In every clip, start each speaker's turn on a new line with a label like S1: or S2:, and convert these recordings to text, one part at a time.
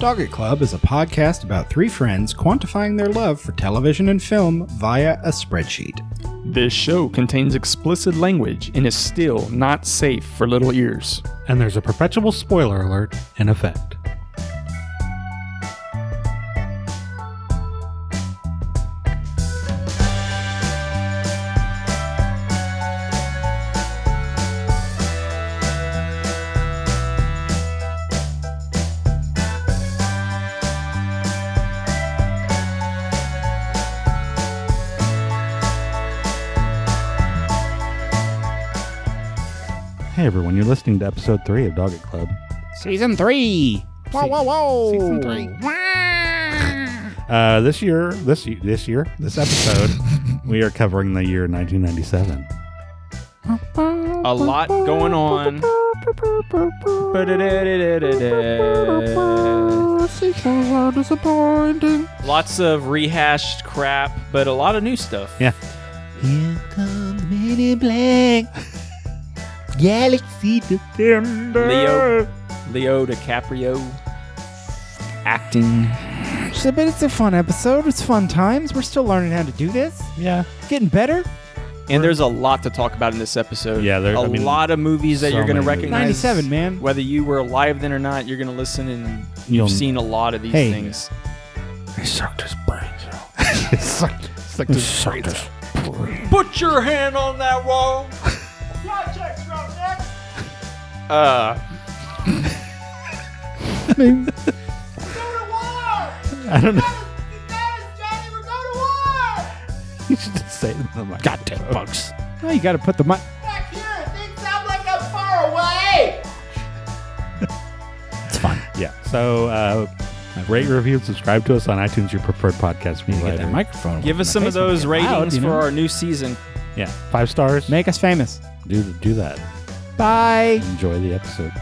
S1: Doggett Club is a podcast about three friends quantifying their love for television and film via a spreadsheet.
S2: This show contains explicit language and is still not safe for little ears.
S3: and there's a perpetual spoiler alert in effect. Hey everyone, you're listening to episode three of Doggett Club.
S1: Season three. Whoa, whoa, whoa!
S3: Season three. Uh, this year, this y- this year, this episode, we are covering the year 1997.
S2: A lot going on. Lots of rehashed crap, but a lot of new stuff.
S3: Yeah.
S4: Here comes Mini Black. Galaxy Defender.
S2: Leo, Leo DiCaprio acting.
S1: So, but it's a fun episode. It's fun times. We're still learning how to do this.
S3: Yeah.
S1: Getting better.
S2: And there's a lot to talk about in this episode.
S3: Yeah, there-
S2: a
S3: I mean,
S2: lot of movies that
S3: so
S2: you're going to
S3: many movies.
S2: recognize.
S1: 97, man.
S2: Whether you were alive then or not, you're going to listen and you've
S3: You'll-
S2: seen a lot of these
S1: Hey.
S2: things.
S3: He sucked his brains out. he sucked, sucked his brains out.
S2: Put your hand on that wall. Uh,
S3: I don't know. You should just say it in the microphone.
S2: goddamn bugs.
S1: Oh, you got to put the mic.
S5: back here. Things sound like I'm far away.
S3: Yeah. So uh, rate, review, and subscribe to us on iTunes, your preferred podcast
S1: Get that
S3: provider.
S1: microphone.
S2: Give us
S1: My
S2: some
S1: face
S2: of those
S1: won't get
S2: ratings
S1: loud, you know?
S2: for our new season.
S3: Yeah. Five stars.
S1: Make us famous.
S3: Do do that.
S1: Bye.
S3: Enjoy the episode.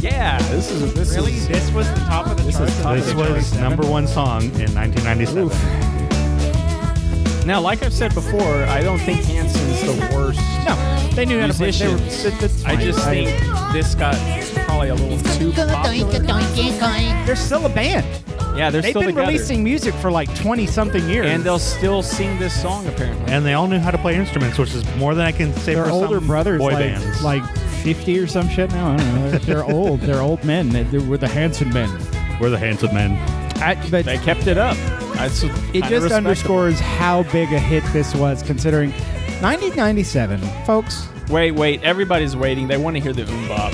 S2: Yeah, this is this really is, this was the top of the
S3: This, is, this was number one song in 1997.
S2: Now, like I've said before, I don't think Hanson's the worst.
S1: No, they knew how to play. They were-
S2: Musicians.
S1: that- that's
S2: I
S1: fine.
S2: just think this got probably a little too popular.
S1: they're still a band.
S2: Yeah, they're
S1: They've
S2: still
S1: been
S2: together,
S1: releasing music for like twenty something years,
S2: and they'll still sing this song apparently.
S3: And they all knew how to play instruments, which is more than I can say
S1: their
S3: for
S1: older
S3: some
S1: brothers
S3: boy
S1: like,
S3: bands.
S1: like 50 or some shit now. I don't know. They're, they're old. They're old men. They, they were the Hanson men.
S3: We're the handsome men.
S1: I, but
S2: They kept it up. That's
S1: it just underscores how big a hit this was, considering 1997, folks.
S2: Wait, wait, everybody's waiting. They want to hear the boom bop.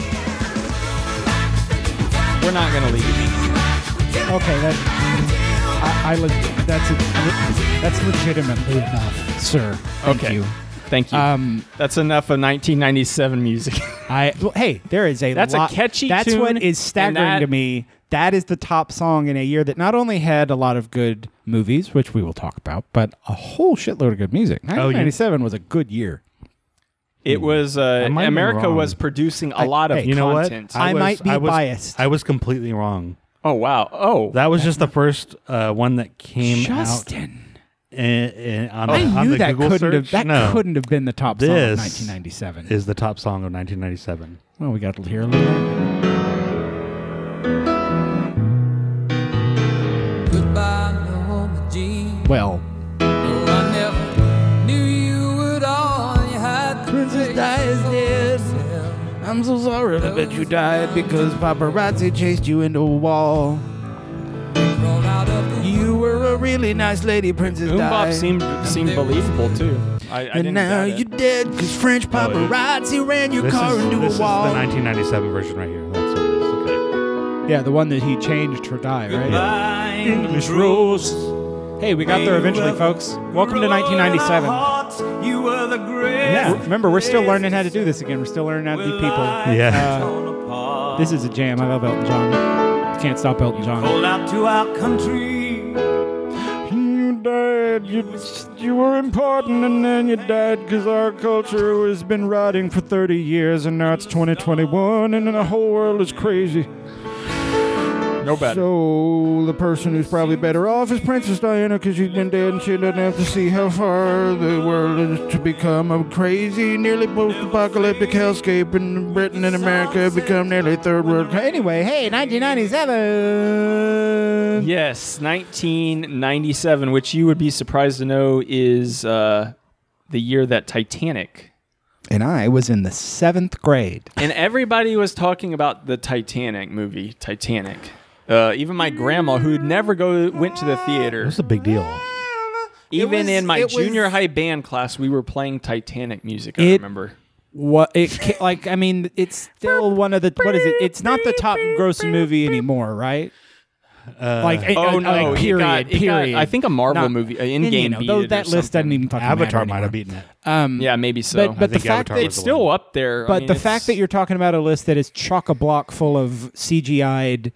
S2: We're not gonna leave.
S1: Okay, that I, I le- that's a, that's legitimately enough, sir. Thank
S2: Okay.
S1: you.
S2: Thank you.
S1: Um,
S2: That's enough of 1997 music.
S1: I well, hey, there is a
S2: That's a
S1: lot-
S2: catchy
S1: That's
S2: tune,
S1: what
S2: and
S1: is staggering
S2: that-
S1: to me. That is the top song in a year that not only had a lot of good movies, which we will talk about, but a whole shitload of good music.
S3: Oh,
S1: 1997 was a good year.
S2: it was uh,
S3: I might be
S2: America
S3: wrong.
S2: was producing a lot of
S1: hey,
S3: You know
S2: content.
S3: what?
S1: I might be biased.
S3: I was completely wrong.
S2: oh wow. Oh,
S3: That was just the first uh, one that came out
S1: Justin,
S3: in, in, on, the,
S1: I
S3: on
S1: knew
S3: the
S1: that
S3: Google
S1: couldn't
S3: search.
S1: have that
S3: no,
S1: couldn't have been the top song of
S3: This
S1: 1997.
S3: is the top song of 1997.
S1: well, we got to hear a little.
S6: Goodbye, Norma Jean.
S1: Well,
S6: No, I never knew you would all. You had the Princess Diaries.
S1: I'm so sorry that you died because paparazzi chased you into a wall.
S6: Crawled out of the
S1: You were a really nice lady, Princess.
S2: boom bop seemed seemed believable too. I, I didn't doubt it.
S1: dead because French
S3: paparazzi
S1: ran your
S3: this is, this is the 1997 version right here. That's what it is. Okay.
S1: Yeah, the one that he changed for Die, right?
S7: English rose.
S1: Hey, we got there eventually, folks. Welcome to 1997.
S7: You were the
S1: R- Remember, we're still learning how to do this again. We're still learning how to be people.
S3: Yeah.
S1: This is a jam. I love Elton John. Can't stop Elton John.
S7: out to our country.
S1: You died. You, you were important and then you died because our culture has been rotting for 30 years and now it's 2021 and the whole world is crazy.
S2: No bad.
S1: So the person who's probably better off is Princess Diana because she's been dead and she doesn't have to see how far the world is to become a crazy, nearly post-apocalyptic hellscape in Britain and America have become nearly third world. Anyway, hey, 1997.
S2: Yes, 1997, which you would be surprised to know is uh, the year that Titanic.
S1: And I was in the seventh grade.
S2: And everybody was talking about the Titanic movie, Titanic. Uh, even my grandma, who never go went to the theater,
S3: What's the big deal?
S2: even
S1: was-
S2: in my
S1: it was-
S2: junior high band class, we were playing Titanic music. I
S1: It-
S2: remember.
S1: What it ca- like? I mean, it's still one of the what is it? It's not the top grossing movie anymore, right?
S3: Uh,
S1: like a-
S2: oh
S1: a-
S2: no!
S1: like,
S2: it
S1: period,
S2: got- it got-
S1: period.
S2: I think a Marvel
S1: Not-
S2: movie, uh,
S1: And,
S2: in
S1: you
S2: game
S1: know, though that list doesn't even fucking
S3: Avatar
S1: matter
S3: might have
S1: anymore.
S3: beaten it.
S1: Um,
S2: Yeah, maybe so.
S1: but but the
S3: think
S1: fact
S3: Avatar
S1: that
S3: was
S2: it's
S3: the
S2: still up there. I
S1: but
S2: mean,
S1: the
S2: it's-
S1: fact that you're talking about a list that is chock a block full of CGI'd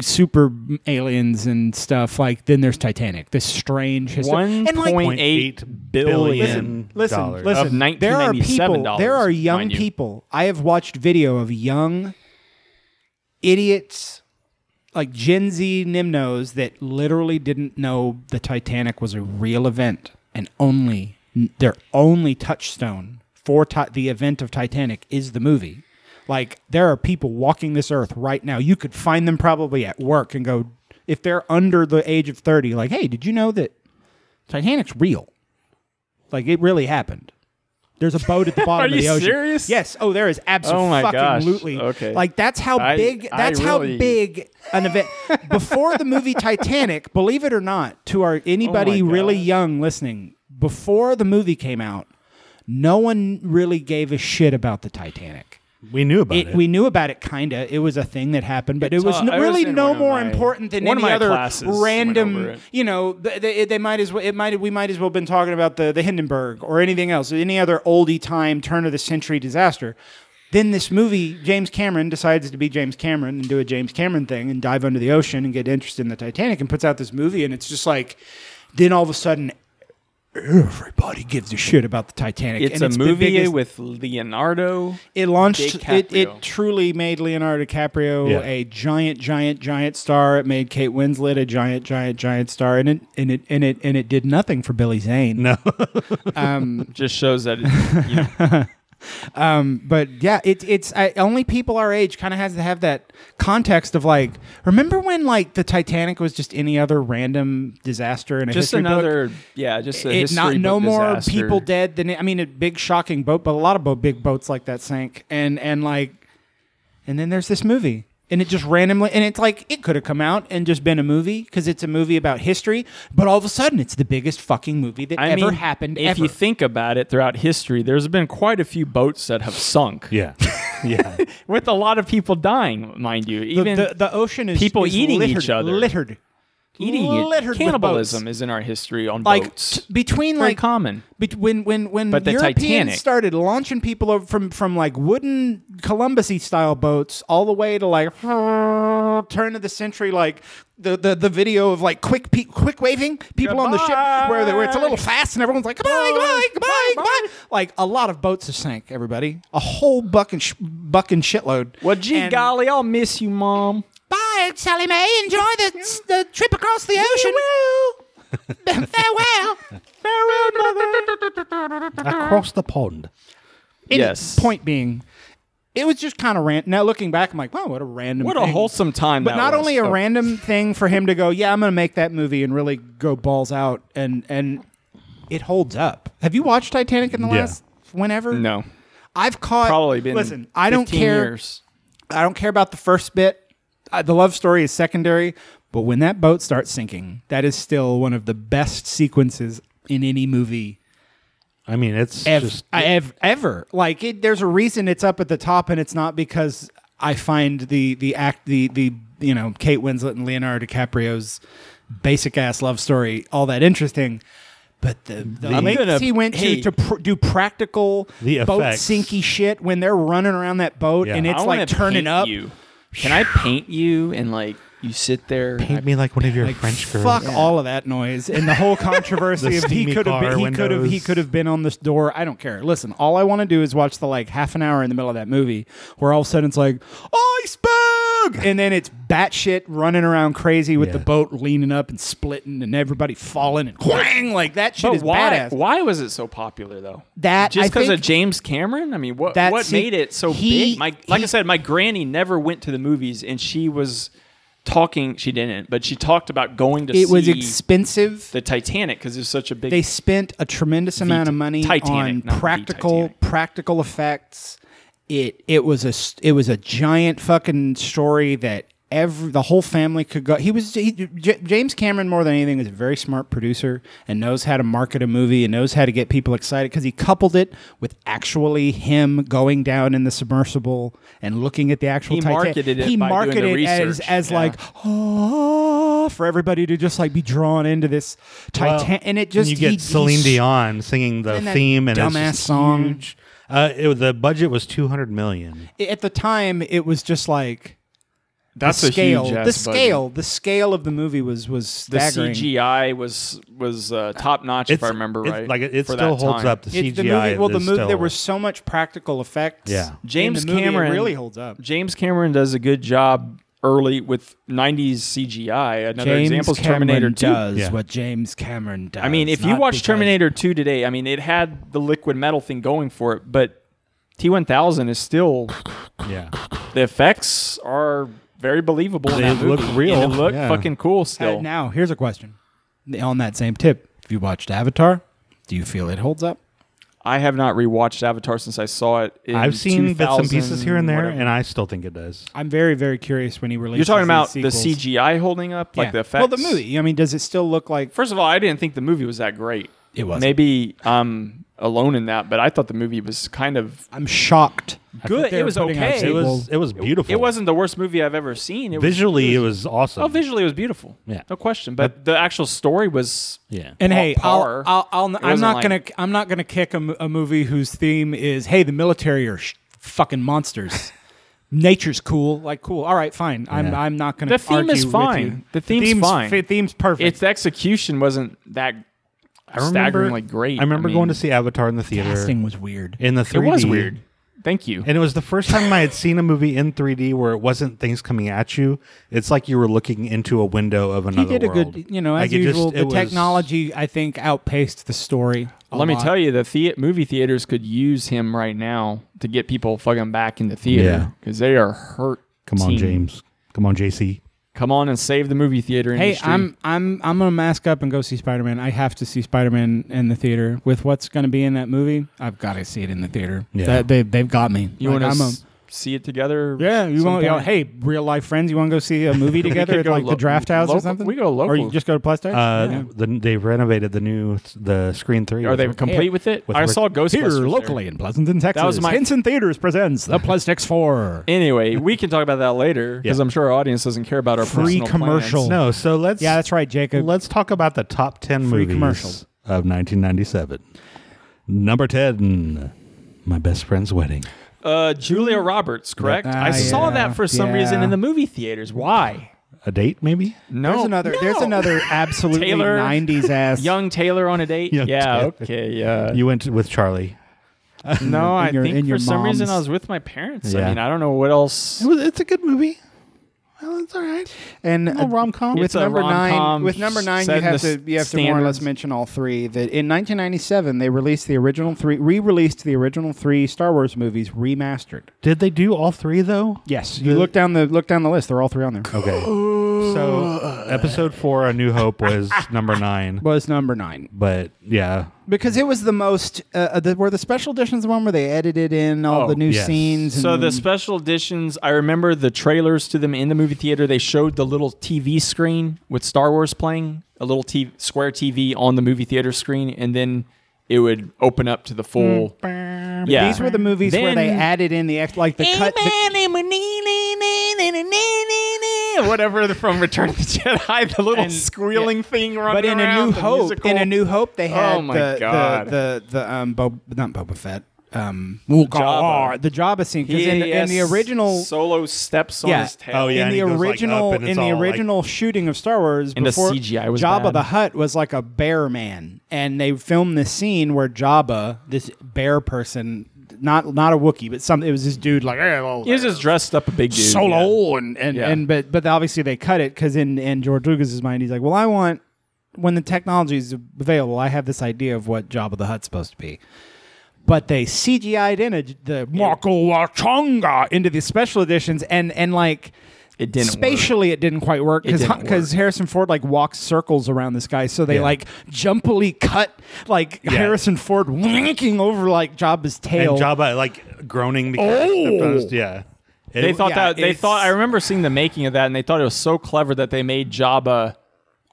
S1: super aliens and stuff like then there's Titanic, this strange history.
S2: one
S1: and like,
S2: point eight billion
S3: billion.
S1: listen,
S3: dollars.
S1: listen.
S2: Of
S1: there are
S2: $1997,
S1: people. There are young
S2: mind you.
S1: people. I have watched video of young idiots, like Gen Z Nimnos, that literally didn't know the Titanic was a real event, and only their only touchstone for ti- the event of Titanic is the movie. Like there are people walking this earth right now. You could find them probably at work and go if they're under the age of thirty. Like, hey, did you know that Titanic's real? Like it really happened. There's a boat at the bottom
S2: Are
S1: of the
S2: you
S1: ocean.
S2: serious?
S1: Yes. Oh, there is
S2: Oh my gosh.
S1: absolutely.
S2: Okay.
S1: Like that's how
S2: I-
S1: big.
S2: I
S1: That's how
S2: really-
S1: big an event. before the movie Titanic, believe it or not, to our anybody
S2: Oh my
S1: really
S2: God.
S1: young listening, before the movie came out, no one really gave a shit about the Titanic.
S3: We knew about
S1: It,
S3: it.
S1: we knew about it, kinda. It was a thing that happened, but it was
S2: taught-
S1: n-
S2: I was
S1: really
S2: in
S1: no
S2: one of
S1: more
S2: my-
S1: important than
S2: one
S1: any
S2: of my
S1: other
S2: classes went over
S1: random.
S2: it.
S1: You know, th- they, they might as well. It might. We might as well have been talking about the the Hindenburg or anything else, any other oldie time turn of the century disaster. Then this movie, James Cameron decides to be James Cameron and do a James Cameron thing and dive under the ocean and get interested in the Titanic and puts out this movie and it's just like, then all of a sudden. Everybody gives a shit about the Titanic.
S2: It's
S1: and
S2: a
S1: the
S2: movie
S1: biggest-
S2: with Leonardo.
S1: it launched it,
S2: DiCaprio.
S1: it truly made leonardo dicaprio
S3: Yeah.
S1: a giant giant giant star it made kate winslet a giant giant giant star and it and it and it and it did nothing for billy zane
S3: no.
S2: Just shows that it, you know,
S1: but yeah it, it's I, only people our age kind of has to have that context of like remember when like the titanic was just any other random disaster in a
S2: just
S1: history book?
S2: another. Yeah, just a
S1: it
S2: history
S1: not
S2: book
S1: no more
S2: disaster.
S1: people dead than I mean a big shocking boat, but a lot of bo- big boats like that sank, and and like, and then there's this movie, and it just randomly, and it's like it could have come out and just been a movie because it's a movie about history, but all of a sudden it's the biggest fucking movie that
S2: I
S1: ever
S2: mean,
S1: happened.
S2: If
S1: ever.
S2: you think about it, throughout history, there's been quite a few boats that have sunk,
S3: Yeah. Yeah.
S2: with a lot of people dying, mind you.
S1: the,
S2: Even
S1: the, the ocean is
S2: people
S1: is
S2: eating each
S1: littered-
S2: other.
S1: littered
S2: eating
S1: littered
S2: it.
S1: with
S2: Cannibalism
S1: boats.
S2: is in our history on
S1: like
S2: boats.
S1: t- between
S2: Very
S1: like
S2: common.
S1: bet- when when when
S2: But the
S1: Europeans
S2: Titanic-
S1: started launching people over from from like wooden Columbusy style boats all the way to like turn of the century like the the, the video of like quick pe- quick waving people on the ship where they, where it's a little fast and everyone's like goodbye goodbye goodbye goodbye like a lot of boats have sank everybody a whole buck and sh- buck and shitload
S2: Well, gee
S1: And-
S2: golly, I'll miss you, mom.
S1: bye Sally Mae enjoy the the trip across the ocean farewell farewell mother
S3: Across the pond.
S1: Any-
S2: Yes.
S1: Point being, it was just kind of random. Now looking back, I'm like, wow, what a random.
S2: What a
S1: thing.
S2: wholesome time!
S1: But
S2: that
S1: not
S2: was.
S1: only a
S2: Oh,
S1: random thing for him to go, yeah, I'm going to make that movie and really go balls out, and and it holds up. Have you watched Titanic in the
S3: Yeah.
S1: last whenever?
S2: No,
S1: I've caught
S2: probably been.
S1: Listen, I don't
S2: 15
S1: care.
S2: Years.
S1: I don't care about the first bit. Uh, the love story is secondary, but when that boat starts sinking, that is still one of the best sequences in any movie
S3: I mean, it's
S1: ev-
S3: just
S1: I ev- ever. Like it, there's a reason it's up at the top, and it's not because I find the the act the the you know Kate Winslet and Leonardo DiCaprio's basic ass love story all that interesting. But the, the
S2: I'm
S1: lengths
S2: gonna-
S1: he went
S2: hey.
S1: to to pr- do practical
S3: The
S1: boat
S3: effects.
S1: sinky shit when they're running around that boat
S3: Yeah.
S1: and
S3: I
S1: it's
S2: I wanna
S1: like turning
S2: paint
S1: up.
S2: You. Can I paint you and like you sit there? and I-
S3: Paint me like one of your
S1: Like,
S3: French girls.
S1: fuck all of that noise and the whole controversy
S3: The
S1: of he
S3: steamy
S1: could have
S3: car
S1: been he could have he
S3: windows.
S1: could have been on this door. I don't care. Listen, all I want to do is watch the like half an hour in the middle of that movie where all of a sudden it's like iceberg, and then it's batshit running around crazy with the
S3: Yeah.
S1: boat leaning up and splitting and everybody falling and whang like that shit
S2: But
S1: is
S2: why?
S1: badass.
S2: Why was it so popular though?
S1: That, I
S2: just because of
S1: think-
S2: James Cameron? I mean, what
S1: That
S2: what
S1: scene-
S2: made it so
S1: he-
S2: big? My like
S1: he-
S2: I said, my granny never went to the movies, and she was talking. She didn't, but she talked about going to
S1: It
S2: see
S1: was expensive.
S2: the Titanic because it's such a big.
S1: they spent a tremendous amount of money
S2: Titanic, not
S1: on
S2: the
S1: practical
S2: Titanic.
S1: practical effects. It it was a s- it was a giant fucking story that every the whole family could go. He was he, J- James Cameron more than anything is a very smart producer and knows how to market a movie and knows how to get people excited because he coupled it with actually him going down in the submersible and looking at the actual
S2: He
S1: Titanic.
S2: marketed it
S1: he
S2: by doing the
S1: marketed it as
S2: research,
S1: as
S2: yeah.
S1: like oh, for everybody to just like be drawn into this Titanic and it just
S3: you get
S1: he- he
S3: Celine
S1: s-
S3: Dion singing the
S1: and that
S3: theme and it's
S1: dumbass
S3: just
S1: song.
S3: huge. Uh, it, the budget was two hundred million.
S1: at the time it was just like
S2: that's
S1: the scale
S2: A huge
S1: the scale the scale of the movie was was
S2: The
S1: staggering
S2: CGI was was uh, top notch, if I remember
S3: it's-
S2: right.
S3: Like it, it
S2: for
S3: still
S2: that
S3: holds
S2: time.
S3: up. The CGI.
S1: It- the movie, well, the
S3: is
S1: movie there
S3: still-
S1: were so much practical effects.
S3: Yeah.
S1: in the
S2: James
S1: movie, it
S2: Cameron
S1: really holds up.
S2: James Cameron does a good job early with '90s CGI. Another example is Terminator 2.
S1: does
S3: Yeah.
S1: what James Cameron does.
S2: I mean, if you
S1: not
S2: watch
S1: because-
S2: Terminator 2 today, I mean, it had the liquid metal thing going for it, but T1000 is still
S3: Yeah.
S2: the effects are very believable. in
S3: They
S2: that
S3: look
S2: movie,
S3: real,
S2: and They look
S3: yeah.
S2: fucking cool
S1: Uh,
S2: still.
S1: now, here's a question. On that same tip, if you watched Avatar, do you feel it holds up?
S2: I have not rewatched Avatar since I saw it. In
S3: I've seen bits and
S2: 2000,
S3: pieces here and there,
S2: whatever.
S3: and I still think it does.
S1: I'm very, very curious when he releases.
S2: You're talking about
S1: these
S2: the
S1: sequels.
S2: CGI holding up, like
S1: Yeah.
S2: the effects.
S1: Well, the movie. I mean, does it still look like?
S2: First of all, I didn't think the movie was that great.
S1: It wasn't.
S2: Maybe I'm alone in that, but I thought the movie was kind of
S1: I'm shocked.
S2: Good,
S1: they
S2: it
S1: were
S2: was
S1: putting out
S3: It
S2: okay. It
S1: sequels.
S3: was it was beautiful.
S2: It wasn't the worst movie I've ever seen. It was-
S3: visually. It was awesome.
S2: Oh, visually it was beautiful.
S3: Yeah.
S2: no question. But the actual story was
S3: Yeah.
S1: And hey, I'll,
S2: par.
S1: I'll, I'll,
S2: It
S1: I'm
S2: wasn't
S1: not
S2: like-
S1: gonna I'm not gonna kick a, mo- a movie whose theme is hey the military are sh- fucking monsters. Nature's cool, like cool. All right, fine. I'm
S3: Yeah.
S1: I'm not gonna.
S2: The theme
S1: argue
S2: is
S1: with
S2: fine.
S1: you.
S2: The theme's fine.
S1: The theme's perfect.
S2: Its execution wasn't that
S3: I
S2: staggeringly great.
S3: I remember
S2: I
S3: going
S2: mean,
S3: to see Avatar in the theater.
S1: casting was weird.
S3: In the
S2: it
S3: 3D.
S2: was weird. Thank you.
S3: And it was the first time I had seen a movie in 3D where it wasn't things coming at you. It's like you were looking into a window of
S1: he
S3: another
S1: did a
S3: world.
S1: good, you know, as
S3: Like, it just-
S1: usual.
S3: it
S1: the
S3: was-
S1: technology I think outpaced the story. a
S2: Let me
S1: lot.
S2: tell you, the thea- movie theaters could use him right now to get people fucking back in the
S3: Yeah.
S2: theater because they are hurt.
S3: Come on, James. Come on, JC.
S2: Come on and save the movie theater
S1: Hey,
S2: industry.
S1: I'm I'm I'm gonna mask up and go see Spider Man. I have to see Spider Man in the theater with what's gonna be in that movie. I've got to see it in the theater.
S3: Yeah.
S1: That- they they've got me.
S2: You
S1: Like,
S2: want
S1: I'm
S2: to
S1: a-
S2: s- see it together?
S1: Yeah, you
S2: some
S1: want?
S2: point?
S1: hey, real life friends, you want to go see a movie together
S2: could
S1: at
S2: go
S1: like the
S2: lo-
S1: Draft House or
S2: local-
S1: something?
S2: we go local.
S1: or you just go to Plastic.
S3: Uh, the, they renovated the new the screen three.
S2: Are they
S3: with-
S2: complete with it?
S3: With
S2: I
S3: Rick-
S2: saw Ghostbusters
S1: here
S2: there.
S1: locally in Pleasanton, Texas.
S2: was my-
S1: Henson Theaters presents the Plastex Four.
S2: Anyway, we can talk about that later because
S3: Yeah.
S2: I'm sure our audience doesn't care about our
S1: Free
S2: personal
S1: commercial.
S2: plans.
S3: No, so let's
S1: Yeah, that's right, Jacob.
S3: let's talk about the top ten
S1: Free
S3: movies
S1: commercials.
S3: of 1997. Number ten, My Best Friend's Wedding.
S2: Uh, Julia Roberts, correct?
S1: Ah,
S2: I saw
S1: yeah,
S2: that for some
S1: yeah.
S2: reason in the movie theaters. Why?
S3: A date, maybe?
S2: No,
S1: there's another. There's
S2: no.
S1: another absolutely
S2: Taylor.
S1: '90s ass
S2: young Taylor on a date.
S3: Young
S2: yeah,
S3: Taylor.
S2: okay, yeah.
S3: You went with Charlie.
S2: no, I
S1: in your-
S2: think
S1: in
S2: for
S1: your
S2: some reason I
S1: mom's-
S2: was with my parents.
S3: Yeah.
S2: I mean, I don't know what else.
S3: It was, it's a good movie. Well, it's all right.
S1: and
S3: little rom-com.
S1: with
S2: It's a
S1: number nine.
S2: rom-com
S1: With number nine, you
S2: setting
S1: have
S2: the
S1: to you have to more or less
S2: standards.
S1: mention all three. That in 1997 they released the original three, re-released the original three Star Wars movies remastered.
S3: Did they do all three though?
S1: Yes, you look down the look down the list. They're all three on there.
S3: Okay. So episode four, A New Hope, was number nine.
S1: Was number nine.
S3: But yeah,
S1: because it was the most uh, uh, the, were the special editions the one where they edited in all
S2: Oh,
S1: the new
S3: yes.
S1: scenes
S2: So
S1: and
S2: the special editions, I remember the trailers to them in the movie theater. They showed the little TV screen with Star Wars playing, a little TV, square TV on the movie theater screen, and then it would open up to the full. Yeah.
S1: these were the movies where they
S2: Then-
S1: added in the ex- like the cut the,
S2: It whatever the- from Return of the Jedi, the little
S1: And-
S2: squealing thing running
S1: But in
S2: around,
S1: a New
S2: the
S1: Hope,
S2: musical.
S1: in a New Hope, they had
S2: Oh my
S1: the,
S2: God.
S1: the the the um Bob, not Boba Fett, um Jabba.
S2: Jabba.
S1: the Jabba scene 'cause in, in the
S2: Yes,
S1: original.
S2: Solo steps on
S1: yeah,
S2: his tail.
S3: Oh, yeah.
S1: in
S3: and
S1: the
S3: he goes like
S1: original
S3: up and it's
S1: in the
S3: all, like-
S1: original shooting of Star Wars,
S2: And the
S1: before
S2: CGI was
S1: Jabba
S2: bad.
S1: the Hutt was like a bear man, and they filmed this scene where Jabba, this bear person, not not a Wookiee, but some it was this dude like "Hey, well,
S2: He was just dressed up a big dude. yeah.
S1: solo and and,
S2: Yeah.
S1: and but but obviously they cut it because in in George Lucas's mind he's like, well, I want when the technology is available, I have this idea of what Jabba the Hutt's supposed to be. But they CGI'd in a, the Mako Wachonga into the special editions and and like.
S2: It didn't work.
S1: spatially it didn't quite work
S2: didn't
S1: because Harrison Ford like walks circles around this guy so they like jumpily cut like Harrison Ford winking over like Jabba's tail
S3: and Jabba like groaning because he stepped on his- yeah. It-
S2: They thought
S1: Yeah,
S2: that they
S1: it's-
S2: thought I remember seeing the making of that, and they thought it was so clever that they made Jabba.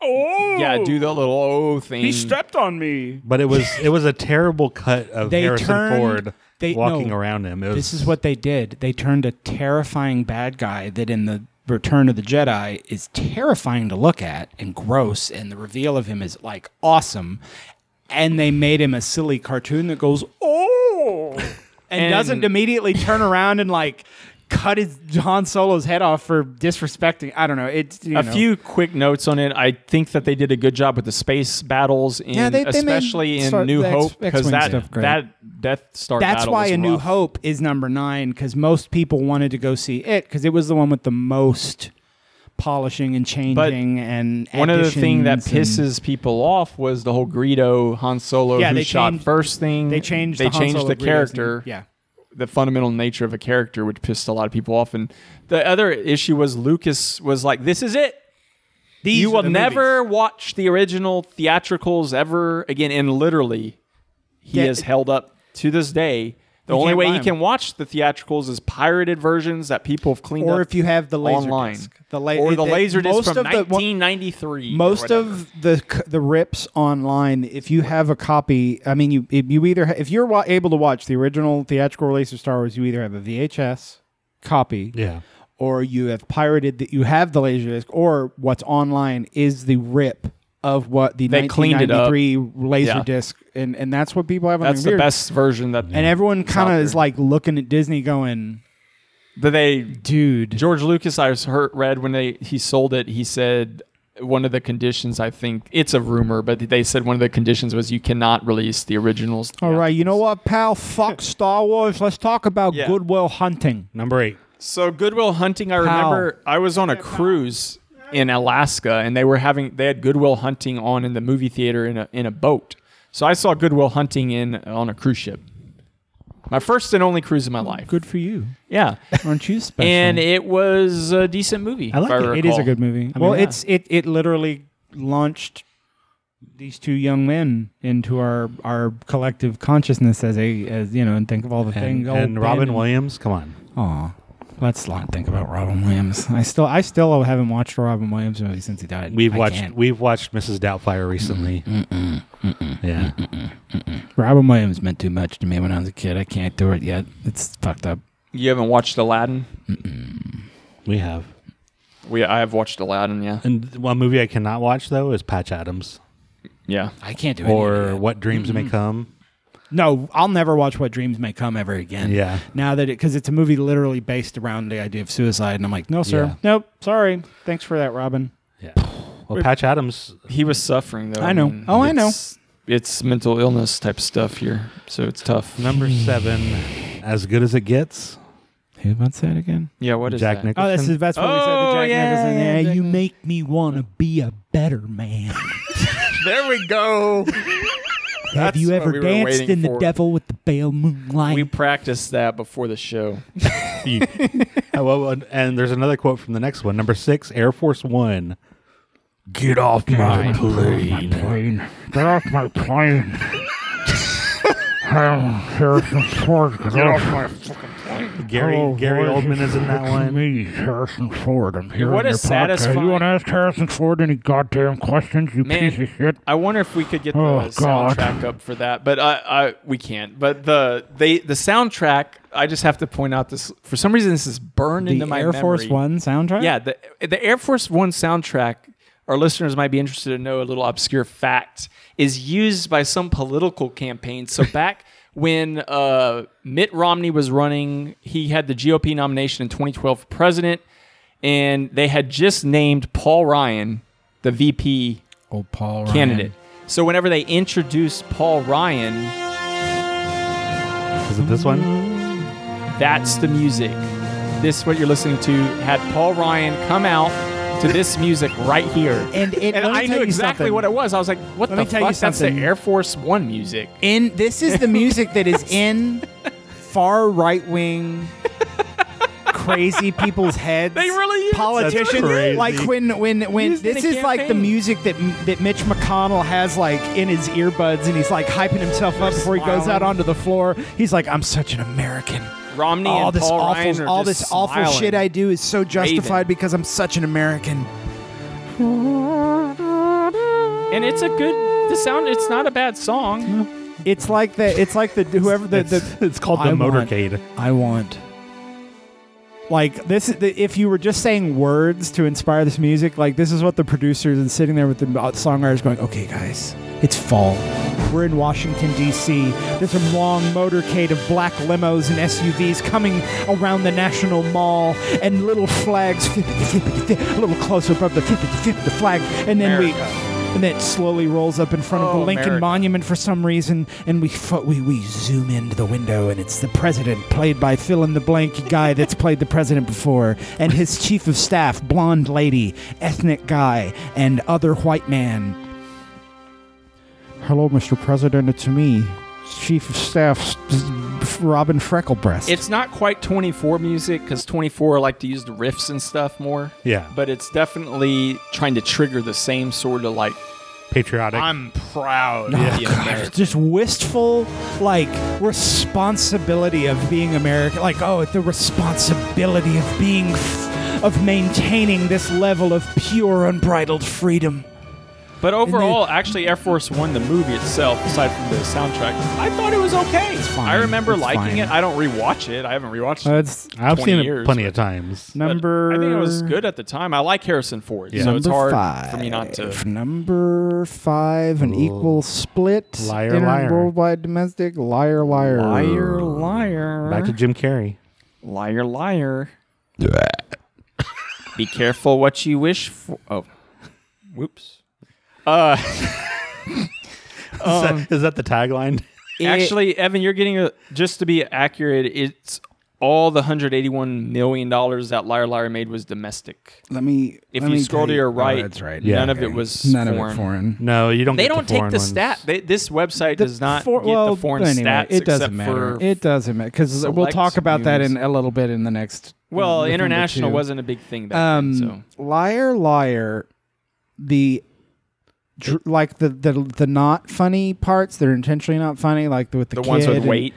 S2: Oh, yeah, do the little oh thing. He
S1: stepped on me
S3: but it was it was a terrible cut of
S1: They
S3: Harrison
S1: turned-
S3: Ford
S1: they-
S3: walking
S1: no.
S3: around him. It was,
S1: This is what they did. They turned a terrifying bad guy that in the Return of the Jedi is terrifying to look at and gross, and the reveal of him is like awesome. And they made him a silly cartoon that goes, oh, and, doesn't immediately turn around and like cut his Han Solo's head off for disrespecting. I don't know. It's you
S2: a
S1: know.
S2: few quick notes on it. I think that they did a good job with the space battles, in,
S1: Yeah, they- they made
S2: especially
S1: Star-
S2: in New
S1: the X-
S2: Hope, because
S1: X-Wing
S2: that
S1: stuff great.
S2: that Death Star.
S1: That's
S2: battle
S1: why
S2: was
S1: A New
S2: rough.
S1: Hope is number nine because most people wanted to go see it because it was the one with the most polishing and changing and
S2: One of the thing that
S1: additions and-
S2: pisses people off was the whole Greedo Han Solo
S1: Yeah,
S2: who
S1: they
S2: shot
S1: changed-
S2: first thing.
S1: they changed.
S2: They
S1: the Han
S2: changed
S1: Solo
S2: the
S1: Greedo's name.
S2: character.
S1: Yeah,
S2: the fundamental nature of a character, which pissed a lot of people off. And the other issue was Lucas was like, "This is it.
S1: These
S2: you
S1: are
S2: will
S1: the
S2: never watch the original theatricals ever again." And literally, he
S1: Yeah.
S2: has held up to this day. The only
S1: can't
S2: way
S1: buy
S2: you
S1: 'em.
S2: can watch the theatricals is pirated versions that people have cleaned up,
S1: Or if you have the Laserdisc.
S2: online,
S1: The la-
S2: or
S1: it-
S2: the
S1: it-
S2: laser disc
S1: most
S2: from
S1: of the-
S2: 1993. or
S1: most
S2: whatever.
S1: of the c- the rips online. If you have a copy, I mean, you if you either ha- if you're wa- able to watch the original theatrical release of Star Wars, you either have a VHS copy,
S3: yeah.
S1: or you have pirated that you have the laserdisc, or what's online is the rip of what the
S2: They cleaned it up.
S1: 1993 laserdisc, and and that's what people have on
S2: that's
S1: their
S2: the
S1: computer.
S2: best version that
S1: And everyone kind
S2: out
S1: of is
S2: there.
S1: like looking at Disney, going,
S2: that they
S1: "Dude,
S2: George Lucas, I was hurt, read when they he sold it. He said one of the conditions. I think it's a rumor, but they said one of the conditions was you cannot release the originals.
S1: All right, you know what, pal? Fuck Star Wars. Let's talk about
S2: Yeah.
S1: Goodwill Hunting.
S3: Number eight.
S2: So Goodwill Hunting, I remember I was on a cruise in Alaska, and they were having they had Goodwill Hunting on in the movie theater in a in a boat. So I saw Goodwill Hunting in on a cruise ship. My first and only cruise in my life.
S1: Good for you.
S2: Yeah,
S1: Aren't you special?
S2: and it was a decent movie.
S3: I like
S2: if
S3: it.
S1: it is a
S2: recall.
S1: good movie.
S2: mean,
S1: well,
S2: yeah.
S1: it's it it literally launched these two young men into our our collective consciousness as a as you know, and think of all the
S3: And,
S1: things.
S3: and Robin Williams, come on.
S1: Aw. Let's not think about Robin Williams. I still, I still haven't watched a Robin Williams movie since he died.
S3: We've
S1: I
S3: watched
S1: can't.
S3: we've watched Mrs. Doubtfire recently. yeah.
S1: Robin Williams meant too much to me when I was a kid. I can't do it yet. It's fucked up.
S2: You haven't watched Aladdin?
S3: We have.
S2: We I have watched Aladdin. Yeah,
S3: And one movie I cannot watch though is Patch Adams
S2: yeah.
S1: I can't do it.
S3: or What Dreams May Come.
S1: No, I'll never watch What Dreams May Come ever again.
S3: Yeah.
S1: Now that it, because it's a movie literally based around the idea of suicide. And I'm like, no, sir.
S3: Yeah.
S1: Nope. Sorry. Thanks for that, Robin.
S3: Yeah. Well, Patch Adams.
S2: He was suffering though.
S1: I know. Oh, I know.
S2: it's- It's mental illness type stuff here, so it's tough.
S3: Number seven, as good as it gets.
S1: Who wants that again?
S2: Yeah, what is
S3: Jack
S2: that?
S1: Oh,
S3: Nicholson.
S1: that's, that's what we said
S2: Oh,
S1: to Jack
S2: yeah,
S1: Nicholson.
S2: yeah,
S1: Yeah,
S2: Jack
S1: you make me want to be a better man.
S2: There we go.
S1: Have you
S2: what
S1: ever
S2: we were
S1: danced
S2: waiting
S1: in the
S2: for.
S1: devil with the pale moonlight?
S2: We practiced that before the show.
S3: Oh, well, and- and there's another quote from the next one. Number six, Air Force One. Get off my plane.
S1: plane. Get off my plane. I'm Harrison Ford. Get off my
S3: Gary
S8: Oh,
S3: Gary
S8: boy,
S3: Oldman is in that one.
S8: Me, Harrison Ford. I'm here.
S2: What
S8: on
S2: a
S8: your
S2: satisfying-
S8: Podcast. You want to ask Harrison Ford any goddamn questions? You
S2: Man,
S8: piece of shit.
S2: I wonder if we could get the
S8: Oh, God.
S2: soundtrack up for that, but I, I we can't. But the they the soundtrack, I just have to point out this for some reason this is burned
S1: The
S2: into my
S1: Air Force
S2: memory.
S1: One soundtrack.
S2: Yeah, the the Air Force One soundtrack. Our listeners might be interested to know a little obscure fact is used by some political campaigns. So back when uh, Mitt Romney was running, he had the GOP nomination in 2012 for president, and they had just named Paul Ryan the VP
S1: Oh, Paul.
S2: candidate. So whenever they introduced Paul Ryan.
S3: Is it this one?
S2: That's the music. This what you're listening to had Paul Ryan come out to this music right here.
S1: And it- let me
S2: I
S1: tell
S2: knew
S1: you
S2: exactly
S1: something.
S2: what it was. I was like, what
S1: Let
S2: the
S1: me tell you
S2: fuck? That's the
S1: something.
S2: Air Force One music.
S1: In this is the music that is in far right wing. Crazy people's heads.
S2: They really use it.
S1: politicians
S3: That's crazy.
S1: like when when when
S2: Used in
S1: this
S2: a
S1: is like the
S2: campaign.
S1: music that that Mitch McConnell has like in his earbuds and he's like hyping himself up before he goes out
S2: smiling.
S1: onto the floor. He's like, I'm such an American.
S2: Romney
S1: all
S2: and
S1: this
S2: Paul
S1: awful,
S2: Ryan are
S1: all
S2: just
S1: this awful
S2: smiling.
S1: shit I do is so justified
S2: Waving.
S1: because I'm such an American.
S2: And it's a good. The sound. It's not a bad song.
S1: It's like the it's like the whoever the,
S3: It's,
S1: the
S3: it's called
S1: I
S3: the
S1: want-
S3: Motorcade.
S1: I want. Like this, is the, if you were just saying words to inspire this music, like this is what the producers and sitting there with the songwriters going, "Okay, guys, it's fall. We're in Washington D.C. There's a long motorcade of black limos and SUVs coming around the National Mall, and little flags, a little closer above the the flag, and then we." And then it slowly rolls up in front of the
S2: Oh,
S1: Lincoln
S2: America.
S1: Monument for some reason, and we, fo- we we zoom into the window, and it's the president, played by fill in the blank guy that's played the president before, and his chief of staff, blonde lady, ethnic guy, and other white man. Hello, Mr. President, it's me, Chief of Staff Robin Frecklebreast.
S2: It's not quite 24 music because 24 like to use the riffs and stuff more.
S3: Yeah.
S2: But it's definitely trying to trigger the same sort of like
S3: Patriotic.
S2: I'm
S7: Oh,
S2: proud of the American.
S1: just wistful like responsibility of being american like oh the responsibility of being f- of maintaining this level of pure unbridled freedom
S2: But overall, actually, Air Force One, the movie itself, aside from the soundtrack, I thought it was okay. It's
S1: fine.
S2: I remember
S1: It's fine.
S2: liking
S1: Uh,
S2: it. I don't rewatch it. I haven't rewatched it.
S1: that's
S3: I've
S2: 20
S3: seen
S2: years,
S3: it plenty of times.
S2: but
S1: number
S2: I think it was good at the time. I like Harrison Ford, so it's hard for me not to.
S1: number five an equal split
S3: Liar,
S1: Inter-
S3: liar.
S1: worldwide domestic liar liar
S2: Liar, liar,
S3: Back to Jim Carrey.
S2: liar, liar. Be careful what you wish for. Oh, whoops. Uh,
S3: is,
S1: Um,
S3: that- is that the tagline?
S2: Actually, Evan, you're getting a, just to be accurate. It's all the 181 million dollars that Liar Liar made was domestic.
S1: let me
S2: If
S1: let
S2: you
S1: me
S2: scroll
S1: tell
S2: to
S1: you-
S2: your
S1: Oh,
S2: right,
S1: that's right
S3: Yeah.
S2: none of
S3: okay.
S2: it was
S1: none
S2: foreign.
S1: of it foreign
S3: No, you don't.
S2: They
S3: get
S2: don't
S3: the
S2: take
S3: foreign
S2: the
S3: ones.
S2: stat. They, this website does not
S1: for-
S2: get the foreign
S1: anyway,
S2: stats.
S1: It
S2: except
S1: doesn't matter.
S2: For,
S1: it doesn't matter because we'll
S2: select
S1: talk about that
S2: news.
S1: in a little bit in the next.
S2: well,
S1: with number
S2: international
S1: two.
S2: wasn't a big thing back
S1: Um,
S2: then.
S1: liar, liar. The dr- like the, the the not funny parts that are intentionally not funny, like the, with the,
S2: So the ones
S1: kid
S2: with
S1: and-
S2: weight.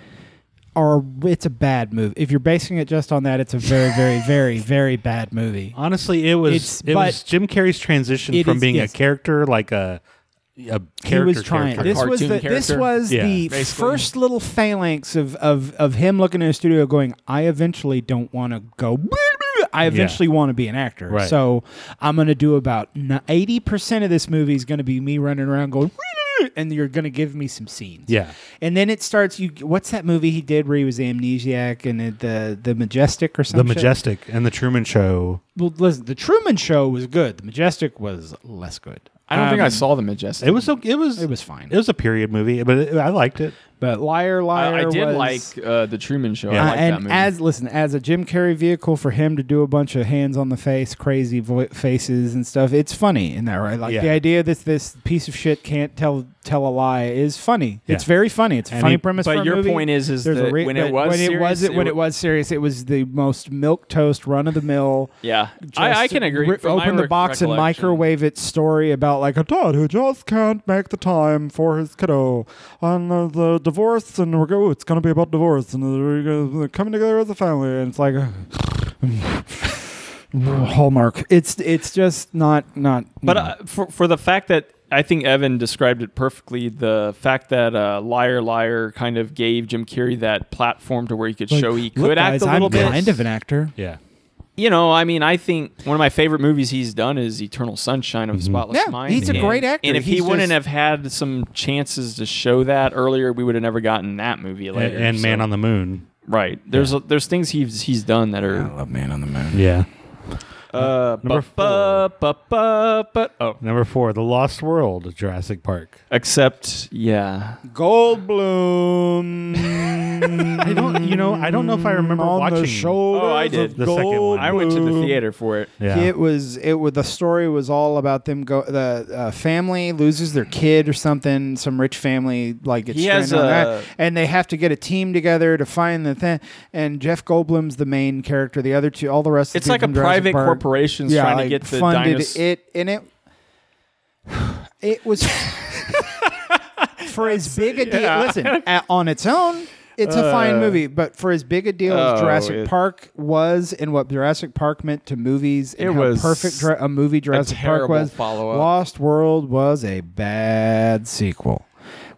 S1: are it's a bad movie. If you're basing it just on that, it's a very, very, very, very bad movie.
S3: Honestly, it was
S1: It's-
S3: it was
S1: but-
S3: Jim Carrey's transition
S1: It
S3: from
S1: is-
S3: being
S1: yes.
S3: a character like a a character.
S1: he was trying.
S3: character.
S1: This was, the,
S2: Cartoon
S1: this
S2: character.
S1: was
S3: Yeah,
S1: the
S2: basically.
S1: first little phalanx of, of, of him looking in a studio going, I eventually don't want to go. blah, blah. I eventually want to be an actor.
S3: Right.
S1: So I'm going to do about n- 80% of this movie is going to be me running around going, "Blah, blah," and you're going to give me some scenes.
S3: Yeah.
S1: And then it starts. You What's that movie he did where he was amnesiac and it- the, the Majestic or
S3: the
S1: something?
S3: Majestic and the Truman Show.
S1: Well, listen, the Truman Show was good. The Majestic was less good.
S2: I don't think I
S1: Um,
S2: saw the majestic.
S3: It was so it was
S1: It was fine.
S3: it was a period movie, but it, I liked it.
S1: but Liar Liar
S2: I, I did
S1: was-
S2: like uh, the Truman Show.
S3: Yeah.
S2: I
S1: Uh,
S2: liked
S1: and
S2: that movie.
S1: as listen, as a Jim Carrey vehicle for him to do a bunch of hands on the face, crazy vo- faces and stuff, it's funny in that right. Like
S3: Yeah.
S1: the idea that this piece of shit can't tell tell a lie is funny.
S3: Yeah.
S1: It's very funny. It's a
S3: And
S1: funny
S3: he-
S1: premise.
S2: but
S1: for a
S2: your
S1: movie.
S2: point is, is
S1: There's a
S2: that
S1: re-
S2: when it
S1: but
S2: was
S1: when it
S2: serious,
S1: was
S2: it
S1: when it
S2: wa-
S1: was serious, it was the most milk toast run of the mill.
S2: yeah, I, I can agree. From my
S1: open the
S2: rec-
S1: box and
S2: recollection.
S1: microwave it story about like a dad who just can't make the time for his kiddo, and the, the, the
S9: divorce, and we're go. "Oh, It's gonna be about divorce, and we're gonna- we're coming together as a family, and it's like. Hallmark. It's it's just not not.
S2: But uh, for for the fact that I think Evan described it perfectly, the fact that uh, Liar Liar kind of gave Jim Carrey that platform to where he could show he could
S1: Look,
S2: act
S1: guys,
S2: a little
S1: I'm
S2: bit.
S1: kind of an actor.
S3: Yeah.
S2: you know, I mean, I think one of my favorite movies he's done is Eternal Sunshine of the Spotless
S1: Yeah,
S2: Mind.
S1: he's a
S2: And-
S1: great actor.
S2: And if he
S1: He's
S2: wouldn't
S1: just-
S2: have had some chances to show that earlier, we would have never gotten that movie
S3: And,
S2: later.
S3: and Man
S2: so-
S3: on the Moon.
S2: right. There's there's things he's he's done that are
S9: love Man on the Moon.
S3: Yeah.
S2: uh,
S3: Number
S2: bu- bu- bu- bu- bu- oh,
S3: Number four, The Lost World, Jurassic Park.
S2: except yeah,
S1: Goldblum.
S3: I don't, you know, I don't know if I
S1: Mm,
S3: remember
S9: on
S3: watching
S9: the shoulders
S2: Oh, I
S9: of
S2: did.
S3: the second one.
S2: I went to the
S9: Goldblum.
S2: theater for it.
S3: Yeah.
S1: Oh, It was it was the story was all about them go the uh, family loses their kid or something some rich family like gets
S2: He has
S1: stranded on that,
S2: a-
S1: and they have to get a team together to find the thing and Jeff Goldblum's the main character the other two all the rest
S2: It's
S1: of the
S2: like a
S1: people from Jurassic
S2: private
S1: Park,
S2: corporation's
S1: yeah
S2: trying
S1: like,
S2: to get the
S1: funded
S2: dinos-
S1: it and it it was for as big a deal listen a- on its own it's a fine movie, but for as big a deal as
S2: Uh, oh,
S1: Jurassic
S2: it-
S1: Park was and what Jurassic Park meant to movies, and
S2: It
S1: how
S2: was
S1: perfect dra- a movie Jurassic Park
S2: terrible
S1: was.
S2: follow-up.
S1: Lost World was a bad sequel,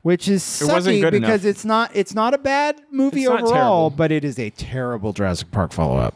S1: which is
S2: It
S1: sucky
S2: wasn't good
S1: because
S2: enough.
S1: it's not it's not a bad movie
S2: It's not
S1: overall,
S2: terrible.
S1: but it is a terrible Jurassic Park follow up.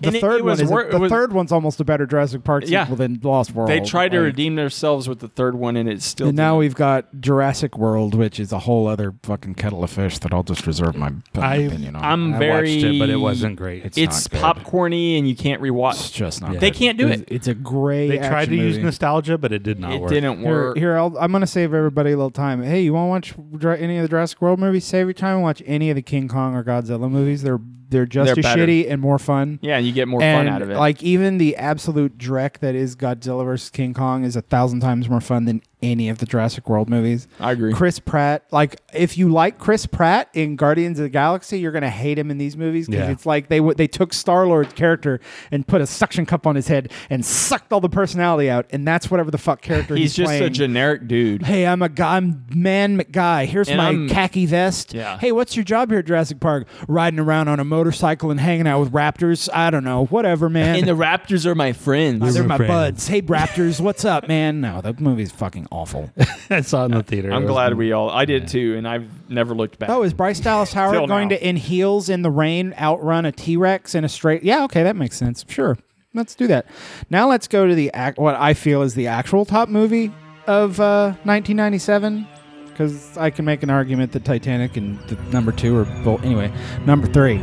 S1: The
S2: And it-
S1: third
S2: it
S1: one
S2: was
S1: is a-
S2: wor- it
S1: the
S2: was-
S1: third one's almost a better Jurassic Park
S2: Yeah.
S1: sequel than Lost World.
S2: They tried to
S1: Like,
S2: redeem themselves with the third one, and it's still
S1: And now
S2: didn't.
S1: we've got Jurassic World, which is a whole other fucking kettle of fish that I'll just reserve my my
S3: I-
S1: opinion on.
S2: I'm
S3: I
S2: very.
S3: watched it, but it wasn't great.
S1: It's-
S2: It's
S1: not good.
S2: popcorny, and you can't
S1: It's
S2: rewatch.
S1: just not.
S3: Yeah.
S2: They can't do
S1: It's,
S2: it.
S1: it's a great.
S3: they tried to
S1: action
S3: use
S1: movie.
S3: nostalgia, but it did not
S2: It
S3: work.
S2: didn't
S1: Here,
S2: work.
S1: here I'll, I'm going to save everybody a little time. Hey, you want to watch Jura- any of the Jurassic World movies? Save your time and watch any of the King Kong or Godzilla movies. They're they're just
S2: They're
S1: as
S2: better.
S1: shitty and more fun.
S2: Yeah, and you get more
S1: and
S2: fun out of it.
S1: Like even the absolute dreck that is Godzilla versus King Kong is a thousand times more fun than any of the Jurassic World movies.
S2: I agree.
S1: Chris Pratt, like if you like Chris Pratt in Guardians of the Galaxy, you're gonna hate him in these movies because
S3: Yeah.
S1: it's like they w- they took Star Lord's character and put a suction cup on his head and sucked all the personality out, and that's whatever the fuck character he's,
S2: he's just a
S1: playing.
S2: generic dude.
S1: Hey, I'm a guy, I'm man guy. Here's
S2: And
S1: my
S2: I'm-
S1: khaki vest.
S2: Yeah.
S1: Hey, what's your job here at Jurassic Park? Riding around on a motorcycle and hanging out with raptors. I don't know. Whatever, man.
S2: And the Raptors are my friends.
S1: They're my
S3: friends.
S1: buds. Hey, raptors, what's up, man? No, that movie's fucking awful.
S3: I saw it in the theater.
S2: I'm
S3: It was-
S2: glad we all. I did too, and I've never looked back.
S1: Oh, is Bryce Dallas Howard
S2: Till
S1: going
S2: now.
S1: to in heels in the rain outrun a T Rex in a straight? Yeah, okay, that makes sense. Sure, let's do that. Now let's go to the act. What I feel is the actual top movie of uh, 1997, because I can make an argument that Titanic and the number two are both. Anyway, number three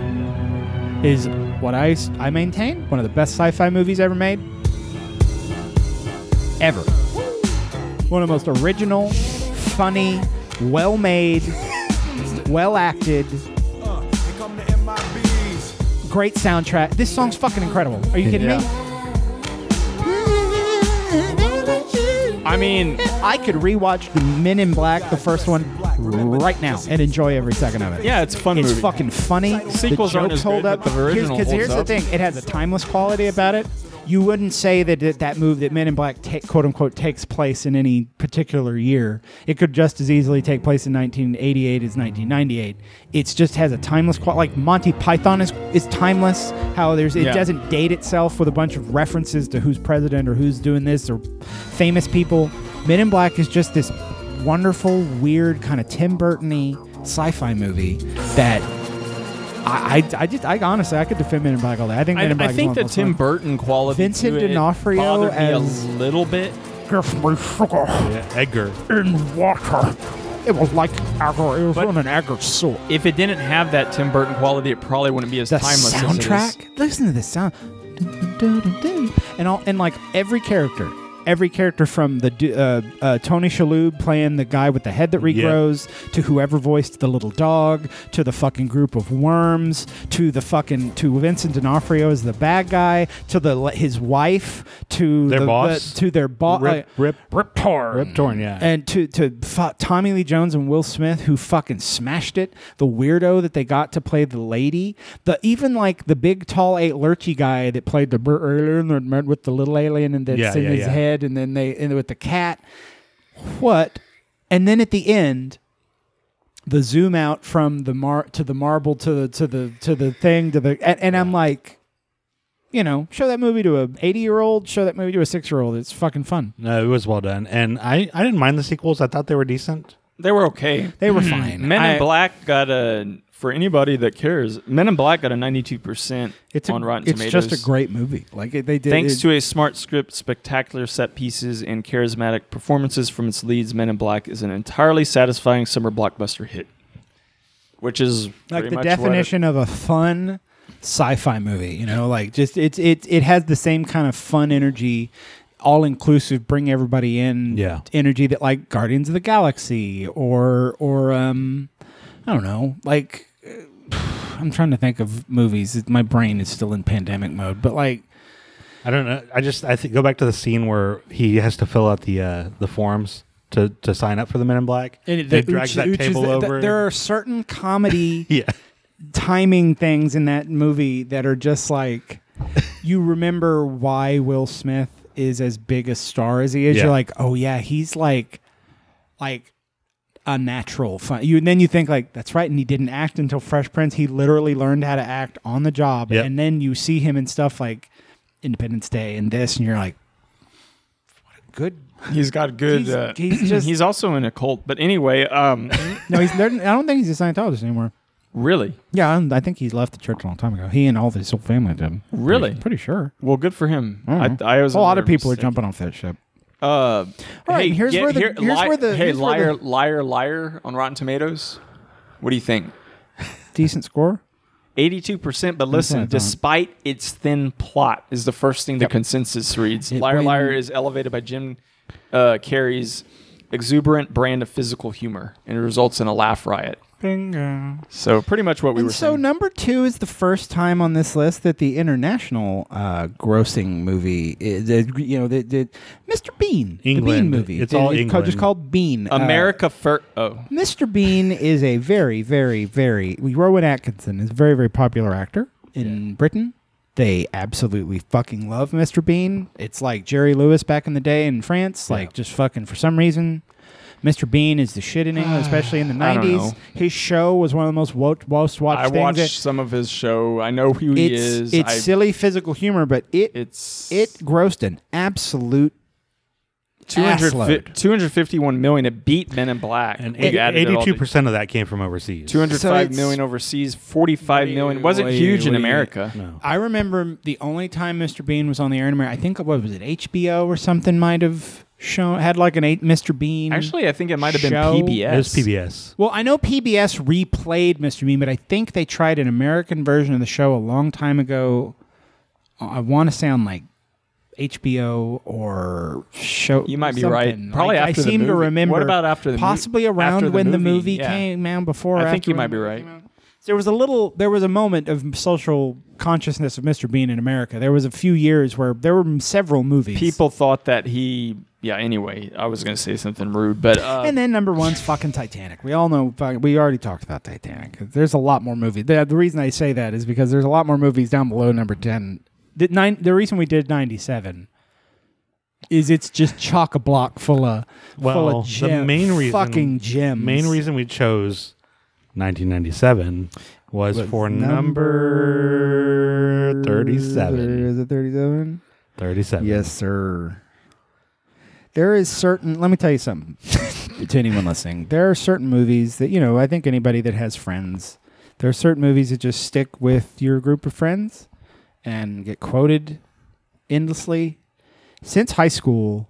S1: is what I s- I maintain one of the best sci-fi movies ever made, ever. One of the most original, funny, well-made well acted,
S7: Uh,
S1: great soundtrack. This song's fucking incredible. Are you kidding me?
S2: I mean,
S1: I could rewatch The Men in Black, the first one, right now and enjoy every second of it.
S2: yeah, it's a fun.
S1: It's
S2: movie.
S1: fucking funny.
S2: Sequels
S1: the
S2: aren't
S1: jokes
S2: as
S1: hold
S2: good,
S1: up.
S2: but the original
S1: here's, 'cause here's
S2: holds
S1: the
S2: up.
S1: thing: it has a timeless quality about it. You wouldn't say that it, that move that Men in Black ta- quote unquote takes place in any particular year. It could just as easily take place in 1988 as 1998. It just has a timeless quality. Like Monty Python is is timeless. How there's it
S2: Yeah.
S1: doesn't date itself with a bunch of references to who's president or who's doing this or famous people. Men in Black is just this wonderful, weird kind of Tim Burton-y sci-fi movie that I, I, I just, I honestly, I could defend Men in Black all day. I think Men
S2: I,
S1: in Black
S2: I
S1: is
S2: think
S1: one of
S2: the
S1: those
S2: Tim
S1: ones.
S2: Burton quality.
S1: Vincent
S2: to it
S1: D'Onofrio
S2: bothered me
S1: as-
S2: a little bit.
S8: Give me sugar
S3: Yeah, Edgar.
S8: in water. It was like agar. It was
S2: But-
S8: on an agar sort.
S2: If it didn't have that Tim Burton quality, it probably wouldn't be as
S1: the
S2: timeless. As it is.
S1: soundtrack. Listen to the sound, Dun, dun, dun, dun, dun. and all, and like every character, every character from the du- uh, uh, Tony Shalhoub playing the guy with the head that regrows, to whoever voiced the little dog, to the fucking group of worms, to the fucking to Vincent D'Onofrio as the bad guy, to the his wife, to
S3: Their
S1: the,
S3: boss?
S1: the- to their boss.
S3: Rip, rip,
S8: Rip tar.
S3: rip torn. Yeah.
S1: and to to fu- Tommy Lee Jones and Will Smith who fucking smashed it. The weirdo that they got to play the lady. The even like the big tall eight lurchy guy that played the bird earlier and then met with the little alien and then
S3: Yeah,
S1: in
S3: yeah,
S1: his
S3: yeah.
S1: head and then they and with the cat. What? And then at the end, the zoom out from the mar to the marble to the to the to the thing to the and, and I'm like, you know, show that movie to a 80 year old, show that movie to a six year old. It's fucking fun.
S3: No, uh, it was well done, and I I didn't mind the sequels. I thought they were decent.
S2: They were okay.
S1: They were fine.
S2: Hmm. Men
S1: I-
S2: in Black got a for anybody that cares. Men in Black got a 92 percent
S1: It's a-
S2: on Rotten
S1: it's
S2: Tomatoes.
S1: just a great movie. Like it- they did.
S2: Thanks
S1: it-
S2: to a smart script, spectacular set pieces, and charismatic performances from its leads, Men in Black is an entirely satisfying summer blockbuster hit. Which is
S1: like
S2: pretty
S1: the
S2: much what it-
S1: definition of a fun sci-fi movie you know like just it's it it has the same kind of fun energy all inclusive bring everybody in
S3: Yeah.
S1: energy that like guardians of the galaxy or or um i don't know like uh, i'm trying to think of movies It- my brain is still in pandemic mode but like
S3: I don't know. I just I think go back to the scene where he has to fill out the uh, the forms to to sign up for the Men in Black. They drag that table over.
S1: there are certain comedy
S3: yeah,
S1: timing things in that movie that are just like you remember why Will Smith is as big a star as he is.
S3: Yeah.
S1: You're like, oh yeah, he's like, like a natural fun. You and then you think like that's right, and he didn't act until Fresh Prince. He literally learned how to act on the job,
S3: Yep.
S1: and then you see him in stuff like Independence Day and this, and you're like, what a good.
S2: He's got good.
S1: He's-
S2: uh,
S1: he's just-
S2: he's also in a cult. But anyway, um,
S1: No, he's. I don't think he's a Scientologist anymore.
S2: really,
S1: Yeah, I don't- I think he left the church a long time ago. He and all of his whole family did.
S2: Really?
S1: Pretty, pretty sure.
S2: well, good for him.
S1: Mhm.
S2: I, I was
S1: a lot of
S2: under
S1: people are
S2: mistake.
S1: jumping off that ship.
S2: Uh, all
S1: right, and here's where the- here's where the-
S2: hey
S1: here's where
S2: liar
S1: the-
S2: liar liar on Rotten Tomatoes. What do you think?
S1: Decent score.
S2: Eighty-two percent. But
S1: what I
S2: listen,
S1: thought.
S2: despite its thin plot, is the first thing the consensus reads. liar
S1: when-
S2: liar is elevated by Jim uh, Carrey's exuberant brand of physical humor and it results in a laugh riot.
S1: Bingo.
S2: So pretty much what we were
S1: and so
S2: saying.
S1: number two is the first time on this list that the international uh, grossing movie, is, uh, you know, the, the Mr. Bean, the Bean
S3: England.
S1: movie.
S3: It's all
S1: called- just
S3: England.
S1: called Bean. Uh,
S2: America first. Oh,
S1: Mr. Bean is a very, very, very Rowan Atkinson is a very, very popular actor in Britain. They absolutely fucking love Mr. Bean. It's like Jerry Lewis back in the day in France. Like just fucking for some reason, Mr. Bean is the shit in England, especially in the
S2: I don't
S1: nineties.
S2: know.
S1: His show was one of the most wo- most watched
S2: I
S1: things.
S2: watched
S1: It-
S2: some of his show. I know who he
S1: it's
S2: is.
S1: it's
S2: I,
S1: silly physical humor, but it
S2: It's
S1: it grossed an absolute
S2: 200
S1: assload.
S2: 251 million. It beat Men in Black.
S3: and
S2: We added it all
S3: eighty-two
S2: to-
S3: percent of that came from overseas.
S2: 205
S1: it's-
S2: million overseas, 45 million. Wasn't
S1: what do you-
S2: huge in
S1: what do you-
S2: America.
S3: No,
S1: I remember the only time Mr. Bean was on the air in America. I think what was it HBO or something might have shown had like an eight Mr. Bean.
S2: Actually, I think it might have been
S1: Hmm. Show.
S2: PBS.
S3: it was PBS.
S1: well, I know PBS replayed Mr. Bean, but I think they tried an American version of the show a long time ago. I want to sound like HBO or show.
S2: You might be right.
S1: something.
S2: Probably
S1: Like,
S2: after
S1: I
S2: the
S1: seem to
S2: movie.
S1: remember.
S2: What about after the mo-
S1: possibly around
S2: after the
S1: when the
S2: movie,
S1: movie
S2: yeah.
S1: came out before.
S2: I
S1: or
S2: think
S1: after
S2: you
S1: when
S2: might
S1: the
S2: be
S1: movie
S2: right.
S1: came out? there was a little there was a moment of social consciousness of mr bean in america there was a few years where there were several movies
S2: People thought that he. Yeah, anyway, I was going to say something rude, but. Uh,
S1: and then number one's fucking titanic we all know fucking- we already talked about titanic there's a lot more movies the, the reason i say that is because there's a lot more movies down below number 10 the, nine, the reason we did 97 is it's just chock a block full of full
S3: Well,
S1: of
S3: the
S1: gem,
S3: main reason-
S1: fucking gems
S3: Main reason we chose 1997 was, for number 37.
S1: is it 37
S3: 37.
S1: Yes, sir. There is certain. Let me tell you something to anyone listening. There are certain movies that you know. I think anybody that has friends, there are certain movies that just stick with your group of friends and get quoted endlessly. Since high school,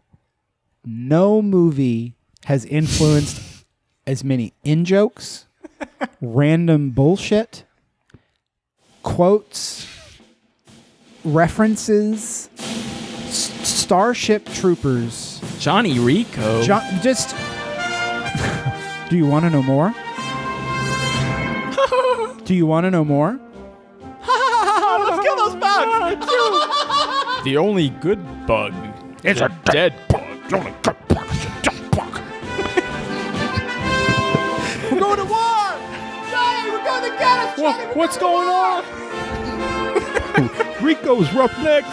S1: no movie has influenced as many in jokes, random bullshit, quotes, references. Starship Troopers.
S2: Johnny Rico.
S1: John, just. Do you want to know more? Do you want to know more?
S2: Let's kill those bugs! the only good bug is a dead bug.
S5: We're going to war! Johnny, we're going to get us! Johnny, we're
S2: what's going on?
S3: Rico's Roughnecks.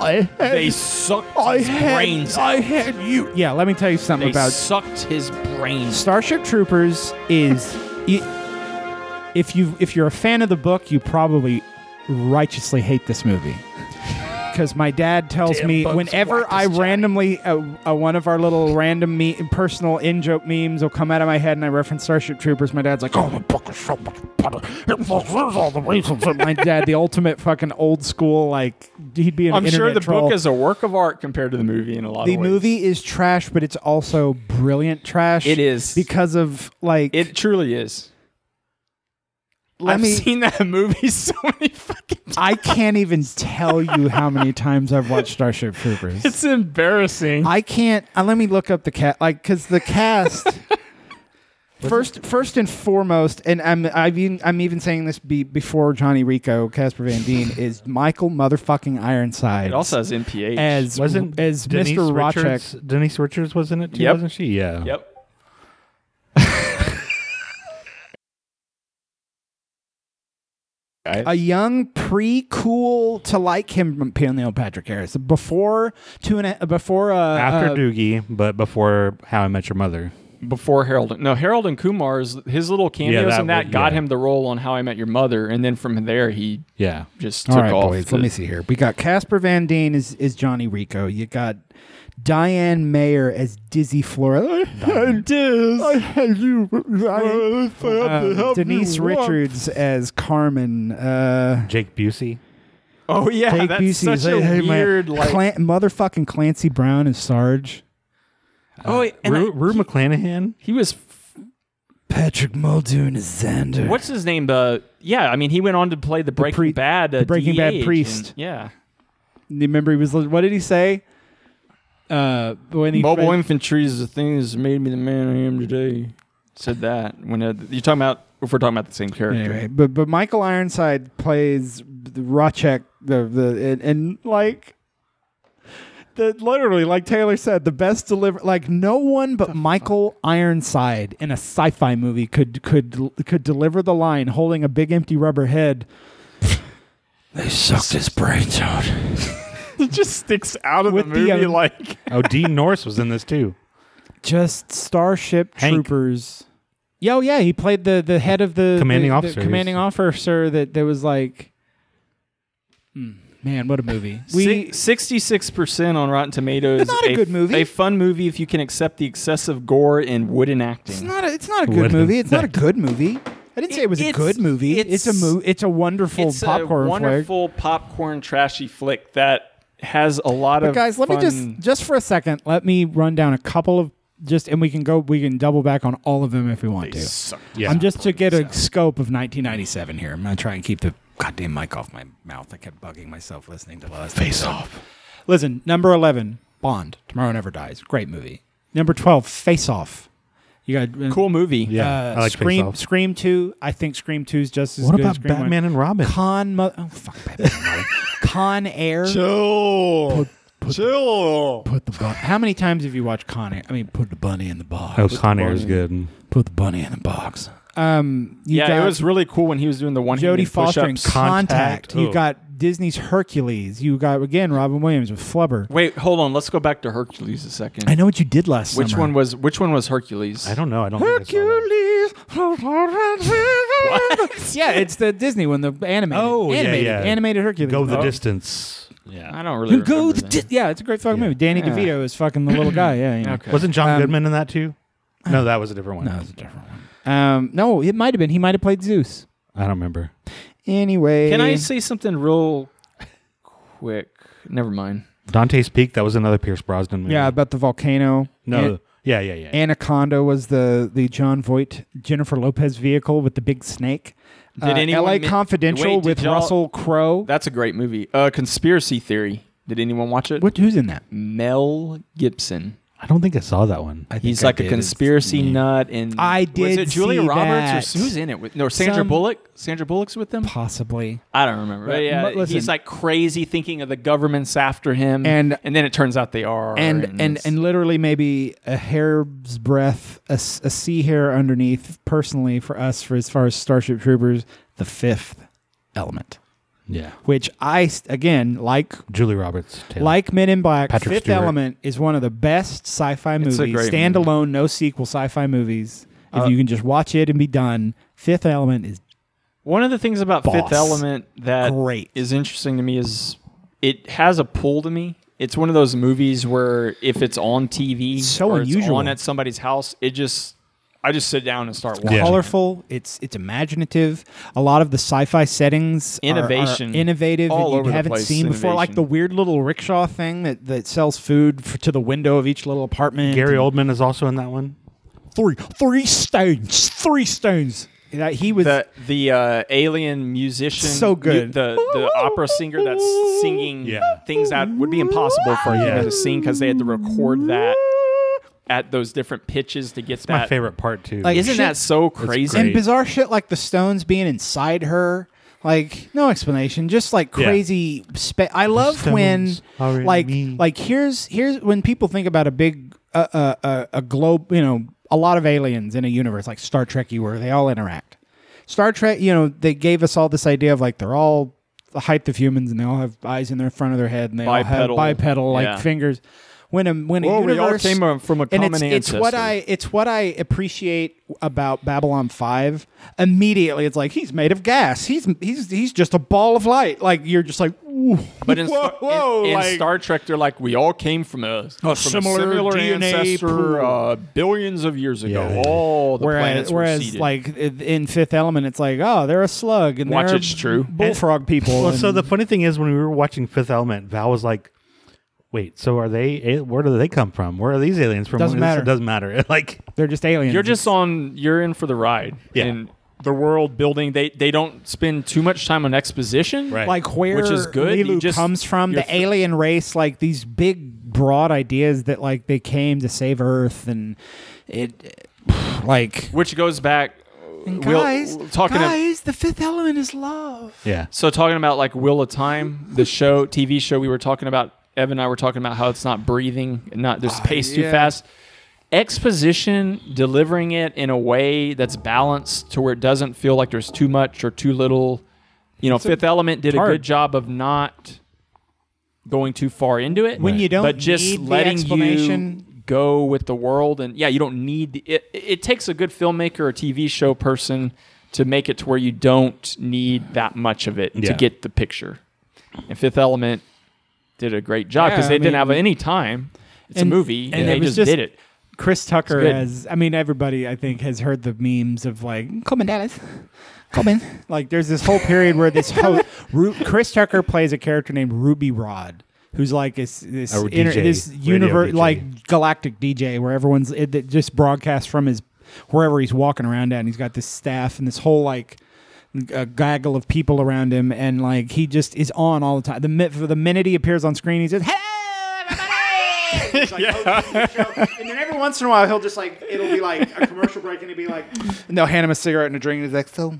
S3: I had,
S2: They sucked his brains out.
S3: I had you.
S1: Yeah, let me tell you something
S2: They
S1: about
S2: sucked his brains.
S1: Starship Troopers. Is You, if you if you're a fan of the book, you probably righteously hate this movie. Because my dad tells me whenever I randomly uh, uh, one of our little random me- personal in joke memes will come out of my head and I reference Starship Troopers, my dad's like, "Oh, the book is so much better." It fulfills all the reasons." that-" my dad, the ultimate fucking old school, like he'd be an
S2: I'm sure
S1: internet
S2: the
S1: troll.
S2: book is a work of art compared to the movie in a lot
S1: the
S2: of ways.
S1: movie is trash, but it's also brilliant trash.
S2: It is.
S1: because of like
S2: It truly is.
S1: Let
S2: I've
S1: me-
S2: seen that movie so many fucking times.
S1: I can't even tell you how many times I've watched Starship Troopers.
S2: It's embarrassing.
S1: I can't. Uh, let me look up the cat, like, because the cast. First, first and foremost, and I'm I've even, I'm even saying this be, before Johnny Rico, Casper Van Dien is Michael motherfucking Ironside
S2: it also has MPH.
S1: as
S3: Wasn't
S1: as
S3: Denise
S1: Mr.
S3: Richards?
S1: Rochek.
S3: Denise Richards was in it too,
S2: Yep.
S3: wasn't she? Yeah.
S2: Yep.
S1: a young pre-cool to like him Neil Patrick Harris before two and a, before uh,
S3: After
S1: uh,
S3: Doogie, but before How I Met Your Mother.
S2: Before Harold, no Harold and Kumar's his little cameos
S3: that
S2: in that
S3: would-
S2: got
S3: yeah.
S2: him the role on How I Met Your Mother, and then from there he
S3: Yeah.
S2: just took
S1: All right,
S2: off.
S1: boys.
S2: the-
S1: Let me see here. We got Casper Van Dien is is Johnny Rico. You got Diane Mayer as Dizzy Flora. I Diz. I hate you. Um, Denise Richards as Carmen. Uh,
S3: Jake Busey.
S2: Oh yeah,
S1: Jake
S2: that's
S1: Busey
S2: such
S1: is
S2: a
S1: like, hey, man,
S2: weird like.
S1: Clan- motherfucking Clancy Brown as Sarge.
S2: oh, wait, and
S3: Rue,
S2: I-
S3: Rue McClanahan.
S2: he was
S1: Patrick Muldoon as Xander.
S2: what's his name? Uh, yeah, I mean he went on to play the Breaking
S1: pre-
S2: Bad, uh,
S1: Breaking
S2: DA
S1: Bad
S2: agent.
S1: priest.
S2: Yeah,
S1: Remember, he was. What did he say? Uh, when he
S2: mobile infantry is the thing that's made me the man I am today. Said that when uh, you're talking about if we're talking about the same character.
S1: Anyway, but but Michael Ironside plays the Rochek the the and, and like the literally like Taylor said the best deliver like no one but Michael Ironside in a sci-fi movie could could could deliver the line holding a big empty rubber head. They sucked his brains out.
S2: It just sticks out of
S1: With the, um,
S2: like
S3: Oh, Dean Norris was in this too.
S1: Just Starship
S3: Hank.
S1: Troopers. Yeah, oh yeah, he played the the head of the
S3: Commanding
S1: the- the
S3: officer.
S1: commanding officer that that was like. Hmm, Man, what a movie! We
S2: sixty-six percent on Rotten Tomatoes.
S1: It's not a good movie.
S2: A fun movie if you can accept the excessive gore and wooden
S1: It's
S2: acting.
S1: not a. It's not a
S3: What
S1: good
S3: a-
S1: movie. It's not a good movie. I didn't say it was a
S2: It's-
S1: good movie. It's, a
S2: it's-
S1: mo- It's a wonderful
S2: it's
S1: popcorn
S2: a
S1: flick.
S2: wonderful popcorn trashy flick that has a lot
S1: But
S2: of
S1: guys, let me
S2: fun-
S1: just just for a second. Let me run down a couple of just, and we can go. We can double back on all of them if we want to.
S3: Yeah.
S1: I'm just to get a scope of 1997 here. I'm gonna try and keep the goddamn mic off my mouth. I kept bugging myself listening to the last face off. Listen, number 11, Bond. Tomorrow Never Dies. Great movie. Number 12, Face Off. You got
S2: cool movie.
S3: yeah.
S1: Uh,
S3: I like
S1: Scream,
S3: Face Off.
S1: Scream Two. I think Scream Two is just as
S3: What
S1: good as
S3: about
S1: Scream
S3: Batman and Robin?
S1: One. Con, mo- oh fuck, Batman and Robin. Con Air.
S2: Chill. Chill.
S1: Put the bun- How many times have you watched Con Air? I mean, put the bunny in the box.
S3: Oh, Con Air is good.
S1: Put the bunny in the box. Um, you
S2: yeah,
S1: got
S2: it was really cool when he was doing the one
S1: Jodie Foster in
S2: push-ups.
S1: Contact.
S3: Contact.
S1: You
S3: Oh.
S1: got Disney's Hercules. You got again Robin Williams with Flubber.
S2: Wait, hold on. Let's go back to Hercules a second.
S1: I know what you did last
S2: Which
S1: summer.
S2: one was which one was Hercules?
S3: I don't know. I don't think I saw that.
S1: Hercules. yeah, it's the Disney one, the animated.
S3: Oh, yeah,
S1: animated,
S3: yeah.
S1: animated Hercules.
S3: Go the
S2: Oh.
S3: distance.
S2: I don't really.
S1: You go
S2: remember
S1: the
S2: that.
S1: di- yeah, it's a great fucking
S3: Yeah.
S1: movie. Danny
S2: Yeah.
S1: DeVito is fucking the little guy. Yeah, yeah.
S2: Okay.
S3: Wasn't John
S1: Um,
S3: Goodman in that too? No, that was a different one.
S1: No, it's a different one. Um, no, it might have been. He might have played Zeus.
S3: I don't remember.
S1: Anyway,
S2: Can I say something real quick? Never mind.
S3: Dante's Peak. That was another Pierce Brosnan movie.
S1: Yeah, about the volcano.
S3: No.
S1: An-
S3: yeah. Yeah. Yeah.
S1: Anaconda was the the John Voight Jennifer Lopez vehicle with the big snake.
S2: Did anyone
S1: L.A.
S2: mi-
S1: Uh, Confidential
S2: Wait, did
S1: with
S2: y'all-
S1: Russell Crowe?
S2: That's a great movie. Uh, Conspiracy Theory. Did anyone watch it?
S1: What? Who's in that?
S2: Mel Gibson.
S3: I don't think I saw that one.
S2: He's like a conspiracy nut, and
S1: I
S2: Was
S1: did
S2: it Julia
S1: see
S2: Roberts
S1: that.
S2: or who's in it? With, no, Sandra
S1: Some-
S2: Bullock. Sandra Bullock's with them.
S1: Possibly.
S2: I don't remember. But yeah,
S1: but listen-
S2: he's like crazy, thinking of the government's after him,
S1: And-
S2: and then it turns out they are.
S1: And and
S2: it's-
S1: and literally maybe a hair's breadth, a, s- a sea hair underneath. Personally, for us, for as far as Starship Troopers, the fifth element,
S3: Yeah.
S1: which I s- again like
S3: Julie Roberts. Taylor.
S1: Like Men in Black,
S3: Patrick
S1: Fifth
S3: Stewart.
S1: Element is one of the best sci-fi
S2: It's a
S1: movies,
S2: great
S1: standalone, no sequel sci-fi movies. If you can just watch it and be done, Fifth Element is
S2: One of the things about
S1: Boss.
S2: Fifth Element that is
S1: Great.
S2: interesting to me is it has a pull to me. It's one of those movies where if it's on TV
S1: So
S2: or it's
S1: unusual.
S2: on at somebody's house, it just I just sit down and start watching.
S3: Yeah.
S1: colorful. It's it's imaginative. A lot of the sci-fi settings are-
S2: Innovation.
S1: are innovative,
S2: All
S1: that you
S2: over the
S1: haven't
S2: place,
S1: seen before. Like
S2: innovation.
S1: the weird little rickshaw thing that, that sells food for, to the window of each little apartment.
S3: Gary Oldman is also in that one.
S1: three three stones, three stones. That he was
S2: The the uh, alien musician,
S1: So good.
S2: The the opera singer that's singing
S3: Yeah.
S2: things that would be impossible for a
S3: Yeah.
S2: human to sing because they had to record that at those different pitches to get that.
S3: My favorite part too.
S1: Like-
S2: Isn't that so crazy?
S1: and bizarre shit like the stones being inside her. Like no explanation, just like
S3: Yeah.
S1: crazy. Spe- I love
S3: stones
S1: when
S3: are in
S1: like
S3: me.
S1: like here's here's when people think about a big uh, uh, uh, a globe. You know, a lot of aliens in a universe like Star Trek. You where they all interact. Star Trek. You know, they gave us all this idea of like they're all the height of humans and they all have eyes in their front of their head and they
S2: Bipedal.
S1: all have bipedal like
S2: Yeah.
S1: fingers. When a when a
S2: Well, we all
S1: universe-
S2: came, uh, from a
S1: and
S2: common
S1: it's, It's what
S2: ancestor.
S1: I it's what I appreciate about Babylon Five. Immediately, it's like he's made of gas. He's he's he's just a ball of light. Like you're just like, Ooh,
S2: But in,
S1: whoa,
S2: Star, in-
S1: whoa,
S2: in,
S1: like-
S2: Star Trek, they're like, we all came from a, from a
S1: similar DNA
S2: ancestor
S1: pool."
S2: uh, billions of years ago.
S3: Yeah, yeah.
S2: All the
S1: Whereas,
S2: planets were
S1: whereas
S2: seeded.
S1: like in Fifth Element, it's like, oh, they're a slug and
S2: Watch
S1: they're
S2: it's true.
S1: bullfrog people.
S3: well, so
S1: and-
S3: the funny thing is when we were watching Fifth Element, Val was like, "Wait, so are they? eh, Where do they come from? Where are these aliens from?
S1: Doesn't
S3: It's-
S1: matter.
S3: It doesn't matter. like,
S1: they're just aliens.
S2: you're just on, you're in for the ride.
S3: Yeah.
S2: And the world building, they they don't spend too much time on exposition.
S3: Right.
S1: like where
S2: Which is good. You
S1: Lilu
S2: just-
S1: comes from
S2: you're
S1: the
S2: f-
S1: alien race, like these big broad ideas that like they came to save Earth and it, like
S2: Which goes back.
S1: And
S2: we'll-
S1: guys,
S2: talking of-
S1: guys, the fifth element is love.
S3: yeah,
S2: so talking about like Wheel of Time, the show, TV show we were talking about. Evan and I were talking about how it's not breathing, and not there's pace too fast. Exposition, delivering it in a way that's balanced to where it doesn't feel like there's too much or too little. You know, Fifth Element did a
S1: hard.
S2: good job of not going too far into it
S1: When you don't
S2: but just
S1: need the
S2: letting
S1: explanation.
S2: you go with the world and yeah you don't need the, it, it takes a good filmmaker or tv show person to make it to where you don't need that much of it to
S3: Yeah.
S2: get the picture and fifth element did a great job because
S1: Yeah,
S2: they
S1: I
S2: didn't have
S1: mean-
S2: any time it's
S1: And-
S2: a movie
S1: and
S2: and
S1: it
S2: they
S1: was
S2: just,
S1: just-
S2: did it
S1: Chris Tucker
S2: good.
S1: has, I mean, everybody I think has heard the memes of like, come on, Dallas. Come in. Like, there's this whole period where this whole Ru- Chris Tucker plays a character named Ruby Rod, who's like this this,
S3: A
S1: inter-
S3: DJ,
S1: this
S3: radio
S1: universe,
S3: DJ.
S1: like galactic DJ, where everyone's it, that just broadcasts from his wherever he's walking around at. And he's got this staff and this whole like a gaggle of people around him, and like he just is on all the time. The mi- for the minute he appears on screen, he says, "Hello, everybody!" He's like "Oh, hosting the show. And then every once in a while, he'll just like it'll be like a commercial break, and he'll be like, and they'll hand him a cigarette and a drink, and he's like, "So,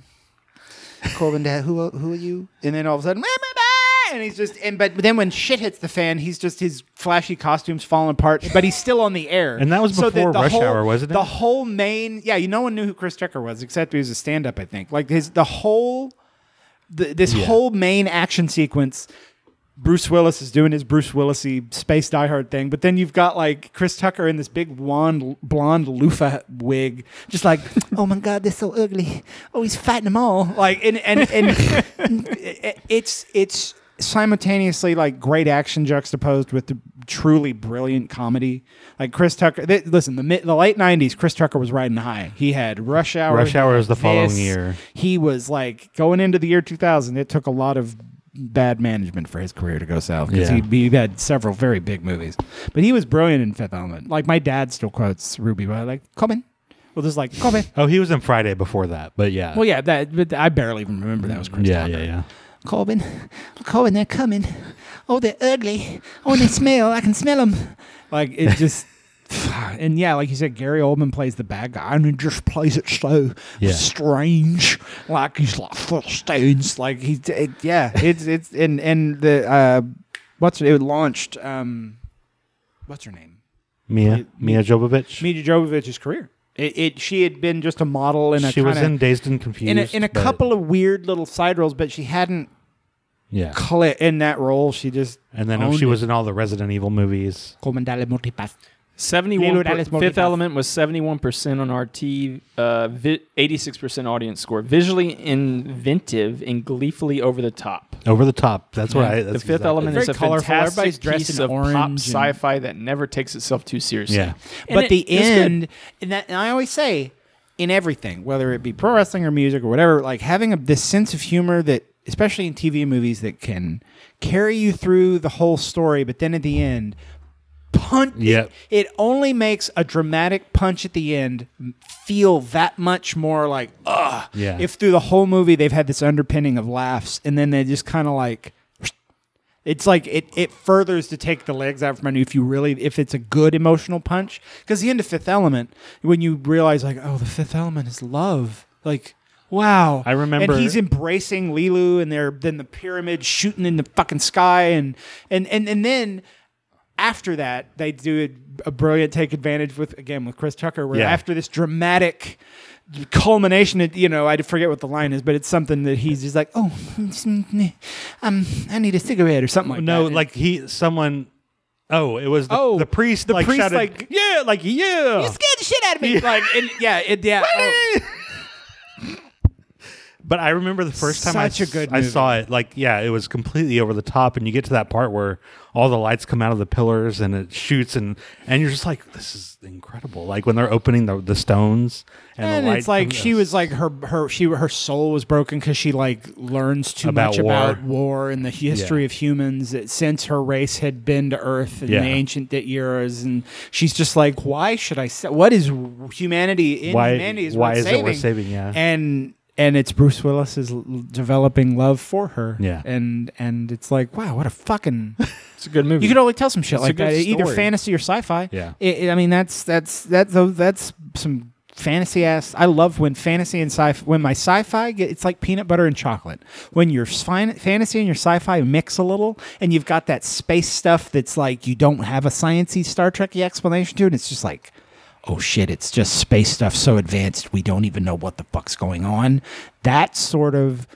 S1: Corbin, Dad, who who are you?" And then all of a sudden, "Everybody!" and he's just and but then when shit hits the fan, he's just his flashy costumes falling apart, but he's still on the air.
S3: And that was
S1: So
S3: before
S1: the
S3: Rush
S1: whole-
S3: Hour, wasn't it?
S1: The whole main yeah, you no one knew who Chris Tucker was except he was a stand up, I think. Like his the whole the, this whole main action sequence Bruce Willis is doing his Bruce Willisy space diehard thing, but then you've got like Chris Tucker in this big blonde blonde loofah wig, just like
S4: Oh my god, they're so ugly. Oh, he's fighting them all.
S1: like and and and it- it's it's simultaneously like great action juxtaposed with the truly brilliant comedy. Like Chris Tucker, th- listen, the mid, the late '90s, Chris Tucker was riding high. He had Rush Hour.
S3: Rush Hour was the following year.
S1: He was like going into the year 2000. It took a lot of bad management for his career to go south because
S3: Yeah.
S1: he, he had several very big movies. But he was brilliant in Fifth Element. Like my dad still quotes Ruby, but like, come in. Well, just like, come in.
S3: Oh, he was in Friday before that, but yeah,
S1: Well, yeah, that. But I barely even remember that was Chris
S3: yeah,
S1: Tucker.
S3: yeah, yeah.
S4: Corbin, Corbin, they're coming. Oh, they're ugly. Oh, and they smell. I can smell them.
S1: Like it just. And yeah, like you said, Gary Oldman plays the bad guy, and he just plays it so
S3: Yeah.
S1: strange. Like he's like footstones. Like he, it, yeah, it's it's and and the uh, what's it launched? Um, what's her name?
S3: Mia, Mia Jovovich.
S1: Mija Jovovich's career. It, it she had been just a model in a
S3: she was
S1: kinda-
S3: in Dazed and Confused.
S1: in a, in a
S3: but-
S1: couple of weird little side roles, but she hadn't
S3: yeah.
S1: clit in that role. She just
S3: And then
S1: owned
S3: she
S1: it.
S3: was in all the Resident Evil movies.
S1: Commandale Multipass.
S2: 71
S1: Leeward Alice
S2: per-
S1: Morgan
S2: Fifth
S1: House.
S2: Element was 71% on RT, uh, vi- 86% audience score. Visually inventive and gleefully over the top.
S3: Over the top. That's what I.
S2: the
S3: That's
S2: Fifth
S3: exactly-
S2: Element
S1: Very
S2: is a
S1: colorful.
S2: fantastic
S1: Everybody's dressed
S2: piece
S1: in
S2: of
S1: orange
S2: pop
S1: and-
S2: sci-fi that never takes itself too seriously.
S3: Yeah.
S2: And
S1: but
S2: it-
S1: the
S2: it's good.
S1: end, and, that, and I always say, in everything, whether it be pro wrestling or music or whatever, like having a, this sense of humor that, especially in TV and movies, that can carry you through the whole story, but then at the end, punch.
S3: Yep.
S1: It, it only makes a dramatic punch at the end feel that much more like, ugh.
S3: Yeah.
S1: If through the whole movie they've had this underpinning of laughs, and then they just kind of like. It's like it it furthers to take the legs out from under you if you really if it's a good emotional punch. Because the end of Fifth Element, when you realize like, oh, the Fifth Element is love. Like, wow.
S3: I remember-
S1: Oh. And he's embracing Lilu, and they're then the pyramid shooting in the fucking sky, and and and and then after that they do a, a brilliant take advantage with again with Chris Tucker, where
S3: Yeah.
S1: after this dramatic culmination it- you know i forget what the line is but it's something that he's just like oh um, i need a cigarette or something like
S3: no,
S1: that.
S3: like he someone. Oh, it was the,
S1: Oh,
S3: the priest.
S1: the
S3: like,
S1: priest,
S3: shouted,
S1: like,
S3: yeah, like yeah.
S1: you scared the shit out of me like and yeah it, yeah oh,
S3: But I remember the first time I,
S1: Such a good
S3: I
S1: movie.
S3: saw it, like, yeah, it was completely over the top. And you get to that part where all the lights come out of the pillars and it shoots, and, and you're just like, this is incredible. Like when they're opening the, the stones and,
S1: and
S3: the light
S1: it's like
S3: comes-
S1: she was like her her she her soul was broken because she like learns too
S3: About
S1: much
S3: war.
S1: about war and the history of humans that since her race had been to Earth in
S3: Yeah.
S1: the ancient eras, and she's just like, why should I? Sa- what is humanity? In
S3: Why-
S1: humanity is
S3: why
S1: worth
S3: is it
S1: saving?
S3: worth saving, yeah.
S1: and and it's Bruce Willis's l- developing love for her.
S3: Yeah.
S1: and and it's like, wow, what a fucking.
S2: It's a good movie.
S1: You can only tell some shit
S2: It's a
S1: like
S2: good
S1: that, either
S2: story.
S1: fantasy or sci-fi.
S3: Yeah.
S1: It- it- I mean, that's that's that tho- that's some fantasy ass. I love when fantasy and sci when my sci-fi get it's like peanut butter and chocolate. When your sci- fantasy and your sci-fi mix a little, and you've got that space stuff that's like you don't have a sciency Star Trek explanation to, it, and it's just like. Oh shit, it's just space stuff so advanced we don't even know what the fuck's going on. That sort of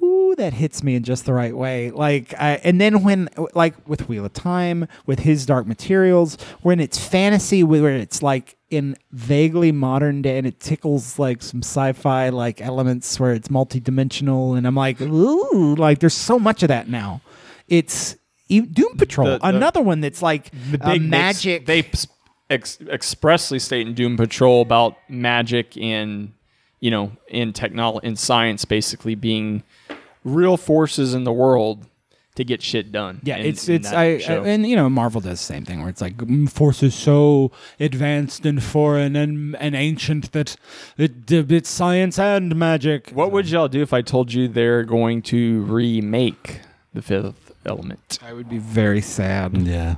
S1: ooh, that hits me in just the right way. Like, I, and then when, like, with Wheel of Time, with his Dark Materials, when it's fantasy, where it's like in vaguely modern day, and it tickles like some sci-fi like elements where it's multi-dimensional, and I'm like, ooh, like there's so much of that now. It's e- Doom Patrol,
S2: The- the-
S1: another one that's like a
S2: They- they-
S1: magic.
S2: They ex- expressly state in Doom Patrol about magic and you know in technology in science basically being real forces in the world to get shit done.
S1: Yeah,
S2: in-
S1: it's
S2: in
S1: it's
S2: that
S1: I, I
S2: show.
S1: and you know Marvel does the same thing where it's like mm, forces so advanced and foreign and and ancient that it, it's science and magic.
S2: what would y'all do if I told you they're going to remake the Fifth Element?
S1: I would be very sad.
S3: Yeah.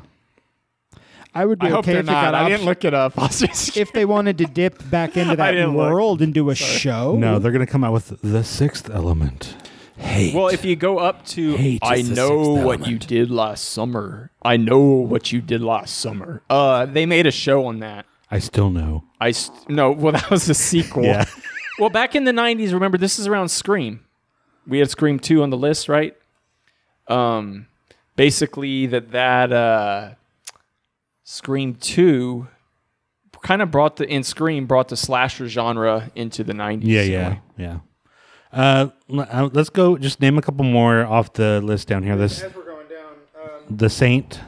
S1: I would be okay if it got
S2: I
S1: option-
S2: didn't look it up. I was just-
S1: if they wanted to dip back into that
S2: didn't look.
S1: world and do a show.
S3: No, they're going to come out with the sixth element.
S1: hate.
S2: well, if you go up to
S1: Hate
S2: I
S1: is the
S2: know
S1: sixth
S2: what you
S1: element."
S2: did last summer. I know what you did last summer. Uh, they made a show on that.
S3: I still know.
S2: I st- no. Well, that was the sequel.
S3: Yeah.
S2: Well, back in the '90s, remember this is around Scream. We had Scream Two on the list, right? Um, basically that that uh, Scream Two kind of brought the in Scream brought the slasher genre into the '90s.
S3: Yeah, yeah, yeah. Uh, l- uh, let's go. Just name a couple more off the list down here. This the Saint.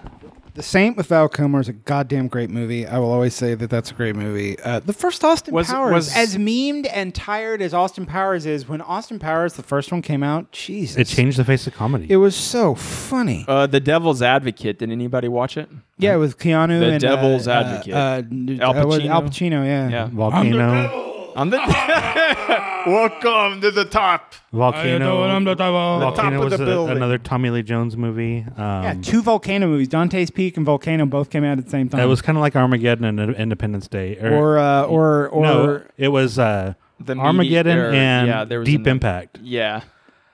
S4: The Saint with Val Kilmer is a goddamn great movie. I will always say that that's a great movie. Uh,
S1: the first Austin
S2: Was-
S1: Powers,
S2: was-
S1: as memed and tired as Austin Powers is, when Austin Powers the first one came out, Jesus,
S3: It changed the face of comedy.
S1: It was so funny.
S2: Uh, the Devil's Advocate. Did anybody watch it?
S1: Yeah, with Keanu
S2: The
S1: and
S2: Devil's
S1: uh,
S2: Advocate.
S1: Uh, n-
S2: Al
S1: uh, was-
S2: Pacino?
S1: Al Pacino, yeah.
S2: Yeah.
S3: volcano.
S2: I'm the welcome to the top.
S3: Volcano.
S2: top
S3: volcano
S2: of
S3: was
S2: the
S3: a-
S2: building.
S3: another Tommy Lee Jones movie. Um,
S1: Yeah, two volcano movies, Dante's Peak and Volcano, both came out at the same time.
S3: It was kind of like Armageddon and Ind- Independence Day, or,
S1: or uh, or or
S3: no, it was uh,
S2: The meaty-
S3: Armageddon
S2: or-
S3: and
S2: yeah, there was
S3: Deep
S2: another-
S3: Impact. Um,
S2: Yeah.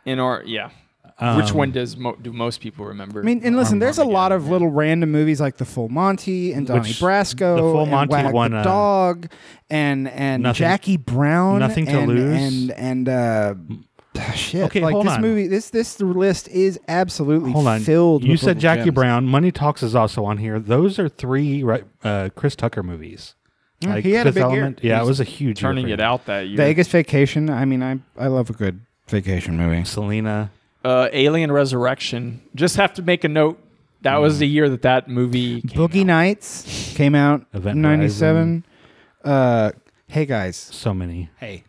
S2: In our yeah. Which one does mo- do most people remember?
S1: I mean, and listen, there's a lot of little random movies like The Full Monty and Donnie
S3: Which-
S1: Brasco,
S3: The Full
S1: and
S3: Monty
S1: Wag
S3: won,
S1: the
S3: uh,
S1: Dog, and and
S3: Nothing-
S1: Jackie Brown,
S3: Nothing to
S1: and,
S3: Lose.
S1: and and uh,
S10: Shit.
S3: Okay,
S10: like
S3: hold
S10: this
S3: on.
S10: movie, this this list is absolutely
S3: Hold on.
S10: filled.
S3: you
S10: with
S3: said
S10: little
S3: Jackie
S10: gems.
S3: Brown. Money Talks is also on here. Those are three right, uh, Chris Tucker movies. Like
S10: he had a
S3: Fifth
S10: big year.
S3: Yeah, it
S2: He's
S3: was a huge year
S2: turning
S3: for
S2: it
S3: him.
S2: out that year.
S10: Vegas Vacation. I mean, I I love a good vacation movie.
S3: Selena.
S2: Uh, Alien Resurrection. Just have to make a note. That was the year that that movie. Came
S10: Boogie
S2: out.
S10: Nights came out
S3: Event
S10: in '97. Uh, hey guys,
S3: So many.
S1: Hey,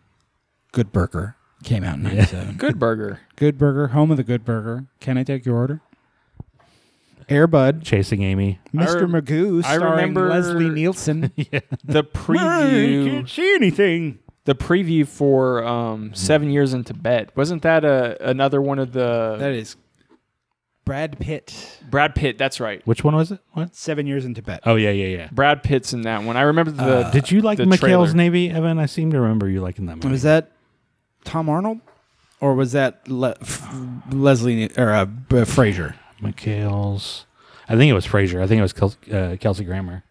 S1: Good Burger came out in '97.
S2: Good Burger.
S1: Good Burger, home of the Good Burger. Can I take your order?
S10: Airbud,
S3: Chasing Amy.
S10: Mr.
S2: rem-
S10: Magoo,
S2: I
S10: starring
S2: remember-
S10: Leslie Nielsen.
S2: The preview.
S3: see anything.
S2: the preview for
S3: Hmm.
S2: um, Seven Years in Tibet. Wasn't that a, another one of the
S1: That is Brad Pitt.
S2: Brad Pitt? That's right.
S3: Which one was it? What?
S1: Seven years in Tibet.
S3: Oh yeah, yeah, yeah.
S2: Brad Pitt's in that one. I remember the.
S3: Uh, Did you like
S2: Uh, the
S3: McHale's
S2: trailer.
S3: Navy, Evan? I seem to remember you liking that movie.
S1: Was that Tom Arnold, or was that Le- F- Leslie or uh, B- Fraser?
S3: McHale's. I think it was Fraser. I think it was Kelsey, uh, Kelsey Grammer.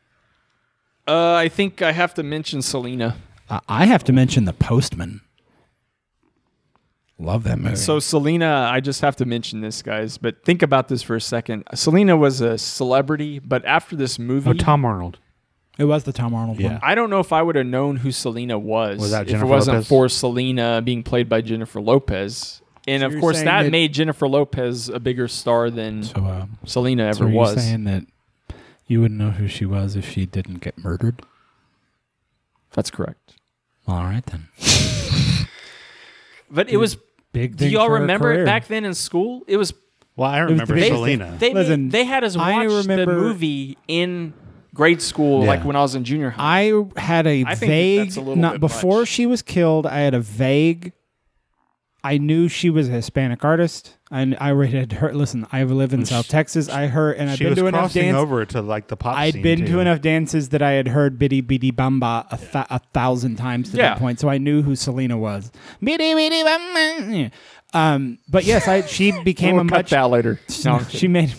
S2: Uh, I think I have to mention Selena.
S1: Uh, I have to mention The Postman. Love that movie.
S2: So Selena, I just have to mention this, guys. But think about this for a second. Selena was a celebrity, but after this movie,
S3: Oh, Tom Arnold.
S1: it was the Tom Arnold
S3: Yeah.
S1: one.
S2: I don't know if I would have known who Selena was,
S3: Was that
S2: if
S3: Jennifer
S2: it wasn't
S3: Lopez?
S2: for Selena being played by Jennifer Lopez. And of
S1: you're
S2: course,
S1: saying
S2: that,
S1: that-
S2: made Jennifer Lopez a bigger star than
S1: So, uh,
S2: Selena ever
S1: so are
S2: was.
S1: you saying that you wouldn't know who she was if she didn't get murdered?
S2: That's correct.
S1: All right then.
S2: But it was.
S1: Big.
S2: Do
S1: thing
S2: y'all
S1: for her
S2: remember it
S1: career.
S2: back then in school? It was.
S3: Well, I
S1: the
S3: remember
S1: big-
S3: Selena.
S2: They
S1: Listen,
S2: they had us watch
S1: I
S2: the
S1: remember-
S2: movie in grade school,
S3: Yeah.
S2: like when I was in junior high.
S1: I had a
S2: I think that
S1: vague
S2: that's a little
S1: not
S2: bit
S1: before
S2: much.
S1: she was killed. I had a vague. I knew she was a Hispanic artist. I I had heard. Listen, I live in South Texas. I heard, and I've
S3: she
S1: been
S3: was
S1: to enough
S3: crossing
S1: dances.
S3: over to like the pop.
S1: I'd
S3: scene,
S1: been
S3: too.
S1: to enough dances that I had heard "Biddy Biddy Bamba" a, th- a thousand times to
S2: Yeah.
S1: that point, so I knew who Selena was. Biddy Biddy Bamba. Um, but yes, I she became a
S2: we'll cut
S1: much.
S2: that later. No, I'm
S1: She made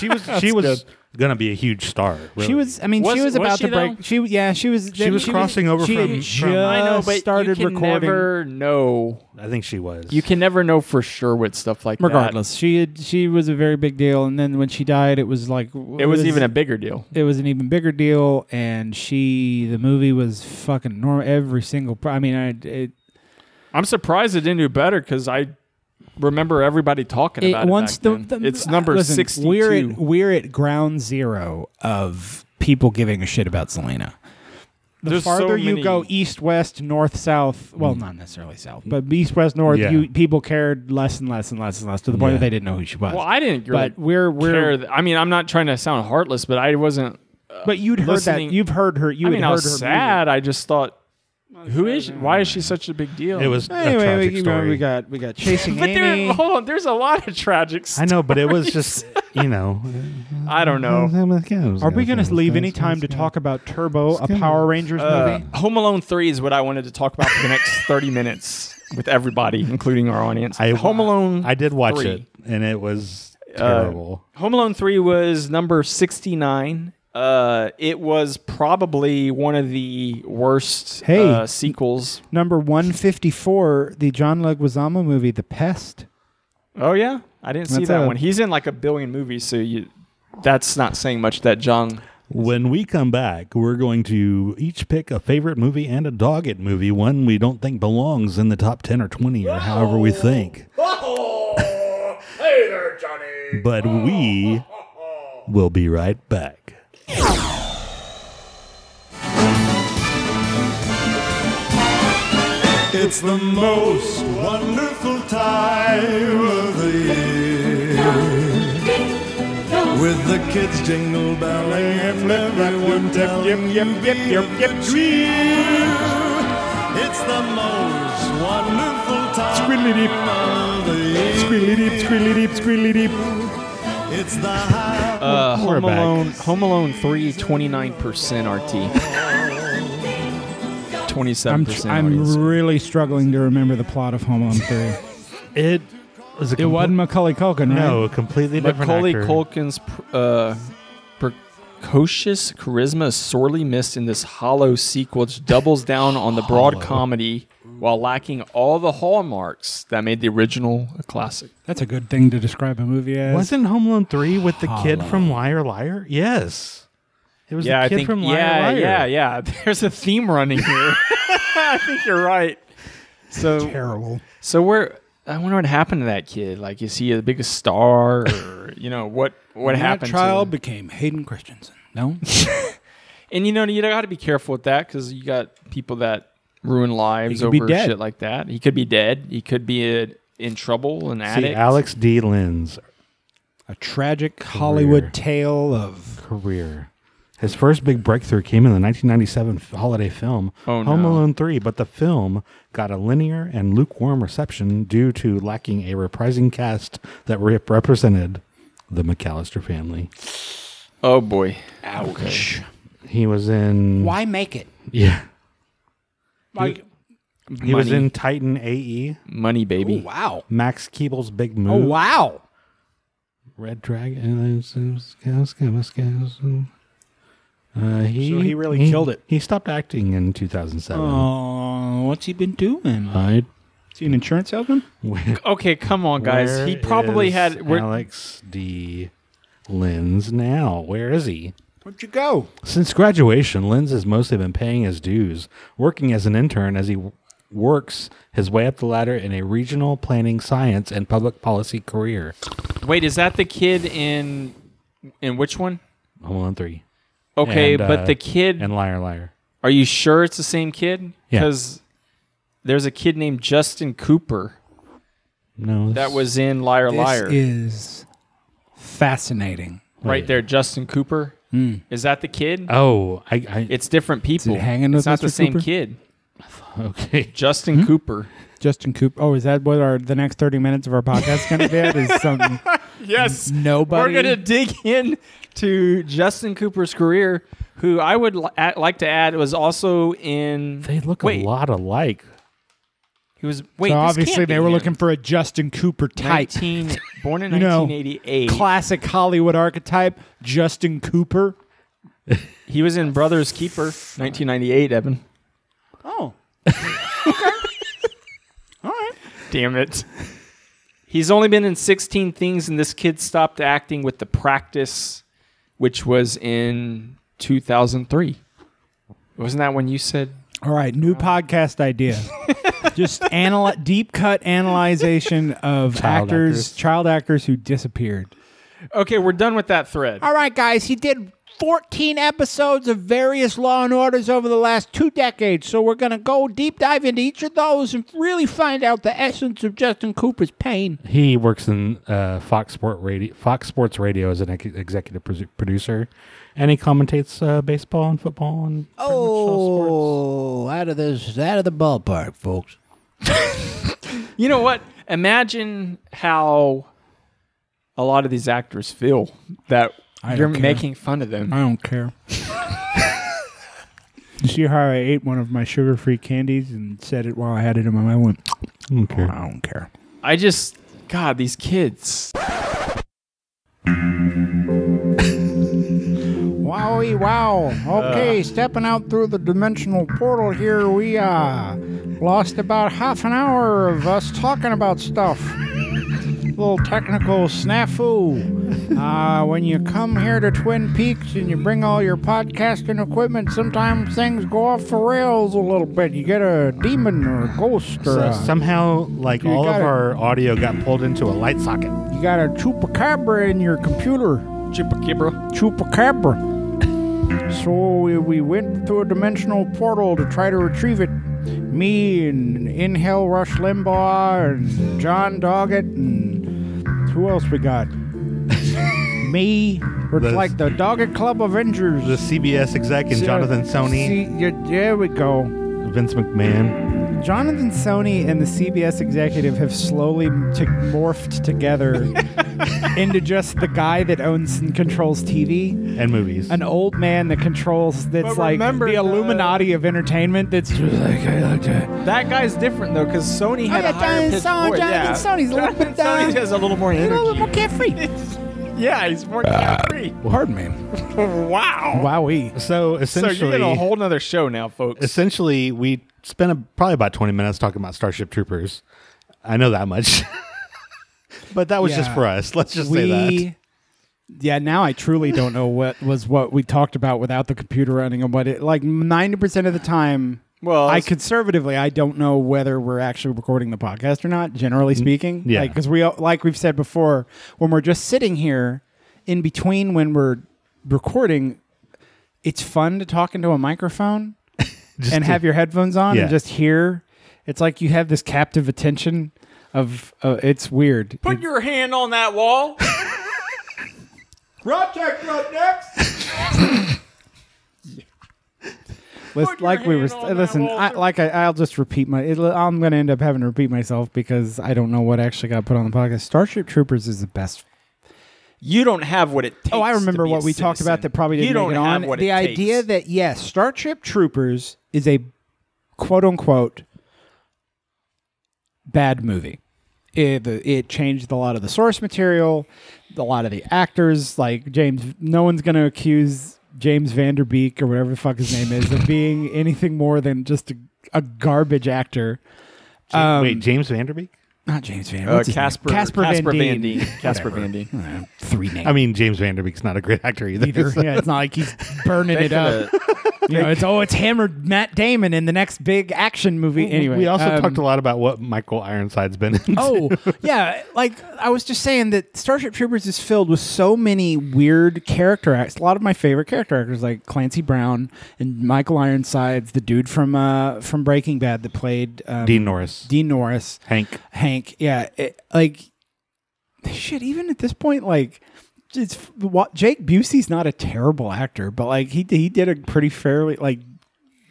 S3: She was. she was gonna be a huge star. Really.
S1: She was. I mean,
S2: Was-
S1: she was
S2: was
S1: about
S2: she,
S1: to break.
S2: though?
S1: She yeah. She was.
S3: She was crossing over
S1: she had
S3: from-
S1: just
S3: from-
S2: I know, but
S1: Uh, started
S2: you can
S1: recording.
S2: never know.
S3: I think she was.
S2: You can never know for sure with stuff like
S1: Regardless, she had, she was a very big deal, and then when she died, it was like
S2: that. It was even a bigger deal.
S1: it was an even bigger deal, and she the movie was fucking normal. Every single. pro- I mean, I it,
S2: I'm surprised it didn't do better because I remember everybody talking
S1: it
S2: about
S1: once
S2: it.
S1: the,
S2: Back then.
S1: the-
S2: it's number
S1: listen,
S2: 62.
S1: We're at, we're at ground zero of people giving a shit about Selena. The
S2: There's so
S1: farther you
S2: many-
S1: go east, west, north, south,
S2: Mm.
S1: well, not necessarily south, but east, west, north,
S3: Yeah.
S1: you people cared less and less and less and less to the point
S3: Yeah.
S1: that they didn't know who she was.
S2: well, I didn't really
S1: but we're
S2: care.
S1: we're
S2: that- I mean, I'm not trying to sound heartless, but I wasn't.
S1: but you'd heard that
S2: listening-
S1: you've heard her you
S2: I
S1: had
S2: mean,
S1: heard
S2: I
S1: her
S2: was
S1: music.
S2: sad. I just thought, who is? She? Why is she such a big deal?
S3: It was a
S1: Anyway,
S3: tragic
S1: we,
S3: story.
S1: we got we got chasing
S2: But there,
S1: Amy.
S2: hold on. There's a lot of tragic.
S3: I know, but it was
S2: stories.
S3: just you know.
S2: I don't know.
S1: Are we going to leave any time to talk about Turbo, a Power Rangers movie?
S2: Uh, Home Alone 3 is what I wanted to talk about for the next 30 minutes with everybody, including our audience.
S3: I-
S2: Home Alone
S3: I did watch
S2: Three.
S3: it, and it was
S1: Uh,
S3: terrible.
S2: Home Alone 3 was number 69. Uh, it was probably one of the worst
S1: Hey.
S2: uh, sequels.
S1: Number 154, the John Leguizamo movie, The Pest.
S2: Oh yeah, I didn't see
S1: That's
S2: that
S1: a-
S2: one. He's in like a billion movies, so you that's not saying much that John.
S3: When we come back, we're going to each pick a favorite movie and a dogged movie, one we don't think belongs in the top 10 or 20 or however we think.
S5: Oh, hey there, Johnny.
S3: But we will be right back.
S7: It's the most wonderful time of the year. With the kids jingle belling and flip everyone telling you the cheer. It's the most wonderful time of the year. It's the high.
S2: Uh, Home
S3: back.
S2: Alone, Home Alone 3, 29% RT. 27%
S1: I'm,
S2: audience.
S1: I'm really struggling to remember the plot of Home Alone 3.
S3: It was a
S1: it wasn't Macaulay Culkin, right?
S3: no, a completely different
S2: Macaulay
S3: actor.
S2: Culkin's pr- uh, precocious charisma is sorely missed in this hollow sequel, which doubles down on the broad comedy while lacking all the hallmarks that made the original a classic.
S1: That's a good thing to describe a movie as.
S3: Wasn't Home Alone three with the kid
S1: Hollow.
S3: from Liar Liar? Yes, it was
S2: yeah,
S3: the kid
S2: I think,
S3: from Liar
S2: yeah,
S3: Liar.
S2: yeah, yeah. There's a theme running here. I think you're right. So
S1: terrible.
S2: So where I wonder what happened to that kid. Like, is he the biggest star, or you know what what
S1: Matt
S2: happened? to
S1: Trial
S2: him?
S1: became Hayden Christensen. No,
S2: And you know you got to be careful with that because you got people that ruin lives
S3: could be
S2: over
S3: dead.
S2: shit like that. He could be dead. He could be uh in trouble, an
S3: See,
S2: addict.
S3: Alex D. Lynn's
S1: a tragic Hollywood tale of
S3: career. His first big breakthrough came in the 1997 f- holiday film
S2: Oh,
S3: Home
S2: no.
S3: Alone 3, but the film got a linear and lukewarm reception due to lacking a reprising cast that rep- represented the McAllister family.
S2: Oh boy.
S1: ouch.
S3: He was in
S1: Why make it?
S3: Yeah,
S1: Like,
S3: he was
S2: Money.
S3: in Titan E. AE,
S2: Money Baby.
S1: wow.
S3: Max Keeble's Big
S1: Oh
S3: Move,
S1: wow.
S3: Red Dragon. Uh, he,
S1: So he really killed it.
S3: He stopped acting in 2007.
S1: Oh, what's he been doing?
S3: I
S1: Is he an insurance salesman?
S2: Okay, come on, guys. he probably had. we're-
S3: Alex D. Linz now. Where is he?
S1: Where'd you go?
S3: Since graduation, Linz has mostly been paying his dues, working as an intern as he w- works his way up the ladder in a regional planning science and public policy career.
S2: Wait, is that the kid in in which one?
S3: Home Alone 3.
S2: Okay,
S3: And,
S2: but
S3: uh,
S2: the kid.
S3: And Liar Liar.
S2: Are you sure it's the same kid?
S3: Yeah.
S2: Because there's a kid named Justin Cooper
S3: No.
S2: that
S3: that's-
S2: was in Liar Liar.
S1: This is fascinating. Hmm.
S2: right there, Justin Cooper. Is that the kid?
S3: Oh, I. I
S2: It's different people.
S1: hanging
S2: it's
S1: with
S2: not the
S1: Mr.
S2: same
S1: Cooper? Hmm?
S2: kid.
S3: okay.
S2: Justin Cooper.
S1: Justin Cooper. Oh, is that what our the next thirty minutes of our podcast going to be? at? Is some
S2: Yes.
S1: Hmm. nobody?
S2: We're gonna dig in to Justin Cooper's career, who I would li- add- like to add was also in.
S3: They look
S2: wait,
S3: a lot alike.
S2: He was wait.
S1: so
S2: this
S1: obviously
S2: can't be
S1: they were
S2: him.
S1: looking for a Justin Cooper type,
S2: 19, born in
S1: You know,
S2: 1988.
S1: classic Hollywood archetype. Justin Cooper.
S2: he was in Brothers Keeper, 1998. Evan.
S1: Oh,
S2: Damn it. He's only been in 16 things, and this kid stopped acting with the practice, which was in 2003. Wasn't that when you said?
S1: all right. New podcast idea. Just anal- deep cut analyzation of
S3: Child
S1: actors,
S3: actors.
S1: child actors who disappeared.
S2: Okay, we're done with that thread.
S1: All right, guys, he did 14 episodes of various Law and Orders over the last two decades, so we're going to go deep dive into each of those and really find out the essence of Justin Cooper's pain.
S3: He works in uh, Fox Sport Radio, Fox Sports Radio as an ex- executive produ- producer, and he commentates uh, baseball and football and pretty much all sports.
S4: Oh, out of this, out of the ballpark, folks.
S2: You know what? Imagine how a lot of these actors feel that you're
S1: don't care.
S2: making fun of them.
S1: I don't care. you see how I ate one of my sugar free candies and said it while I had it in my mouth? I went,
S3: Okay.
S1: I don't care.
S2: I just, God, these kids.
S10: Wowie wow. Okay, stepping out through the dimensional portal here, we uh lost about half an hour of us talking about stuff. Little technical snafu. Uh, when you come here to Twin Peaks and you bring all your podcasting equipment, sometimes things go off the rails a little bit. You get a demon or a ghost or
S3: So
S10: a,
S3: Uh, somehow, like
S10: You
S3: all of
S10: got it.
S3: our audio got pulled into a light socket.
S10: you got a chupacabra in your computer.
S2: Chupacabra.
S10: chupacabra. So we, we went through a dimensional portal to try to retrieve it. Me and Inhale Rush Limbaugh and John Doggett and who else we got? Me. We're
S3: The-
S10: like the Doggett Club Avengers.
S3: The CBS exec and
S10: Uh,
S3: Jonathan Sony,
S10: see, yeah, there we go.
S3: Vince McMahon.
S1: Jonathan Sony and the CBS executive have slowly t- morphed together into just the guy that owns and controls TV.
S3: And movies.
S1: an old man that controls that's
S2: But
S1: like
S2: remember
S1: the
S2: the-
S1: Illuminati of entertainment. That's just like I like to.
S2: That guy's different though, because Sony had a
S1: yeah,
S2: higher
S1: Jonathan
S2: pitch
S1: Sony-
S2: voice.
S1: Jonathan
S2: yeah.
S1: Sony's a little bit,
S2: Jonathan Sony
S1: uh,
S2: has a little more energy.
S1: carefree.
S2: yeah, he's more
S1: Uh,
S2: carefree.
S1: Well, pardon me.
S2: wow.
S1: Wowee.
S3: So
S2: So
S3: essentially,
S2: you're in a whole nother show now, folks.
S3: essentially we spent a, probably about 20 minutes talking about starship troopers i know that much but that was just
S1: Yeah.
S3: for us let's just
S1: we,
S3: say that
S1: Yeah, now I truly don't know what was what we talked about without the computer running and what it like ninety percent of the time.
S2: Well,
S1: I
S2: it's-
S1: conservatively I don't know whether we're actually recording the podcast or not. Generally speaking,
S3: Mm, yeah.
S1: because we like we've said before, when we're just sitting here in between when we're recording, it's fun to talk into a microphone
S3: Just
S1: and
S3: to-
S1: have your headphones on
S3: Yeah.
S1: and just hear. It's like you have this captive attention of uh, it's weird. It-
S2: Put your hand on that wall.
S5: Project up next.
S1: Let's,
S2: Put your
S1: like we were
S2: hand on that
S1: listen.
S2: wall,
S1: I,
S2: sir.
S1: like I, I'll just repeat my. It, I'm going to end up having to repeat myself because I don't know what actually got put on the podcast. Starship Troopers is the best.
S2: You don't have what it takes.
S1: Oh, I
S2: to
S1: remember
S2: be
S1: what
S2: a
S1: we talked about
S2: citizen.
S1: that probably didn't
S2: you don't
S1: make it
S2: have
S1: on.
S2: What
S1: the
S2: it
S1: idea
S2: takes.
S1: that yes, Starship Troopers is a quote unquote bad movie. It, the- it changed a lot of the source material, a lot of the actors. Like James, no one's going to accuse James Vanderbeek or whatever the fuck his name is of being anything more than just a, a garbage actor.
S3: Ja- wait james vanderbeek
S1: Not James Van.
S2: uh,
S1: what's his name?
S2: Casper,
S1: Casper,
S2: Casper
S1: Van Dien.
S2: Casper Van Dien.
S1: Uh, three names.
S3: i mean james vanderbeek's not a great actor either,
S1: either.
S3: so-
S1: yeah, it's not like he's burning it up. You know, it's oh, it's hammered Matt Damon in the next big action movie. Anyway,
S3: we also
S1: um,
S3: talked a lot about what michael ironside's been in
S1: Oh, yeah. Like I was just saying that Starship Troopers is filled with so many weird character acts. A lot of my favorite character actors, like Clancy Brown and Michael Ironsides, the dude from uh, from Breaking Bad that played um,
S3: dean norris
S1: Dean Norris.
S3: hank
S1: Hank. Yeah, it- like shit. Even at this point, like it's wa- Jake Busey's not a terrible actor, but like he he did a pretty fairly like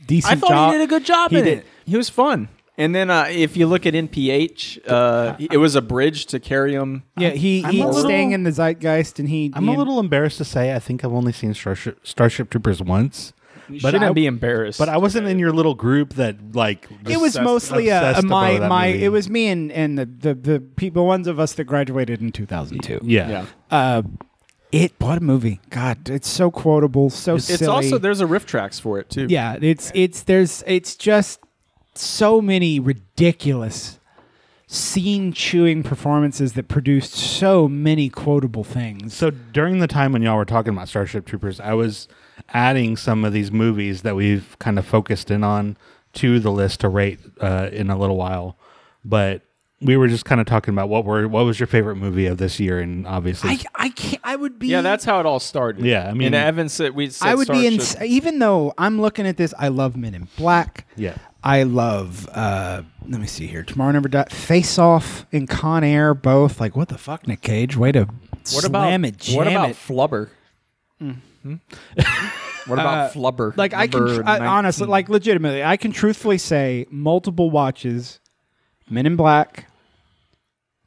S1: decent.
S2: I thought
S1: job.
S2: he did a good job
S1: He
S2: in
S1: did.
S2: it. He was fun. And then uh, if you look at NPH, uh, it was a bridge to carry him.
S1: Yeah, he
S3: I'm
S1: he
S3: a little-
S1: staying in the zeitgeist, and he.
S3: i'm
S1: he
S3: a little embarrassed to say i think i've only seen starship, starship troopers once
S2: You
S3: But
S2: shouldn't
S3: I-
S2: be embarrassed.
S3: but i wasn't in your little group that like
S1: It was
S3: obsessed-
S1: mostly uh,
S3: obsessed
S1: my
S3: about that
S1: my.
S3: movie.
S1: It was me and and the the the people ones of us that graduated in two thousand two.
S3: yeah,
S2: yeah.
S1: Uh, it what a movie! God, it's so quotable, so
S2: It's
S1: silly.
S2: also there's a riff tracks for it too.
S1: yeah it's it's there's it's just so many ridiculous scene chewing performances that produced so many quotable things
S3: So during the time when y'all were talking about Starship Troopers, I was adding some of these movies that we've kind of focused in on to the list to rate uh, in a little while. But we were just kind of talking about what were what was your favorite movie of this year, and obviously,
S1: i i can't i would be
S2: Yeah, that's how it all started.
S3: Yeah, I mean-
S2: and Evan said we. Said
S1: i would be in
S2: Starship.
S1: even though i'm looking at this i love men in black
S3: yeah,
S1: I love. uh Let me see here. Tomorrow Never Dies. Face Off and Con Air, both. Like, what the fuck, Nick Cage? Way to
S2: What
S1: slam
S2: about
S1: it, jam
S2: what about
S1: it.
S2: Flubber?
S7: Mm-hmm.
S2: Hmm? what
S7: Uh,
S2: about Flubber?
S1: Like I can
S2: Number
S1: tr- I, honestly,
S2: 19.
S1: like legitimately, I can truthfully say multiple watches: Men in Black,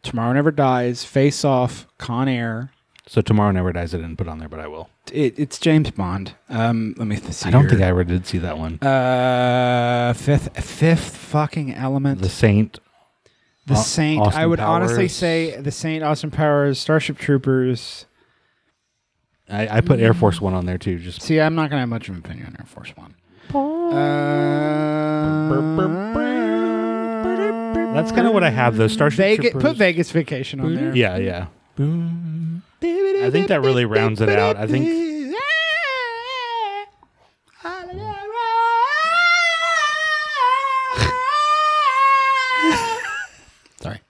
S1: Tomorrow Never Dies, Face Off, Con Air.
S3: so Tomorrow Never Dies I didn't put on there, but I will.
S1: It, it's James Bond. Um, let me th- see.
S3: I don't think I ever did see that one.
S1: I. Uh, fifth, fifth fucking element.
S3: the Saint.
S1: The
S3: Au-
S1: Saint. I
S3: Austin
S1: would honestly
S3: Powers.
S1: say The Saint, Austin Powers, Starship Troopers.
S3: I, I put Air Force One on there too. Just
S1: See, I'm not gonna have much of an opinion on Air Force One. Uh,
S3: that's kind of what I have though. Starship
S1: Vegas,
S3: Troopers.
S1: put Vegas Vacation on there.
S3: Yeah, yeah. I think that really rounds it out. I think.
S1: Sorry.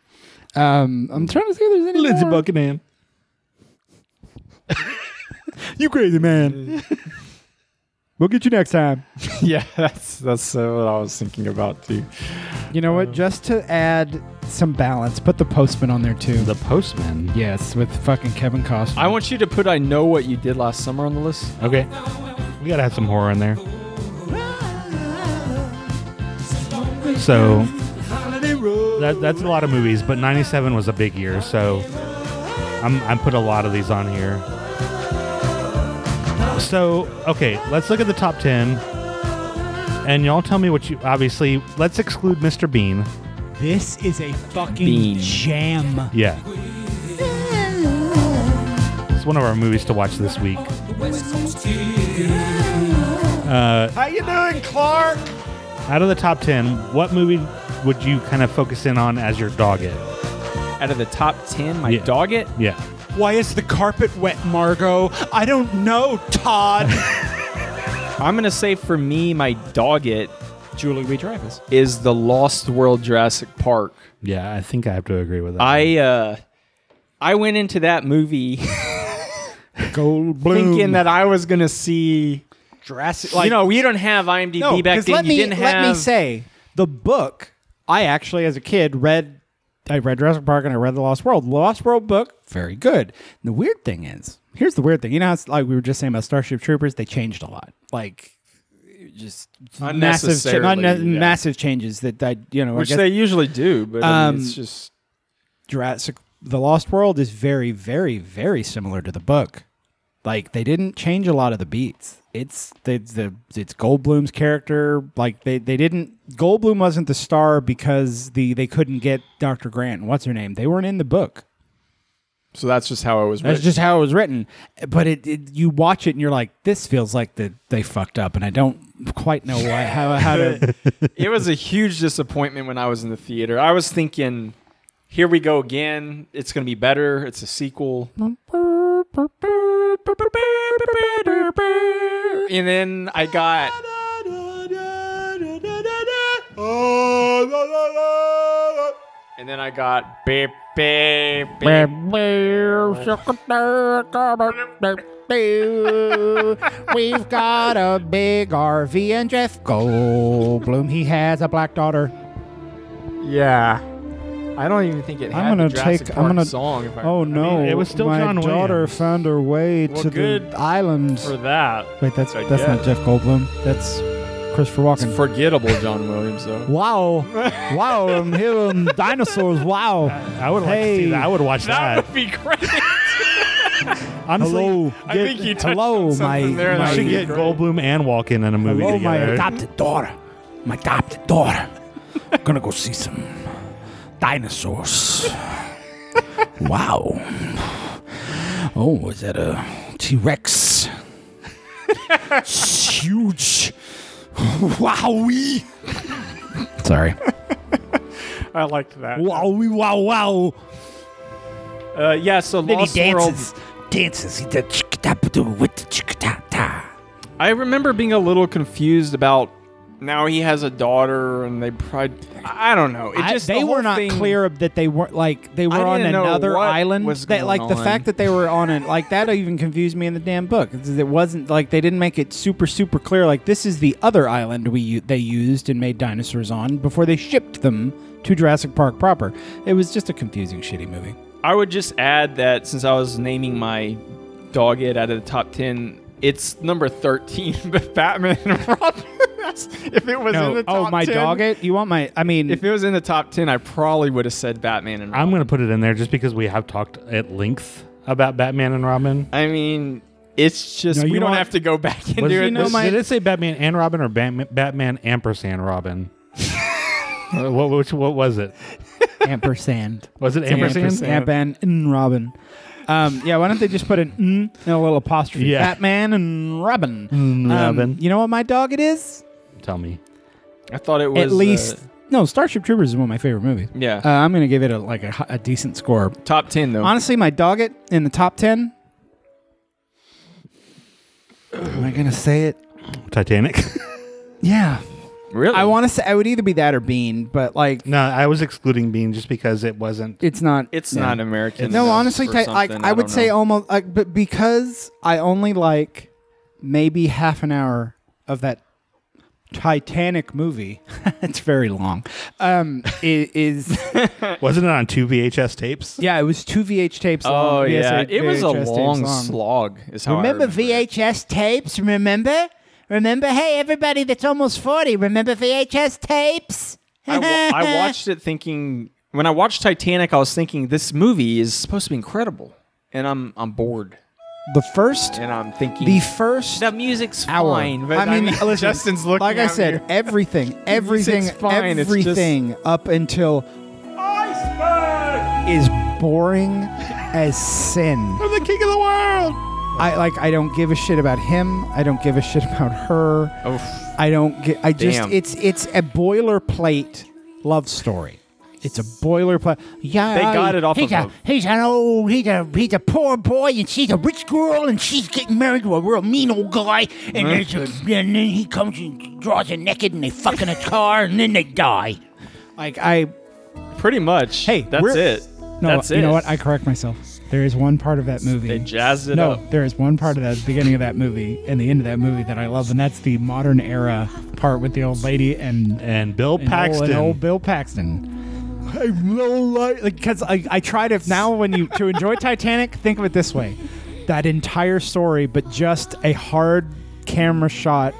S1: Um, I'm trying to see if there's any more.
S3: Buckingham.
S1: You crazy man. we'll get you next time.
S2: yeah, that's that's uh, what I was thinking about too.
S1: You know what? Just to add some balance, put the postman on there too.
S3: The Postman.
S1: yes, with fucking Kevin Costner.
S2: I want you to put I know what you did last summer on the list.
S3: Okay. We gotta have some horror in there. So that, that's a lot of movies, but '97 was a big year, so I'm I put a lot of these on here. So okay, let's look at the top ten, and y'all tell me what you obviously. Let's exclude Mr. Bean.
S1: This is a fucking
S2: Bean.
S1: jam.
S3: Yeah. It's one of our movies to watch this week. Uh,
S7: How you doing, Clark?
S3: out of the top 10, what movie would you kind of focus in on as your dog it?
S2: Out of the top 10, my dog it?
S3: Yeah.
S1: Why is the carpet wet, Margot? I don't know, Todd.
S2: I'm going to say for me, my dog it
S1: Julie Lee Dreyfus.
S2: is the Lost World Jurassic Park.
S3: Yeah, I think I have to agree with that.
S2: I uh, I went into that movie
S1: Gold
S2: thinking that I was going to see.
S1: Jurassic.
S2: you know, you don't have IMDb back
S1: 'cause
S2: then.
S1: Let
S2: you
S1: me
S2: didn't
S1: let
S2: have.
S1: me say the book. I actually, as a kid, read. I read Jurassic Park and I read The Lost World. The Lost World book, very good. And the weird thing is, here's the weird thing. You know, how it's like we were just saying about Starship Troopers. They changed a lot. Like. Just massive, cha-
S2: Unnecessarily,
S1: unne-
S2: yeah.
S1: massive changes that, that you know, I
S2: which
S1: guess-
S2: they usually do, but I mean, it's
S1: Um,
S2: just
S1: Jurassic The Lost World is very, very, very similar to the book. Like they didn't change a lot of the beats. It's the the it's Goldblum's character. Like they, they didn't Goldblum wasn't the star because the they couldn't get Dr. Grant and what's her name. They weren't in the book.
S2: so. That's just how I was.
S1: That's
S2: raised.
S1: just how it was written. But it, it you watch it and you're like, this feels like the they fucked up and I don't quite know why how how to
S2: it was a huge disappointment when I was in the theater. I was thinking, here we go again. It's going to be better. It's a sequel. And then I got. And then I got. Beep, beep, beep.
S4: We've got a big RV and Jeff Goldblum. He has a black daughter.
S2: Yeah. I don't even think it had
S9: I'm gonna
S2: the Jurassic
S9: take.
S2: Park
S9: I'm gonna.
S2: song. If I
S9: oh no!
S3: it was still
S9: my
S3: John
S9: daughter
S3: Williams.
S9: found her way
S2: Well,
S9: to
S2: good
S9: the island.
S2: for that.
S1: Wait, that's
S2: I
S1: that's not
S2: guess.
S1: Jeff Goldblum. That's Christopher Walken.
S2: It's forgettable, John Williams, though.
S1: Wow. Wow. I'm hearing dinosaurs. Wow.
S3: I would like to see
S1: Hey.
S3: that. I would watch that.
S2: be great.
S3: Honestly,
S1: Hello.
S2: I
S1: Get-
S2: think you touched
S1: hello,
S2: on
S4: Oh,
S2: something
S1: my-
S2: there.
S1: my-
S3: I
S2: That'd
S3: should
S2: be
S3: get
S2: great.
S3: Goldblum and Walken in a movie
S1: Hello, my
S3: together.
S1: adopted daughter. My adopted daughter. I'm going to go see some dinosaurs. wow. Oh, is that a T Rex? It's huge. Wowee. Sorry.
S2: I liked that.
S1: Wowee, wow, wow.
S2: Uh, yeah, so Lost World.
S1: Dances. He did chickadabadoo with the chickadata.
S2: I remember being a little confused about now he has a daughter and they probably I don't know. It
S1: I-
S2: just the
S1: they
S2: whole
S1: were not
S2: thing-
S1: clear that they weren't like they were
S2: I
S1: on
S2: didn't know
S1: another
S2: what
S1: island.
S2: was
S1: That,
S2: going
S1: like the
S2: on.
S1: fact that they were on it like that even confused me in the damn book. It's- It wasn't like they didn't make it super super clear. Like this is the other island we u- they used and made dinosaurs on before they shipped them to Jurassic Park proper. It was just a confusing shitty movie.
S2: I would just add that since I was naming my dog it out of the top ten, it's number thirteen, but Batman and Robin. that's- if it was in the top
S1: oh my
S2: 10
S1: dog! It you want my? I mean,
S2: If it was in the top ten, I probably would have said Batman and Robin.
S3: I'm going to put it in there just because we have talked at length about Batman and Robin.
S2: I mean, it's just
S1: No, you
S2: we don't
S1: want-
S2: have to go back and do
S3: Was-
S2: it.
S1: know
S3: was-
S1: my-
S3: did it say Batman and Robin or Batman, Batman ampersand Robin? Uh, what, which, what was it?
S1: ampersand.
S3: Was it ampersand?
S1: Batman and Robin. Um, yeah, why don't they just put an mm and a little apostrophe?
S3: Yeah.
S1: Batman and Robin.
S3: Mm,
S1: Um,
S3: Robin.
S1: you know what my dog it is?
S3: Tell me.
S2: I thought it was
S1: At least.
S2: uh,
S1: no, Starship Troopers is one of my favorite movies.
S2: yeah,
S1: Uh, I'm going to give it a, like a, hi- a decent score.
S2: top ten though.
S1: Honestly, my dog it in the top 10. Am I going to say it?
S3: Titanic.
S1: Yeah.
S2: really,
S1: I want to say I would either be that or Bean, but like
S3: no, I was excluding Bean just because it wasn't.
S1: it's not.
S2: It's
S1: yeah.
S2: not American.
S1: No,
S2: enough
S1: honestly,
S2: for
S1: Ti- like
S2: something,
S1: I, would
S2: don't
S1: say um,
S2: know.
S1: almost like, but because I only like maybe half an hour of that Titanic movie. it's very long. Um, i- is
S3: Wasn't it on two VHS tapes?
S1: yeah, it was two VH tapes.
S2: Oh
S1: long. VS
S2: yeah, it was a
S1: VHS tapes
S2: long slog. Is how I
S4: Remember
S2: remember it.
S4: VHS tapes? Remember? Remember? Hey, everybody that's almost 40, remember VHS tapes?
S2: I, wa- I watched it thinking when I watched Titanic, I was thinking this movie is supposed to be incredible, and I'm I'm bored,
S1: The first,
S2: and I'm thinking
S1: the first
S2: the music's
S1: hour.
S2: fine. But
S1: I mean, listen,
S2: Justin's looking.
S1: like I
S2: out
S1: said,
S2: here.
S1: everything, everything,
S2: fine, it's just-
S1: everything up until
S7: Iceberg!
S1: is boring as sin.
S3: I'm the king of the world.
S1: I like I don't give a shit about him. I don't give a shit about her.
S2: Oof.
S1: I don't get I just
S2: Damn.
S1: it's it's a boilerplate love story. It's a boilerplate. Yeah.
S2: They got it off
S1: he
S2: of
S1: got- oh,
S2: a-
S4: He's an old, he's a he's a poor boy, and she's a rich girl, and she's getting married to a real mean old guy, and there's a, and then he comes and draws her naked, and they fuck in a car, and then they die.
S1: Like I,
S2: Pretty much. Hey, that's
S1: we're-
S2: it.
S1: No,
S2: that's
S1: you
S2: it.
S1: know what? I correct myself. There is one part of that movie.
S2: They jazzed it
S1: no,
S2: up.
S1: there is one part of that beginning of that movie and the end of that movie that I love, and that's the modern era part with the old lady and
S3: And Bill
S1: and old,
S3: Paxton.
S1: and old Bill Paxton. I like because I, I try to now when you to enjoy Titanic, think of it this way: that entire story, but just a hard camera shot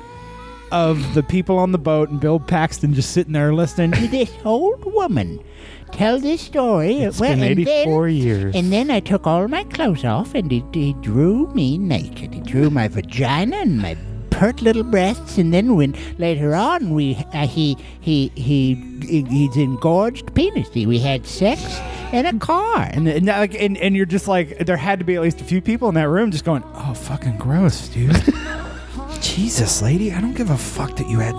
S1: of the people on the boat and Bill Paxton just sitting there listening.
S4: This old woman tell this story.
S3: It's
S4: Well,
S3: been
S4: and
S3: 84
S4: then,
S3: years.
S4: And then I took all my clothes off, and he, he drew me naked. He drew my vagina and my pert little breasts, and then when later on we uh, he, he he he he's engorged penis. He- We had sex in a car.
S1: And, and, that, like, and and you're just like there had to be at least a few people in that room just going, "Oh, fucking gross, dude." Jesus, lady, I don't give a fuck that you had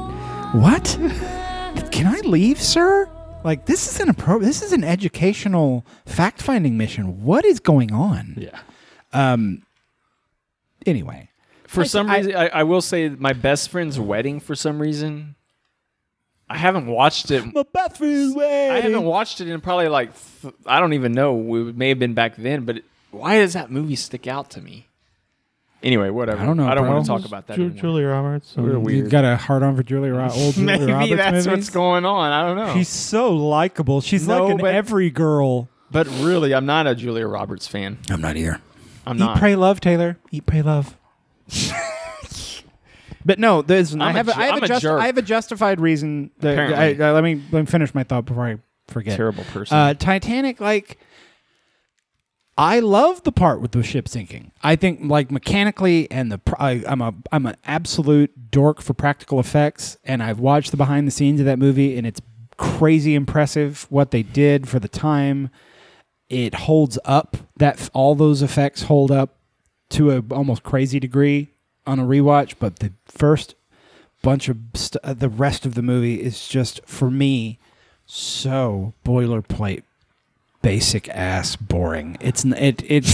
S1: what? Can I leave, sir? Like this is an appro- this is an educational fact-finding mission. What is going on?
S3: Yeah.
S1: Um anyway,
S2: For some reason, I, I will say my best friend's wedding. For some reason, I haven't watched it.
S1: my bathroom way.
S2: I haven't watched it in probably like th- I don't even know. It may have been back then, but why does that movie stick out to me? Anyway, whatever.
S1: I don't know,
S2: I don't
S1: bro.
S2: want to talk about that.
S3: Ju-
S2: anymore.
S3: Julia Roberts.
S2: We're
S3: and-
S2: weird.
S1: You've got a hard on for Julia Ro- old Julia
S2: Maybe
S1: Roberts
S2: that's
S1: movies?
S2: what's going on. I don't know.
S9: She's so likable. She's
S2: No,
S9: like an
S2: but-
S9: every girl.
S2: but really, I'm not a Julia Roberts fan.
S1: I'm not here.
S2: I'm
S1: Eat,
S2: not.
S1: pray, love, Taylor. Eat, pray, love. but no, there's. I
S2: I'm a
S1: have. A,
S2: ju-
S1: I have
S2: I'm
S1: a
S2: a
S1: just,
S2: jerk.
S1: I have a justified reason. That,
S2: Apparently.
S1: I, I- let me let me finish my thought before I forget.
S2: Terrible person.
S1: Uh, Titanic, like, I love the part with the ship sinking. I think, like, mechanically, and the pr- I, I'm a I'm an absolute dork for practical effects, and I've watched the behind the scenes of that movie, and it's crazy impressive what they did for the time. It holds up that all those effects hold up to a almost crazy degree on a rewatch, but the first bunch of st- uh, the rest of the movie is just for me so boilerplate basic ass boring it's n- it it's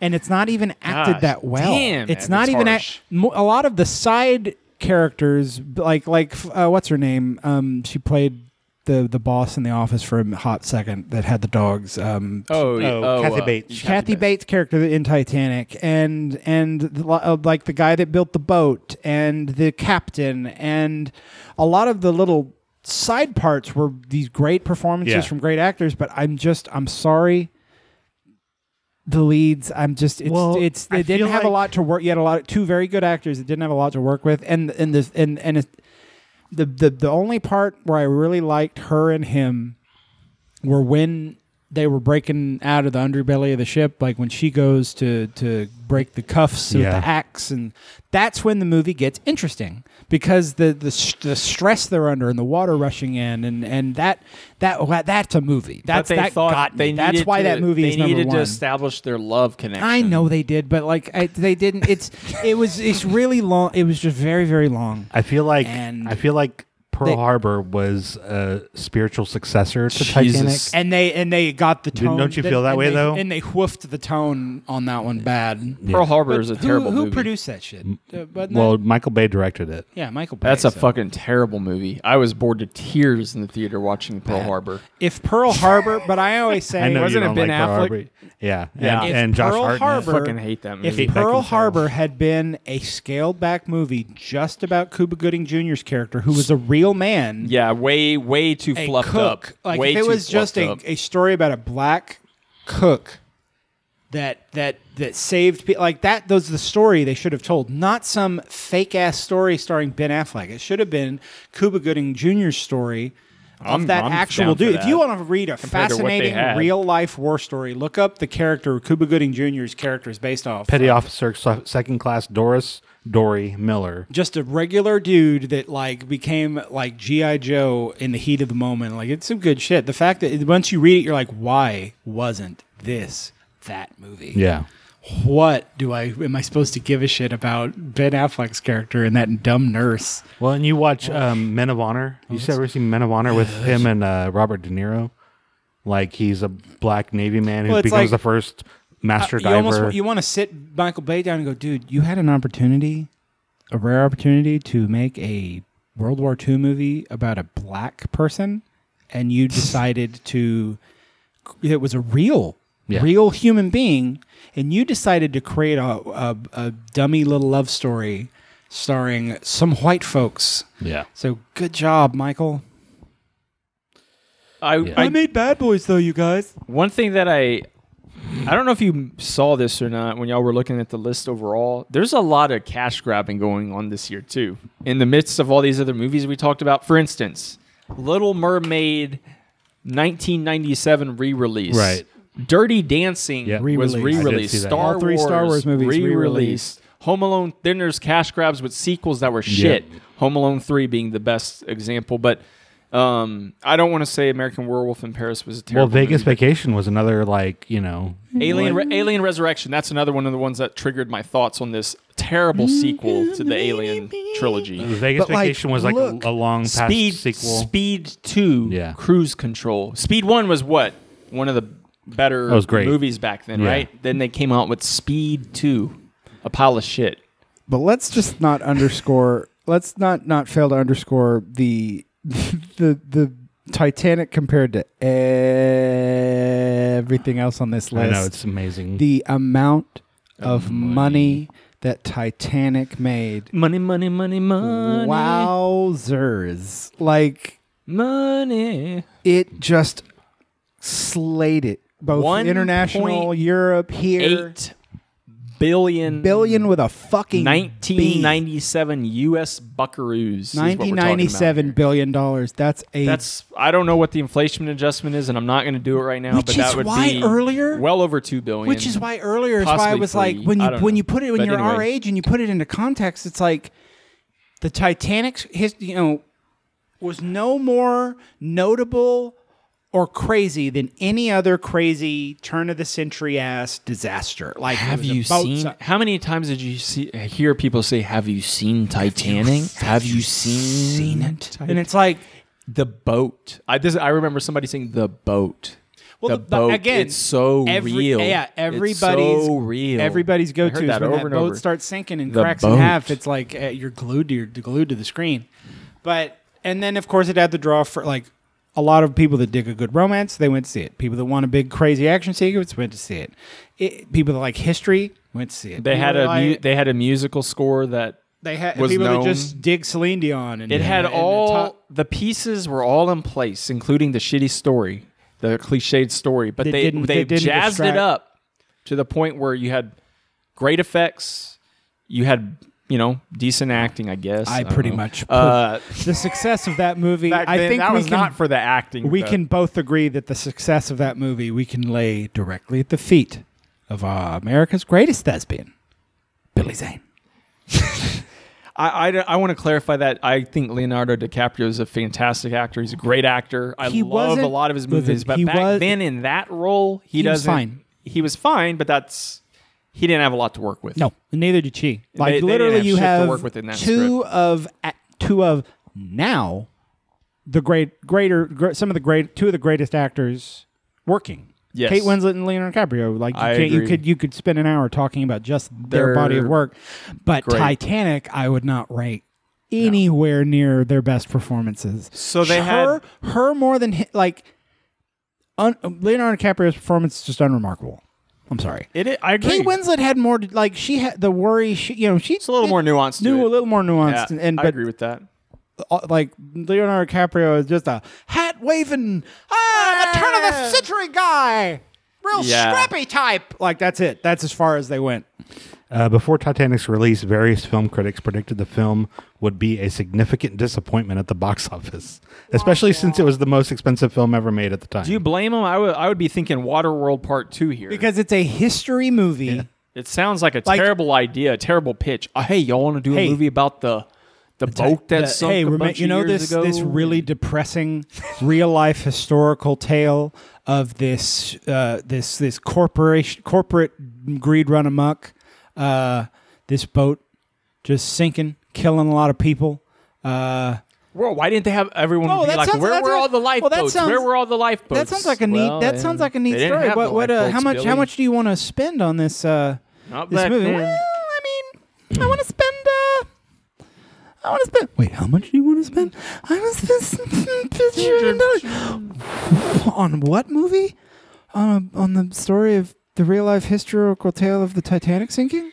S1: and it's not even acted
S2: Gosh,
S1: that well
S2: damn,
S1: it's
S2: man,
S1: not
S2: that's
S1: even
S2: harsh.
S1: act- mo- a lot of the side characters b- like like f- uh, what's her name um she played the the boss in the office for a hot second that had the dogs um
S2: oh, y-
S3: oh,
S2: oh,
S3: Kathy
S2: uh,
S3: Bates.
S1: Kathy Bates character in Titanic, and and the lo- uh, like the guy that built the boat, and the captain, and a lot of the little side parts were these great performances
S3: Yeah.
S1: from great actors. But I'm just I'm sorry, the leads. I'm just it's
S3: Well,
S1: it's
S3: I
S1: they didn't
S3: feel
S1: have a
S3: like-
S1: lot to work. You had a lot two very good actors that didn't have a lot to work with, and and this and and it's, the the the only part where I really liked her and him were when they were breaking out of the underbelly of the ship, like when she goes to to break the cuffs with
S3: Yeah.
S1: the axe, and that's when the movie gets interesting because the the, s- the stress they're under and the water rushing in, and and that that wa- that's a movie.
S2: But
S1: That's
S2: they
S1: that
S2: thought
S1: got me.
S2: they
S1: That's
S2: needed
S1: why
S2: to-
S1: that movie
S2: they
S1: is number
S2: needed
S1: one.
S2: to establish their love connection.
S1: I know they did, but like I, they didn't. It's it was it's really long. It was just very very long.
S3: I feel like
S1: And-
S3: I feel like Pearl
S1: They-
S3: Harbor was a spiritual successor to Titanic.
S2: Jesus.
S1: And they and they got the tone.
S3: don't you feel that
S1: and
S3: way,
S1: they-
S3: though?
S1: And they whoofed the tone on that one bad.
S2: Pearl Harbor is a
S1: who,
S2: terrible
S1: who
S2: movie.
S1: produced that shit? Uh, but
S3: Well, Michael Bay directed it.
S1: yeah, Michael. Bay,
S2: That's a
S1: so.
S2: fucking terrible movie. I was bored to tears in the theater watching Pearl Harbor.
S1: If Pearl Harbor, but I always say,
S3: I know
S2: Wasn't
S3: you
S2: it
S3: don't
S2: Ben
S3: like Pearl
S2: Affleck?
S3: Harbor. Yeah,
S2: Yeah.
S3: and,
S1: If
S3: and Josh
S1: Pearl
S3: Hartnett.
S1: Harbor-
S2: fucking hate that
S1: if
S2: movie.
S3: Pete
S1: Pearl
S3: Beckinsale.
S1: Harbor had been a scaled back movie just about Cuba Gooding Jr.'s character, who was a real man,
S2: yeah, way way too
S1: a
S2: fluffed
S1: cook.
S2: up.
S1: Like
S2: way
S1: if it
S2: too
S1: was just
S2: fluffed
S1: a,
S2: up.
S1: a story about a black cook that that that saved people like that those the story they should have told not some fake ass story starring Ben Affleck it should have been Cuba Gooding Jr.'s story of
S2: I'm-
S1: that
S2: I'm
S1: actual
S2: down for
S1: dude. If
S2: that
S1: you want to read a
S2: compared to what they
S1: fascinating
S2: had.
S1: real life war story, look up the character Cuba Gooding Jr.'s character is based off.
S3: Petty Officer Se- Second Class Doris Dory Miller.
S1: Just a regular dude that like became like GI Joe in the heat of the moment. Like it's some good shit. The fact that once you read it, you're like, why wasn't this that movie?
S3: Yeah.
S1: What do I am I supposed to give a shit about Ben Affleck's character and that dumb nurse?
S3: Well, and you watch um, Men of Honor. You said ever seen Men of Honor with him and uh, Robert De Niro? Like he's a black Navy man who
S1: Well, it's
S3: becomes
S1: like-
S3: the first master
S1: you
S3: diver.
S1: almost you want to sit Michael Bay down and go, dude, you had an opportunity, a rare opportunity to make a World War II movie about a black person, and you decided to. It was a real,
S3: Yeah.
S1: real human being, and you decided to create a, a a dummy little love story starring some white folks.
S3: Yeah.
S1: So good job, Michael.
S2: I,
S1: I
S2: made
S9: Bad Boys, though, you guys.
S2: One thing that I I don't know if you saw this or not when y'all were looking at the list overall. There's a lot of cash grabbing going on this year too. In the midst of all these other movies we talked about, for instance, Little Mermaid 1997 re-release.
S3: Right.
S2: Dirty Dancing
S3: Re-released.
S2: was
S3: I did see
S2: re-released.
S3: that.
S2: Star
S1: All three
S2: Wars,
S1: Star Wars movies
S2: re-released. Home Alone. Then there's cash grabs with sequels that were shit. Home Alone three being the best example, but um, I don't want to say American Werewolf in Paris was a
S3: well,
S2: terrible.
S3: Vegas
S2: movie, but-
S3: Vacation was another like you know.
S2: Alien, Re- Alien Resurrection. That's another one of the ones that triggered my thoughts on this terrible
S11: Mm-hmm.
S2: sequel to the Alien trilogy.
S3: Vegas
S1: But, like,
S3: Vacation was like
S1: look,
S3: a, a long past
S2: Speed
S3: sequel.
S2: Speed Two.
S3: Yeah.
S2: Cruise Control. Speed One was what one of the better
S3: That was great.
S2: movies back then,
S3: Yeah.
S2: right? Then they came out with Speed Two, a pile of shit.
S11: But let's just not underscore. Let's not not fail to underscore the the the Titanic compared to everything else on this
S3: I
S11: list.
S3: know it's amazing.
S11: the amount of money. that Titanic made.
S2: Money, money, money, money.
S11: Wowzers! Like
S2: Money.
S11: it just slayed it both
S2: One
S11: international,
S2: point
S11: Europe, here.
S2: Eight billion.
S11: billion with a fucking
S2: 1997 U.S. Buckaroos. is what we're talking
S11: nineteen
S2: about
S11: ninety
S2: here.
S11: seven billion dollars. That's a
S2: That's I don't know what the inflation adjustment is, and I'm not going to do it right now.
S11: Which
S2: but that
S11: is
S2: would
S11: why
S2: be
S11: earlier-
S2: well over two billion.
S1: Which is why earlier is why I
S2: Possibly
S1: was
S2: free.
S1: like when
S2: I
S1: you
S2: don't
S1: when
S2: know.
S1: you put it when
S2: But
S1: you're our
S2: anyway.
S1: age and you put it into context, it's like the Titanic's his you know was no more notable or crazy than any other crazy turn of the century ass disaster. Like it
S2: have
S1: was
S2: you
S1: about
S2: seen?
S1: so-
S2: How many times did you see hear people say, "Have you seen Titanic? Have you seen, it?"
S1: and it's like
S2: the boat. I this I remember somebody saying the boat.
S1: well,
S2: the
S1: the-
S2: boat.
S1: again,
S2: it's so
S1: every-
S2: real.
S1: Yeah,
S2: It's
S1: everybody's
S2: so real.
S1: Everybody's
S2: I
S1: go
S2: heard
S1: to
S2: that
S1: when
S2: over
S1: that
S2: and
S1: boat
S2: over.
S1: starts sinking and
S2: The
S1: cracks in half.
S2: boat.
S1: It's like uh, you're glued to your glued to the screen. But and then of course it had the draw for like a lot of people that dig a good romance, they went to see it. People that want a big crazy action sequence went to see it. it people that like history went to see it.
S2: They
S1: People
S2: had
S1: that
S2: a mu-
S1: like,
S2: they had a musical score that
S1: they had
S2: was
S1: people
S2: known.
S1: that just dig Celine Dion and
S2: It had
S1: and the
S2: all
S1: top-
S2: the pieces were all in place, including the shitty story, the cliched story. But
S1: They
S2: they
S1: didn't-
S2: they,
S1: they didn't
S2: jazzed
S1: distract-
S2: it up to the point where you had great effects, you had you know decent acting. I guess
S1: I
S2: don't
S1: pretty
S2: know.
S1: much
S2: Uh,
S1: the success of that movie.
S2: back
S1: I
S2: then,
S1: think
S2: that
S1: we
S2: was
S1: can,
S2: not for the acting.
S1: we
S2: though.
S1: can both agree that the success of that movie we can lay directly at the feet of uh, America's greatest thespian, Billy Zane.
S2: I I, want to clarify that I think Leonardo DiCaprio is a fantastic actor. He's a great actor. I
S1: He
S2: love a
S1: wasn't-
S2: lot of his
S1: listen,
S2: movies. But
S1: he
S2: back
S1: was-
S2: then in that role, he,
S1: He was
S2: doesn't.
S1: fine.
S2: He was fine, but that's he didn't have a lot to work with.
S1: No, neither did she. Like
S2: They- they
S1: literally,
S2: didn't have
S1: you
S2: shit to
S1: have
S2: work with in that
S1: two of a- two of now the great greater gr- some of the great two of the greatest actors working.
S2: Yes.
S1: Kate Winslet and Leonardo DiCaprio. Like you,
S2: I
S1: can't, you
S2: agree.
S1: could you could spend an hour talking about just their
S2: They're
S1: body of work, but
S2: great.
S1: Titanic I would not rate anywhere near their best performances.
S2: So they
S1: her her more than hi- like un, Leonardo DiCaprio's performance is just unremarkable. I'm sorry.
S2: It, i- I agree.
S1: Kate Winslet had more like she had the worry. She, you know, she's
S2: It's a little more nuanced.
S1: Knew
S2: to
S1: a
S2: it.
S1: little more
S2: Yeah,
S1: nuanced, and, and
S2: I
S1: but
S2: agree with that.
S1: uh, like Leonardo DiCaprio is just a hat waving, ah, I'm a turn of the century guy, real
S2: Yeah.
S1: scrappy type. Like that's it. That's as far as they went.
S3: Uh, before Titanic's release, various film critics predicted the film would be a significant disappointment at the box office, especially since it was the most expensive film ever made at the time.
S2: Do you blame them? I would I would be thinking Waterworld Part Two here
S1: because it's a history movie.
S2: it sounds like a
S1: Like-
S2: terrible idea, a terrible pitch. Uh, hey, y'all want to do
S1: Hey.
S2: a movie about the the boat that
S1: Uh,
S2: sunk
S1: hey,
S2: a
S1: remem-
S2: bunch
S1: you
S2: of
S1: know
S2: years
S1: this
S2: ago?
S1: this really depressing real life historical tale of this uh, this this corporation corporate greed run amok. Uh, this boat just sinking, killing a lot of people. Uh,
S2: Well, why didn't they have everyone
S1: Oh,
S2: be
S1: that
S2: like,
S1: sounds-
S2: where
S1: that's
S2: were
S1: a-
S2: all the lifeboats? where were all the lifeboats?
S1: That sounds like a neat.
S2: Well,
S1: that
S2: they-
S1: sounds like a
S2: they
S1: neat
S2: didn't
S1: story.
S2: have
S1: What?
S2: the
S1: What? Uh, how
S2: lifeboats,
S1: much? How
S2: Billy.
S1: much do you want to spend on this? Uh,
S2: Not
S1: this
S2: back
S1: movie?
S2: then.
S1: Well, I mean, I want to spend. Uh, I want to spend. Wait, how much do you want to spend? I want to spend fifty million dollars on what movie? On on the story of the real life historical tale of the Titanic sinking.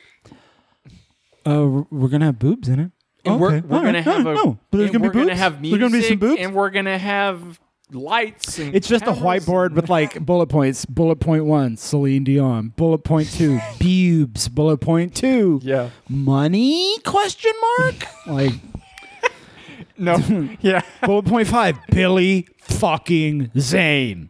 S1: Uh, we're- we're gonna have boobs in it.
S2: And we're,
S1: Okay.
S2: we're
S1: All
S2: gonna
S1: right.
S2: have
S1: No,
S2: a,
S1: no. But there's
S2: and
S1: gonna be
S2: we're gonna
S1: boobs?
S2: have
S1: There's
S2: music,
S1: gonna be some boobs?
S2: and we're gonna have lights. And
S1: It's just a
S2: cameras.
S1: whiteboard with like bullet points. Bullet point one, Celine Dion. Bullet point two, boobs. Bullet point two,
S2: yeah,
S1: money? Question mark. like
S2: no, yeah.
S1: bullet point five, Billy fucking Zane.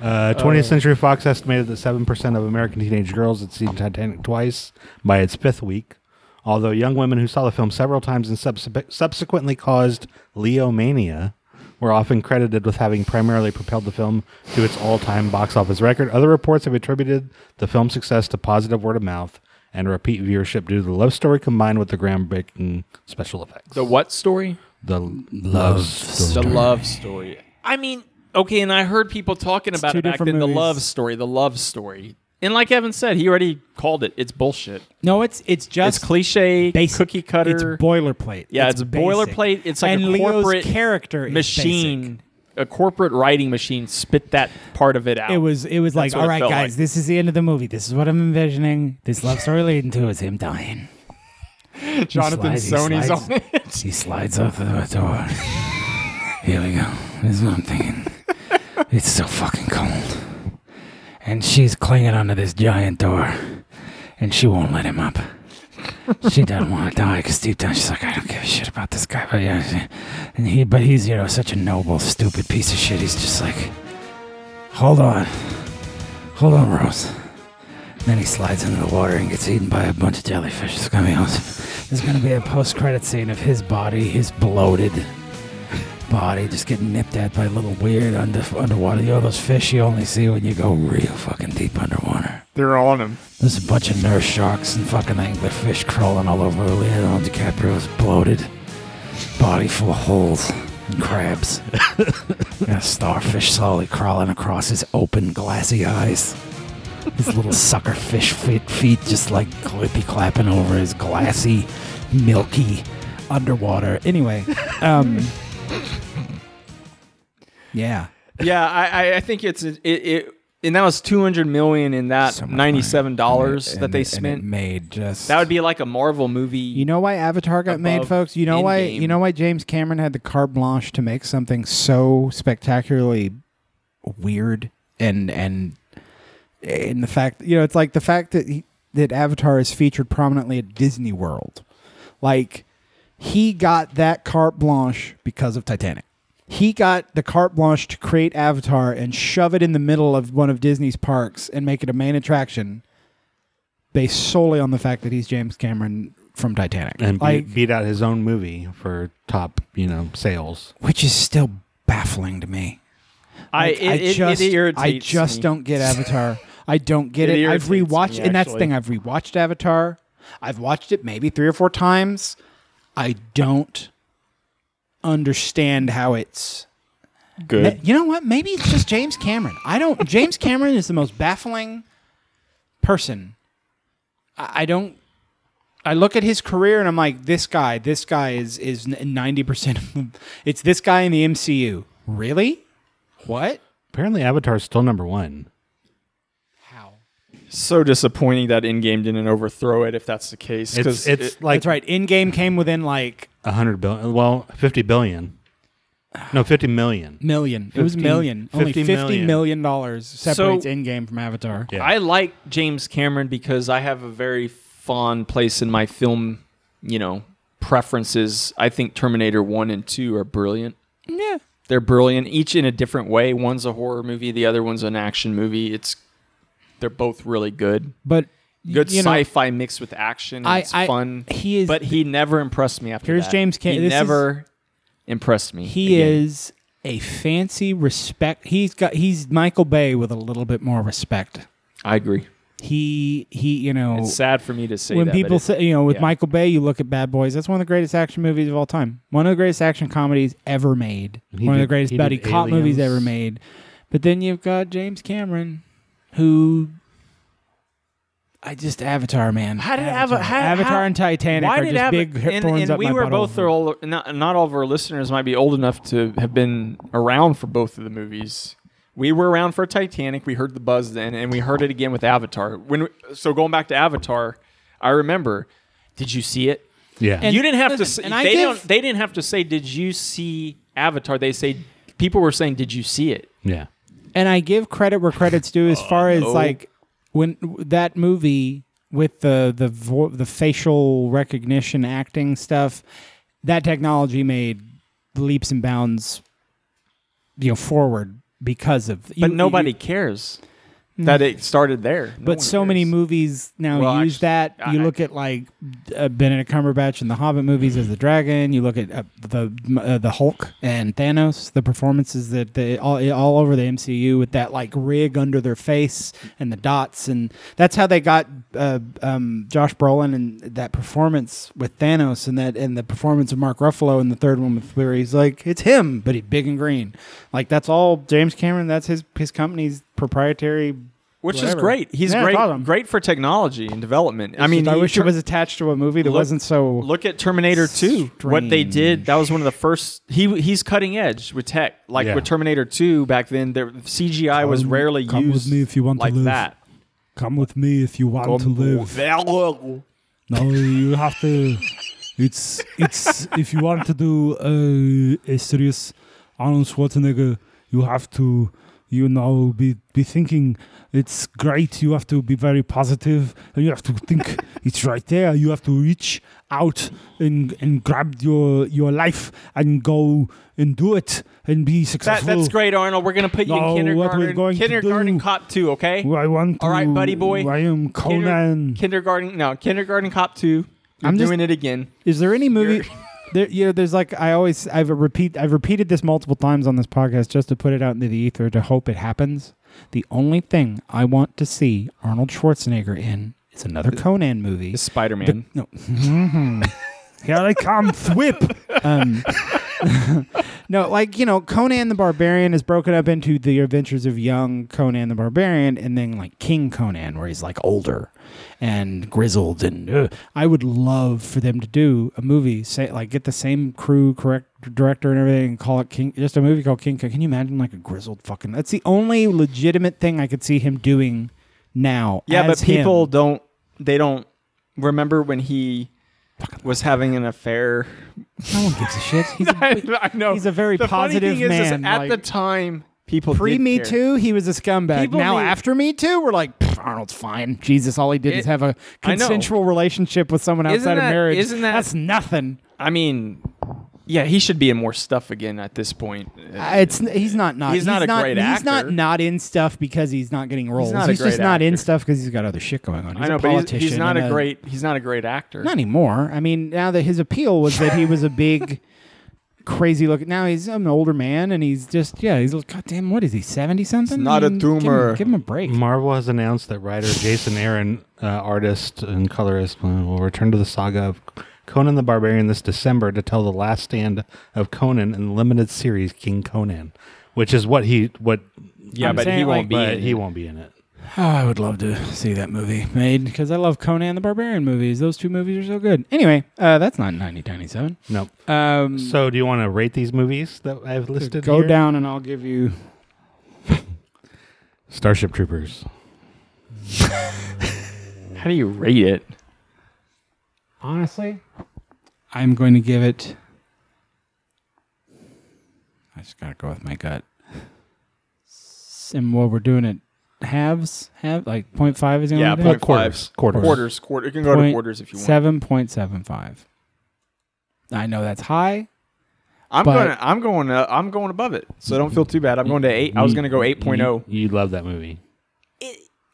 S3: Uh, 20th Century Fox estimated that 7% of American teenage girls had seen Titanic twice by its fifth week, although young women who saw the film several times and subse- subsequently caused Leomania were often credited with having primarily propelled the film to its all time box office record. Other reports have attributed the film's success to positive word of mouth and repeat viewership due to the love story combined with the groundbreaking special effects.
S2: The what story?
S3: The l- love story.
S2: The love story. I mean, okay, and I heard people talking about
S1: two
S2: it back
S1: different
S2: then. The
S1: movies.
S2: love story. The love story. And like Evan said, he already called it. It's bullshit.
S1: No, it's it's just
S2: it's cliche,
S1: basic.
S2: cookie
S1: It's
S2: cutter.
S1: boilerplate.
S2: yeah, it's,
S1: basic.
S2: boilerplate. It's like
S1: and
S2: a corporate
S1: Leo's character is
S2: machine. A corporate writing machine spit that part of it out.
S1: It was it was
S2: That's
S1: like,
S2: what
S1: all
S2: it
S1: right,
S2: felt
S1: guys,
S2: like.
S1: this is the end of the movie. This is what I'm envisioning. This love story leading to is him dying. He
S2: Jonathan
S1: slides- he
S2: Sony's
S1: slides-
S2: on it.
S1: He slides off the door. Here we go. This is what I'm thinking. it's so fucking cold. And she's clinging onto this giant door. And she won't let him up. she doesn't want to die because deep down she's like, I don't give a shit about this guy. But yeah, she- and he, but he's you know such a noble, stupid piece of shit. He's just like, hold on, hold on, Rose. And then he slides into the water and gets eaten by a bunch of jellyfish. It's gonna be awesome. There's gonna be a post-credit scene of his body, his bloated body, just getting nipped at by little weird under, underwater. You know those fish you only see when you go real fucking deep underwater.
S2: They're on him.
S1: There's a bunch of nurse sharks and fucking anglerfish crawling all over Leonardo DiCaprio's bloated body full of holes and crabs. and a starfish slowly crawling across his open, glassy eyes. His little sucker fish feet, feet just like clippy clapping over his glassy, milky underwater. Anyway, um, yeah.
S2: yeah, I, I, I think it's it, it, and that was two hundred million in that ninety seven dollars that they spent.
S1: made just
S2: that would be like a Marvel movie.
S11: You know why Avatar got made,
S2: Above
S11: folks? You know why?
S2: Endgame.
S11: You know why James Cameron had the carte blanche to make something so spectacularly
S1: weird and and
S11: in the fact you know it's like the fact that he, that Avatar is featured prominently at Disney World, like he got that carte blanche because of Titanic.
S1: he got the carte blanche to create Avatar and shove it in the middle of one of Disney's parks and make it a main attraction based solely on the fact that he's James Cameron from Titanic.
S3: and be-
S1: like,
S3: beat out his own movie for top, you know, sales.
S1: which is still baffling to me.
S2: I,
S1: Like,
S2: it, it- it
S1: just,
S2: irritates
S1: I just
S2: me.
S1: don't get Avatar. I don't get
S2: It
S1: it. I've
S2: irritates me,
S1: rewatched, and that's the
S2: actually.
S1: thing. I've rewatched Avatar. I've watched it maybe three or four times. I don't understand how it's Ma- You know what? Maybe it's just James Cameron. I don't. James Cameron is the most baffling person. I, I don't. I look at his career and I'm like, this guy. This guy is is ninety percent of them. It's this guy in the MCU. Really? What?
S3: Apparently, Avatar is still number one.
S2: So disappointing that Endgame didn't overthrow it. If that's the case,
S3: It's
S2: 'cause
S3: it's
S2: it-
S3: like
S1: That's right. In game came within like
S3: a hundred billion. Well, fifty billion. No, fifty million.
S1: million. It was
S3: 15
S1: million. Only
S3: 50
S1: fifty
S3: million.
S1: million, million dollars separates
S2: So-
S1: in game from Avatar.
S3: Yeah.
S2: I like James Cameron because I have a very fond place in my film, you know, preferences. I think Terminator 1 and 2 are brilliant.
S1: Yeah.
S2: They're brilliant, each in a different way. One's a horror movie, the other one's an action movie. It's they're both really good.
S1: But
S2: Good
S1: you know-
S2: sci-fi mixed with action.
S1: I-
S2: it's
S1: I-
S2: fun.
S1: he is-
S2: but he never impressed me after
S1: Here's
S2: that.
S1: James Caan.
S2: He
S1: This is-
S2: never impressed me.
S1: He
S2: again.
S1: is a fancy respect. He's got he's Michael Bay with a little bit more respect.
S2: I agree.
S1: He he, you know,
S2: It's sad for me to say
S1: when
S2: that, but
S1: people
S2: it-
S1: say you know with
S2: yeah.
S1: Michael Bay, you look at Bad Boys. That's one of the greatest action movies of all time. One of the greatest action comedies ever made.
S11: He
S1: one of the
S11: did-
S1: greatest
S11: he
S1: buddy
S11: did
S1: cop movies
S11: Aliens.
S1: ever made. But then you've got James Cameron, who I just Avatar man.
S2: How did
S1: Avatar,
S2: Avatar, how,
S1: Avatar
S2: how-
S1: and Titanic
S2: why
S1: are
S2: did
S1: just
S2: Ava-
S1: big hit
S2: and,
S1: thorns
S2: and
S1: up
S2: we
S1: my
S2: were
S1: butthole.
S2: both are old, not, not all of our listeners might be old enough to have been around for both of the movies. We were around for Titanic. We heard the buzz then, and we heard it again with Avatar. When so going back to Avatar, I remember. Did you see it?
S3: Yeah.
S2: you didn't have
S1: listen, and
S2: to. Say,
S1: I
S2: they
S1: give-
S2: don't. They didn't have to say. Did you see Avatar? They say people were saying, "Did you see it?"
S3: Yeah.
S1: and I give credit where credit's due as far as
S2: Oh, no.
S1: like when that movie with the the vo- the facial recognition acting stuff that technology made leaps and bounds you know forward because of you-
S2: but
S1: you- Mm.
S2: nobody cares that it started there. No
S1: but
S2: one
S1: so
S2: cares.
S1: many movies now
S2: Well,
S1: use
S2: actu-
S1: that.
S2: I-
S1: you look at like uh, Benedict Cumberbatch in the Hobbit movies as the dragon. You look at uh, the uh, the Hulk and Thanos. The performances that they all eh, all over the MCU with that like rig under their face and the dots, and that's how they got uh, um, Josh Brolin and that performance with Thanos and that and the performance of Mark Ruffalo in the third one with where he's like it's him, but he's big and green. Like that's all James Cameron. That's his his company's proprietary.
S2: which
S1: whatever.
S2: is great. He's
S1: Yeah, it's
S2: great,
S1: awesome.
S2: great for technology and development. I
S1: It's
S2: mean,
S1: just- I
S2: you
S1: wish
S2: tur-
S1: it was attached to a movie that
S2: look-
S1: wasn't so.
S2: Look at Terminator Two. What they did, that was one of the first. He he's cutting edge with tech, like
S1: Yeah.
S2: with Terminator Two back then. The CGI was
S11: Come-
S2: rarely
S11: come with
S2: used.
S11: me if you want to
S2: like
S11: live.
S2: that.
S11: Come with me if you want to live. No, you have to. It's it's if you want to do uh, a serious Arnold Schwarzenegger, you have to you know be be thinking it's great. You have to be very positive, and you have to think it's right there. You have to reach out and and grab your your life and go and do it and be
S2: That,
S11: successful.
S2: that's great, Arnold. We're gonna put you
S11: No,
S2: in
S11: what we're
S2: kindergarten.
S11: going to
S2: kindergarten
S11: do-
S2: cop two, okay?
S11: I want. To,
S2: All right, buddy boy.
S11: I am
S2: Kinder-
S11: Conan.
S2: kindergarten, no, kindergarten cop two. You're
S1: I'm just-
S2: doing it again.
S1: Is there any movie? There, you know, there's like I always I've repeat I've repeated this multiple times on this podcast just to put it out into the ether to hope it happens. The only thing I want to see Arnold Schwarzenegger in is another Conan movie.
S2: Spider Man.
S1: No. Mhm. Here I come, thwip. Um, no, like you know, Conan the Barbarian is broken up into the adventures of young Conan the Barbarian, and then like King Conan, where he's like older and grizzled. And uh, I would love for them to do a movie, say like get the same crew, correct director, and everything, and call it King. Just a movie called King. Con- Can you imagine like a grizzled fucking? That's the only legitimate thing I could see him doing now.
S2: Yeah,
S1: as
S2: but
S1: him.
S2: people don't. They don't remember when he was having an affair.
S1: No one gives a shit. He's a,
S2: I know.
S1: He's a very
S2: The funny
S1: positive
S2: thing is, is
S1: man.
S2: at
S1: like-
S2: the time, people did
S1: pre Me
S2: care.
S1: Too, he was a scumbag.
S2: People
S1: now
S2: knew-
S1: after Me Too, we're like "Pff, Arnold's fine. Jesus, all he did is
S2: It-
S1: have a
S2: I know.
S1: consensual relationship with someone outside
S2: Isn't
S1: of
S2: that-
S1: marriage.
S2: isn't that-
S1: that's nothing?
S2: I mean, yeah, he should be in more stuff again at this point.
S1: Uh, It's he's not not
S2: He's not a great
S1: He's not
S2: actor.
S1: not in stuff because he's not getting roles. He's,
S2: not a
S1: just
S2: great
S1: not in stuff because he's got other shit going on. He's
S2: I know,
S1: a
S2: but he's-
S1: politician.
S2: he's, not
S1: and
S2: a great. He's not a great actor.
S1: Not anymore. I mean, now that his appeal was that he was a big, crazy look. Now he's an older man, and he's just yeah. He's like, goddamn, what is he? Seventy something?
S2: not a
S1: I mean, give him-
S2: tumor.
S1: Give him a break.
S3: Marvel has announced that writer Jason Aaron, uh, artist and colorist, uh, will return to the saga of Conan the Barbarian this December to tell the last stand of Conan in the limited series King Conan, which is what he what.
S2: Yeah, I'm but he saying, won't like- be
S3: but
S2: in
S3: he
S2: it.
S3: won't be in it.
S1: Oh, I would love to see that movie made because I love Conan the Barbarian movies. Those two movies are so good. Anyway, uh, that's not 9097.
S3: Nope.
S1: Um,
S3: so, do you want to rate these movies that I've listed?
S1: Go
S3: here?
S1: down and I'll give you.
S3: Starship Troopers.
S2: How do you rate it?
S1: Honestly, I'm going to give it. I just got to go with my gut. S- And while we're doing it, halves have like 0.5 is the only
S2: Yeah,
S1: thing?
S2: 0.5. Quarters, quarters. Quarters, quarter- you can go to quarters if you want.
S1: 7.75 i know that's high
S2: I'm
S1: but-
S2: going. I'm going. Uh, I'm going above it. So don't feel too bad. I'm going to eight. I was going to go 8.0.
S3: You, you love that movie.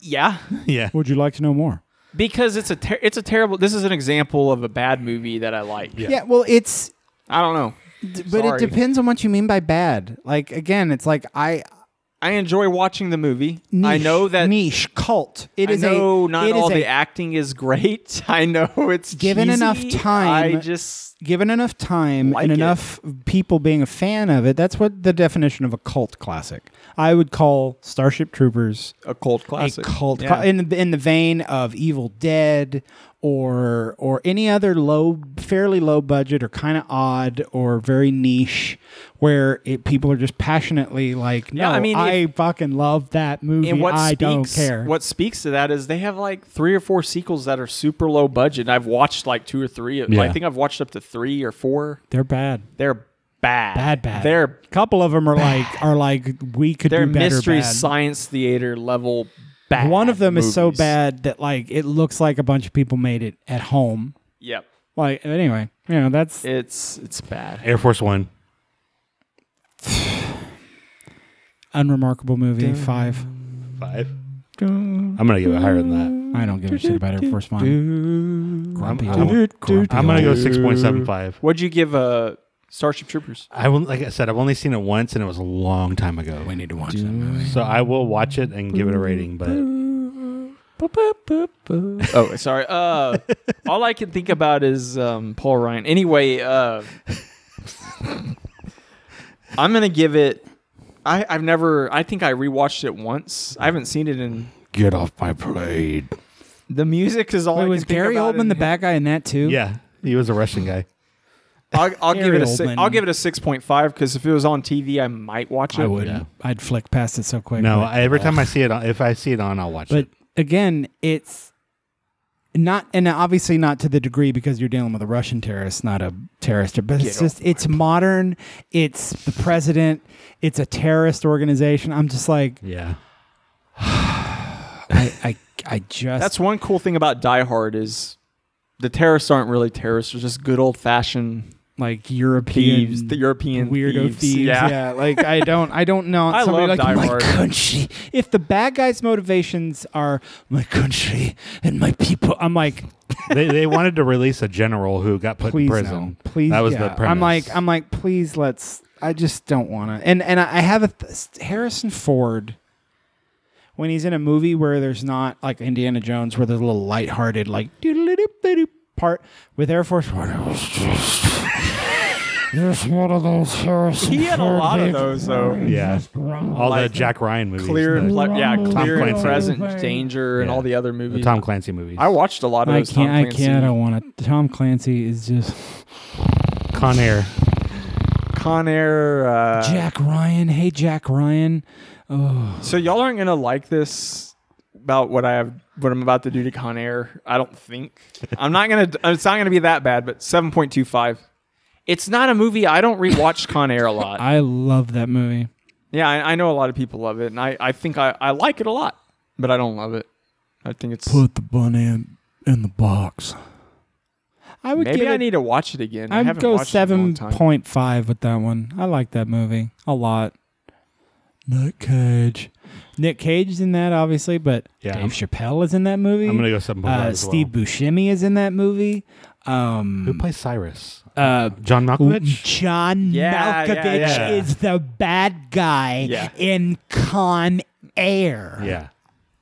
S2: Yeah,
S3: Yeah.
S1: Would you like to know more?
S2: because it's a ter- it's a terrible. This is an example of a bad movie that I like.
S1: Yeah, well, it's
S2: I don't know,
S1: but
S2: Sorry.
S1: it depends on what you mean by bad. Like again, it's like I
S2: I enjoy watching the movie. I
S1: Niche,
S2: know that
S1: niche cult. It
S2: I
S1: is
S2: know
S1: a,
S2: not
S1: it is
S2: all the
S1: a-
S2: acting is great. I know it's
S1: given
S2: cheesy.
S1: enough time.
S2: I just
S1: given enough time and enough people being a fan of it. That's what the definition of a cult classic. I would call Starship Troopers
S2: a cult classic.
S1: A cult
S2: Yeah.
S1: cla- in the, in the vein of Evil Dead or or any other low, fairly low budget or kind of odd or very niche, where it, people are just passionately like, no,
S2: Yeah, I
S1: I
S2: mean,
S1: mean, I fucking love that movie.
S2: and what
S1: I
S2: speaks,
S1: don't care.
S2: What speaks to that is they have like three or four sequels that are super low budget. I've watched like two or three. of-
S1: Yeah.
S2: I think I've watched up to three or four.
S1: They're bad.
S2: They're bad.
S1: Bad, bad.
S2: They're
S1: a couple of them are like are like we could
S2: they're
S1: do better.
S2: mystery
S1: bad.
S2: science theater level bad.
S1: One of them is so
S2: movies.
S1: bad that like it looks like a bunch of people made it at home.
S2: Yep.
S1: Like but anyway, you know that's
S2: It's it's bad.
S3: Air Force One.
S1: unremarkable movie
S3: Dun.
S1: five.
S3: Five. I'm gonna give it higher than
S1: that. I don't give a shit about Air Force One. Grumpy
S3: I'm-
S1: old- grumpy
S3: I'm gonna go
S1: old-
S3: 6.75.
S2: What'd you give uh, Starship Troopers?
S3: I will, like I said, I've only seen it once, and it was a long time ago. We
S1: need to watch that movie.
S3: So I will watch it and give it a rating, but
S2: oh, sorry. Uh, all I can think about is um, Paul Ryan. Anyway, uh, I'm gonna give it. I, I've never. I think I rewatched it once. I haven't seen it in.
S3: get off my plane.
S2: The music is all.
S1: Wait,
S2: I
S1: was
S2: can think
S1: Gary
S2: about
S1: Oldman
S2: in-
S1: the bad guy in that too?
S3: Yeah, he was a Russian guy.
S2: I'll, I'll give
S1: Gary
S2: it a. Si-
S1: Oldman.
S2: I'll give it a six point five because if it was on TV, I might watch it.
S1: I wouldn't. I'd flick past it so quick.
S3: No,
S1: but-
S3: I, every time I see it, on, if I see it on, I'll watch
S1: But
S3: it.
S1: again, it's not, and obviously not to the degree because you're dealing with a Russian terrorist, not a terrorist. But
S3: Get
S1: it's just, it's modern. It's the president. It's a terrorist organization. I'm just like,
S3: yeah.
S1: I, I, I just.
S2: That's one cool thing about Die Hard is the terrorists aren't really terrorists; they're just good old fashioned
S1: like European
S2: thieves, the European
S1: weirdo
S2: thieves.
S1: thieves. Yeah. like I don't, I don't know.
S2: I
S1: somebody
S2: love
S1: like
S2: Die
S1: my
S2: Hard.
S1: country. If the bad guy's motivations are my country and my people, I'm like,
S3: they they wanted to release a general who got put
S1: please
S3: in
S1: no.
S3: prison.
S1: please.
S3: that was the
S1: yeah.
S3: premise.
S1: I'm like, I'm like, please let's. I just don't want to. And and I I have a th- Harrison Ford when he's in a movie where there's not like Indiana Jones where there's a little lighthearted like doodle-doop-doop part with Air Force One. it was just- There's one of those uh, Harrison
S2: He had a
S1: Ford
S2: lot of
S1: days.
S2: those though.
S3: yeah, all
S2: Like,
S3: the Jack Ryan movies,
S2: Clear and
S3: the
S2: ple- yeah,
S3: Tom
S2: clear and
S3: Clancy.
S2: present danger and
S3: Yeah.
S2: all the other movies.
S3: the Tom Clancy movies.
S2: I watched a lot of
S1: I
S2: those.
S1: can't.
S2: Tom
S1: I
S2: Clancy.
S1: can't. I want to. Tom Clancy is just
S3: Con Air.
S2: Con Air. Uh,
S1: Jack Ryan. Hey, Jack Ryan. Oh,
S2: So y'all aren't gonna like this about what I have, what I'm about to do to Con Air. I don't think I'm not gonna. It's not gonna be that bad, but seven point two five. It's not a movie. I don't rewatch Con Air a lot.
S1: I love that movie.
S2: Yeah, I, I know a lot of people love it, and I, I think I, I like it a lot, but I don't love it. I think it's
S11: Put the bunny in, in the box.
S1: I would
S2: maybe
S1: give
S2: I
S1: it-
S2: need to watch it again. I
S1: I'd
S2: haven't
S1: go
S2: watched it in a
S1: seven
S2: long time.
S1: point five with that one. I like that movie a lot. Nick Cage. Nick Cage is in that, obviously, but
S3: Yeah,
S1: Dave
S3: I'm-
S1: Chappelle is in that movie.
S3: I'm gonna go 7.5
S1: Uh,
S3: as
S1: Steve Buscemi is in that movie. Um,
S3: Who plays Cyrus?
S1: Uh,
S3: John Malkovich.
S1: John
S3: Yeah, yeah,
S1: Malkovich
S3: yeah.
S1: is the bad guy
S3: Yeah.
S1: in Con Air.
S3: Yeah.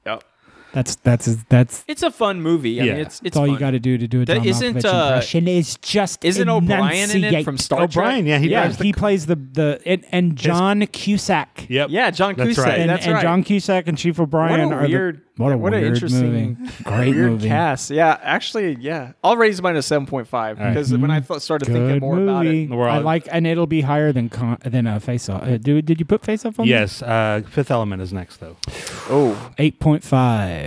S2: Yep.
S1: That's that's his- that's
S2: It's a fun movie. I mean,
S1: Yeah.
S2: it's it's,
S1: That's all you
S2: fun.
S1: gotta do to do a
S2: That
S1: John
S2: isn't,
S1: Malkovich
S2: uh,
S1: impression is just
S2: Isn't O'Brien in it
S1: enunciate.
S2: from Star Trek? O'Brien, yeah, he drives the
S1: Oh, he plays the the and, and John Cusack.
S3: Yep.
S2: Yeah, John
S1: That's
S2: Cusack.
S1: right. And,
S2: That's
S1: and
S2: right.
S1: John Cusack and Chief O'Brien
S2: what a
S1: are the-
S2: weird,
S1: what a
S2: what an
S1: weird
S2: interesting,
S1: movie. Great
S2: weird
S1: movie.
S2: cast. Yeah, actually, yeah. I'll raise mine to seven point five
S1: All right. Mm-hmm.
S2: because when I th- started thinking
S1: Good
S2: more about it,
S1: movie. I like, and it'll be higher than con, than a Face Off. Uh, do, did you put Face Off on? there?
S3: Yes. Uh, Fifth Element is next though.
S2: Oh.
S1: 8.5.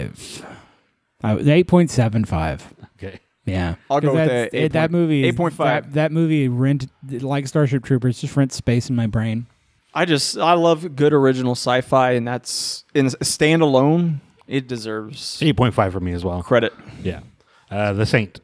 S1: I, 8.75.
S3: Okay.
S1: Yeah.
S2: I'll go
S1: 'Cause
S2: with
S1: that's-
S2: the eight
S1: it- that
S2: point-
S1: movie is-
S2: 8.5.
S1: That, that movie rent like Starship Troopers just rent space in my brain.
S2: I just I love good original sci-fi, and that's in standalone. It deserves
S3: eight point five for me as well.
S2: Credit.
S3: Yeah, uh, The Saint.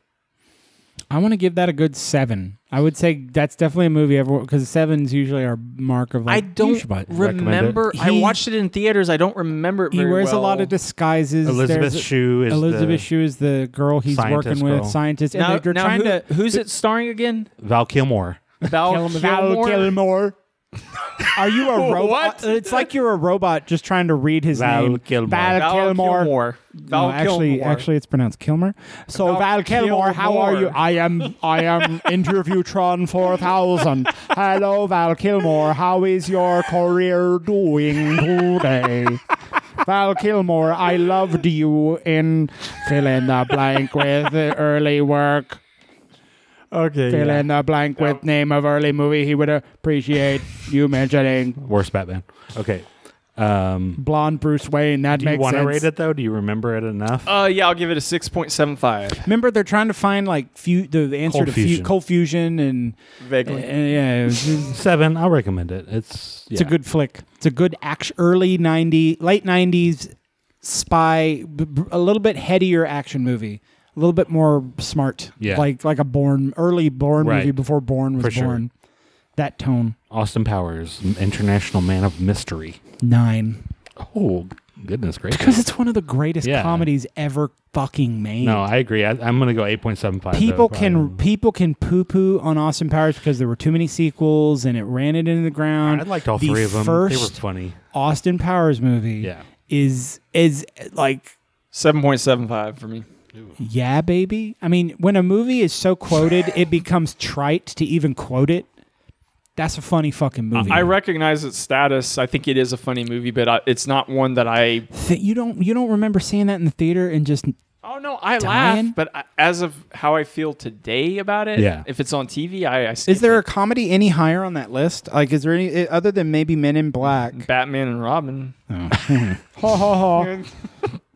S1: I want to give that a good seven. I would say that's definitely a movie everyone because sevens usually are mark of like.
S2: I
S1: you
S2: don't
S1: should buy-
S2: remember. I
S1: He-
S2: watched it in theaters. I don't remember it.
S1: He
S2: very
S1: wears a
S2: well.
S1: lot of disguises.
S3: Elizabeth
S1: There's-
S3: Shue is
S1: Elizabeth
S3: the
S1: Shue is the girl he's
S3: scientist
S1: working with,
S3: girl.
S1: scientist,
S2: Now,
S1: and they're
S2: now
S1: trying
S2: who-
S1: to.
S2: who's it starring again?
S3: Val Kilmore.
S2: Val
S1: Kill-
S2: Kilmer?
S1: Val Kilmer. Are you a robot?
S2: What?
S1: It's like you're a robot just trying to read his
S3: Val
S1: name.
S3: Kilmer.
S1: Val,
S2: Val
S1: Kilmer.
S2: Kilmer. Val
S1: no, actually,
S2: Kilmer.
S1: actually, it's pronounced Kilmer. So Val, Kilmer, how are you?
S2: Kilmer.
S1: I am, I am Interviewtron four thousand. Hello, Val Kilmer. How is your career doing today? Val Kilmer, I loved you in fill in the blank with the early work
S2: Okay.
S1: fill in the blank with name of early movie he would appreciate you mentioning
S3: Worst Batman. Okay. Um,
S1: blonde Bruce Wayne. That
S3: do you
S1: makes
S3: want to
S1: sense.
S3: rate it though? Do you remember it enough?
S2: Uh, yeah, I'll give it a six point seven five.
S1: Remember, they're trying to find like fu- the, the answer
S3: Cold
S1: to fusion.
S3: fusion.
S1: cold fusion, and
S2: Vaguely.
S1: and, yeah, it was just-
S3: Seven. I'll recommend it. It's
S1: it's a good flick. It's a good action, early '90, late '90s spy, b- b- a little bit headier action movie, a little bit more smart,
S3: Yeah.
S1: like like a born early born
S3: Right.
S1: movie before born was
S3: For sure.
S1: born. That tone
S3: Austin Powers, international man of mystery.
S1: nine
S3: Oh goodness gracious!
S1: because it's one of the greatest
S3: Yeah.
S1: comedies ever fucking made.
S3: No, I agree. I, I'm gonna go eight point seven five.
S1: people can people can poo poo on Austin Powers because there were too many sequels and it ran it into the ground.
S3: I liked all
S1: the
S3: three of them.
S1: First
S3: they were funny.
S1: Austin Powers movie
S3: Yeah.
S1: is is like
S2: Seven point seven five for me.
S1: yeah baby. I mean, when a movie is so quoted, it becomes trite to even quote it. That's a funny fucking movie.
S2: I recognize its status. I think it is a funny movie, but I, it's not one that I.
S1: Th- you don't you don't remember seeing that in the theater and just
S2: Oh no, I
S1: Dying?
S2: laugh, but I, as of how I feel today about it,
S3: Yeah.
S2: If it's on TV, I, I skip
S1: is there a
S2: it.
S1: comedy any higher on that list? Like, is there any eh, other than maybe Men in Black?
S2: Batman and Robin?
S1: ha ha ha.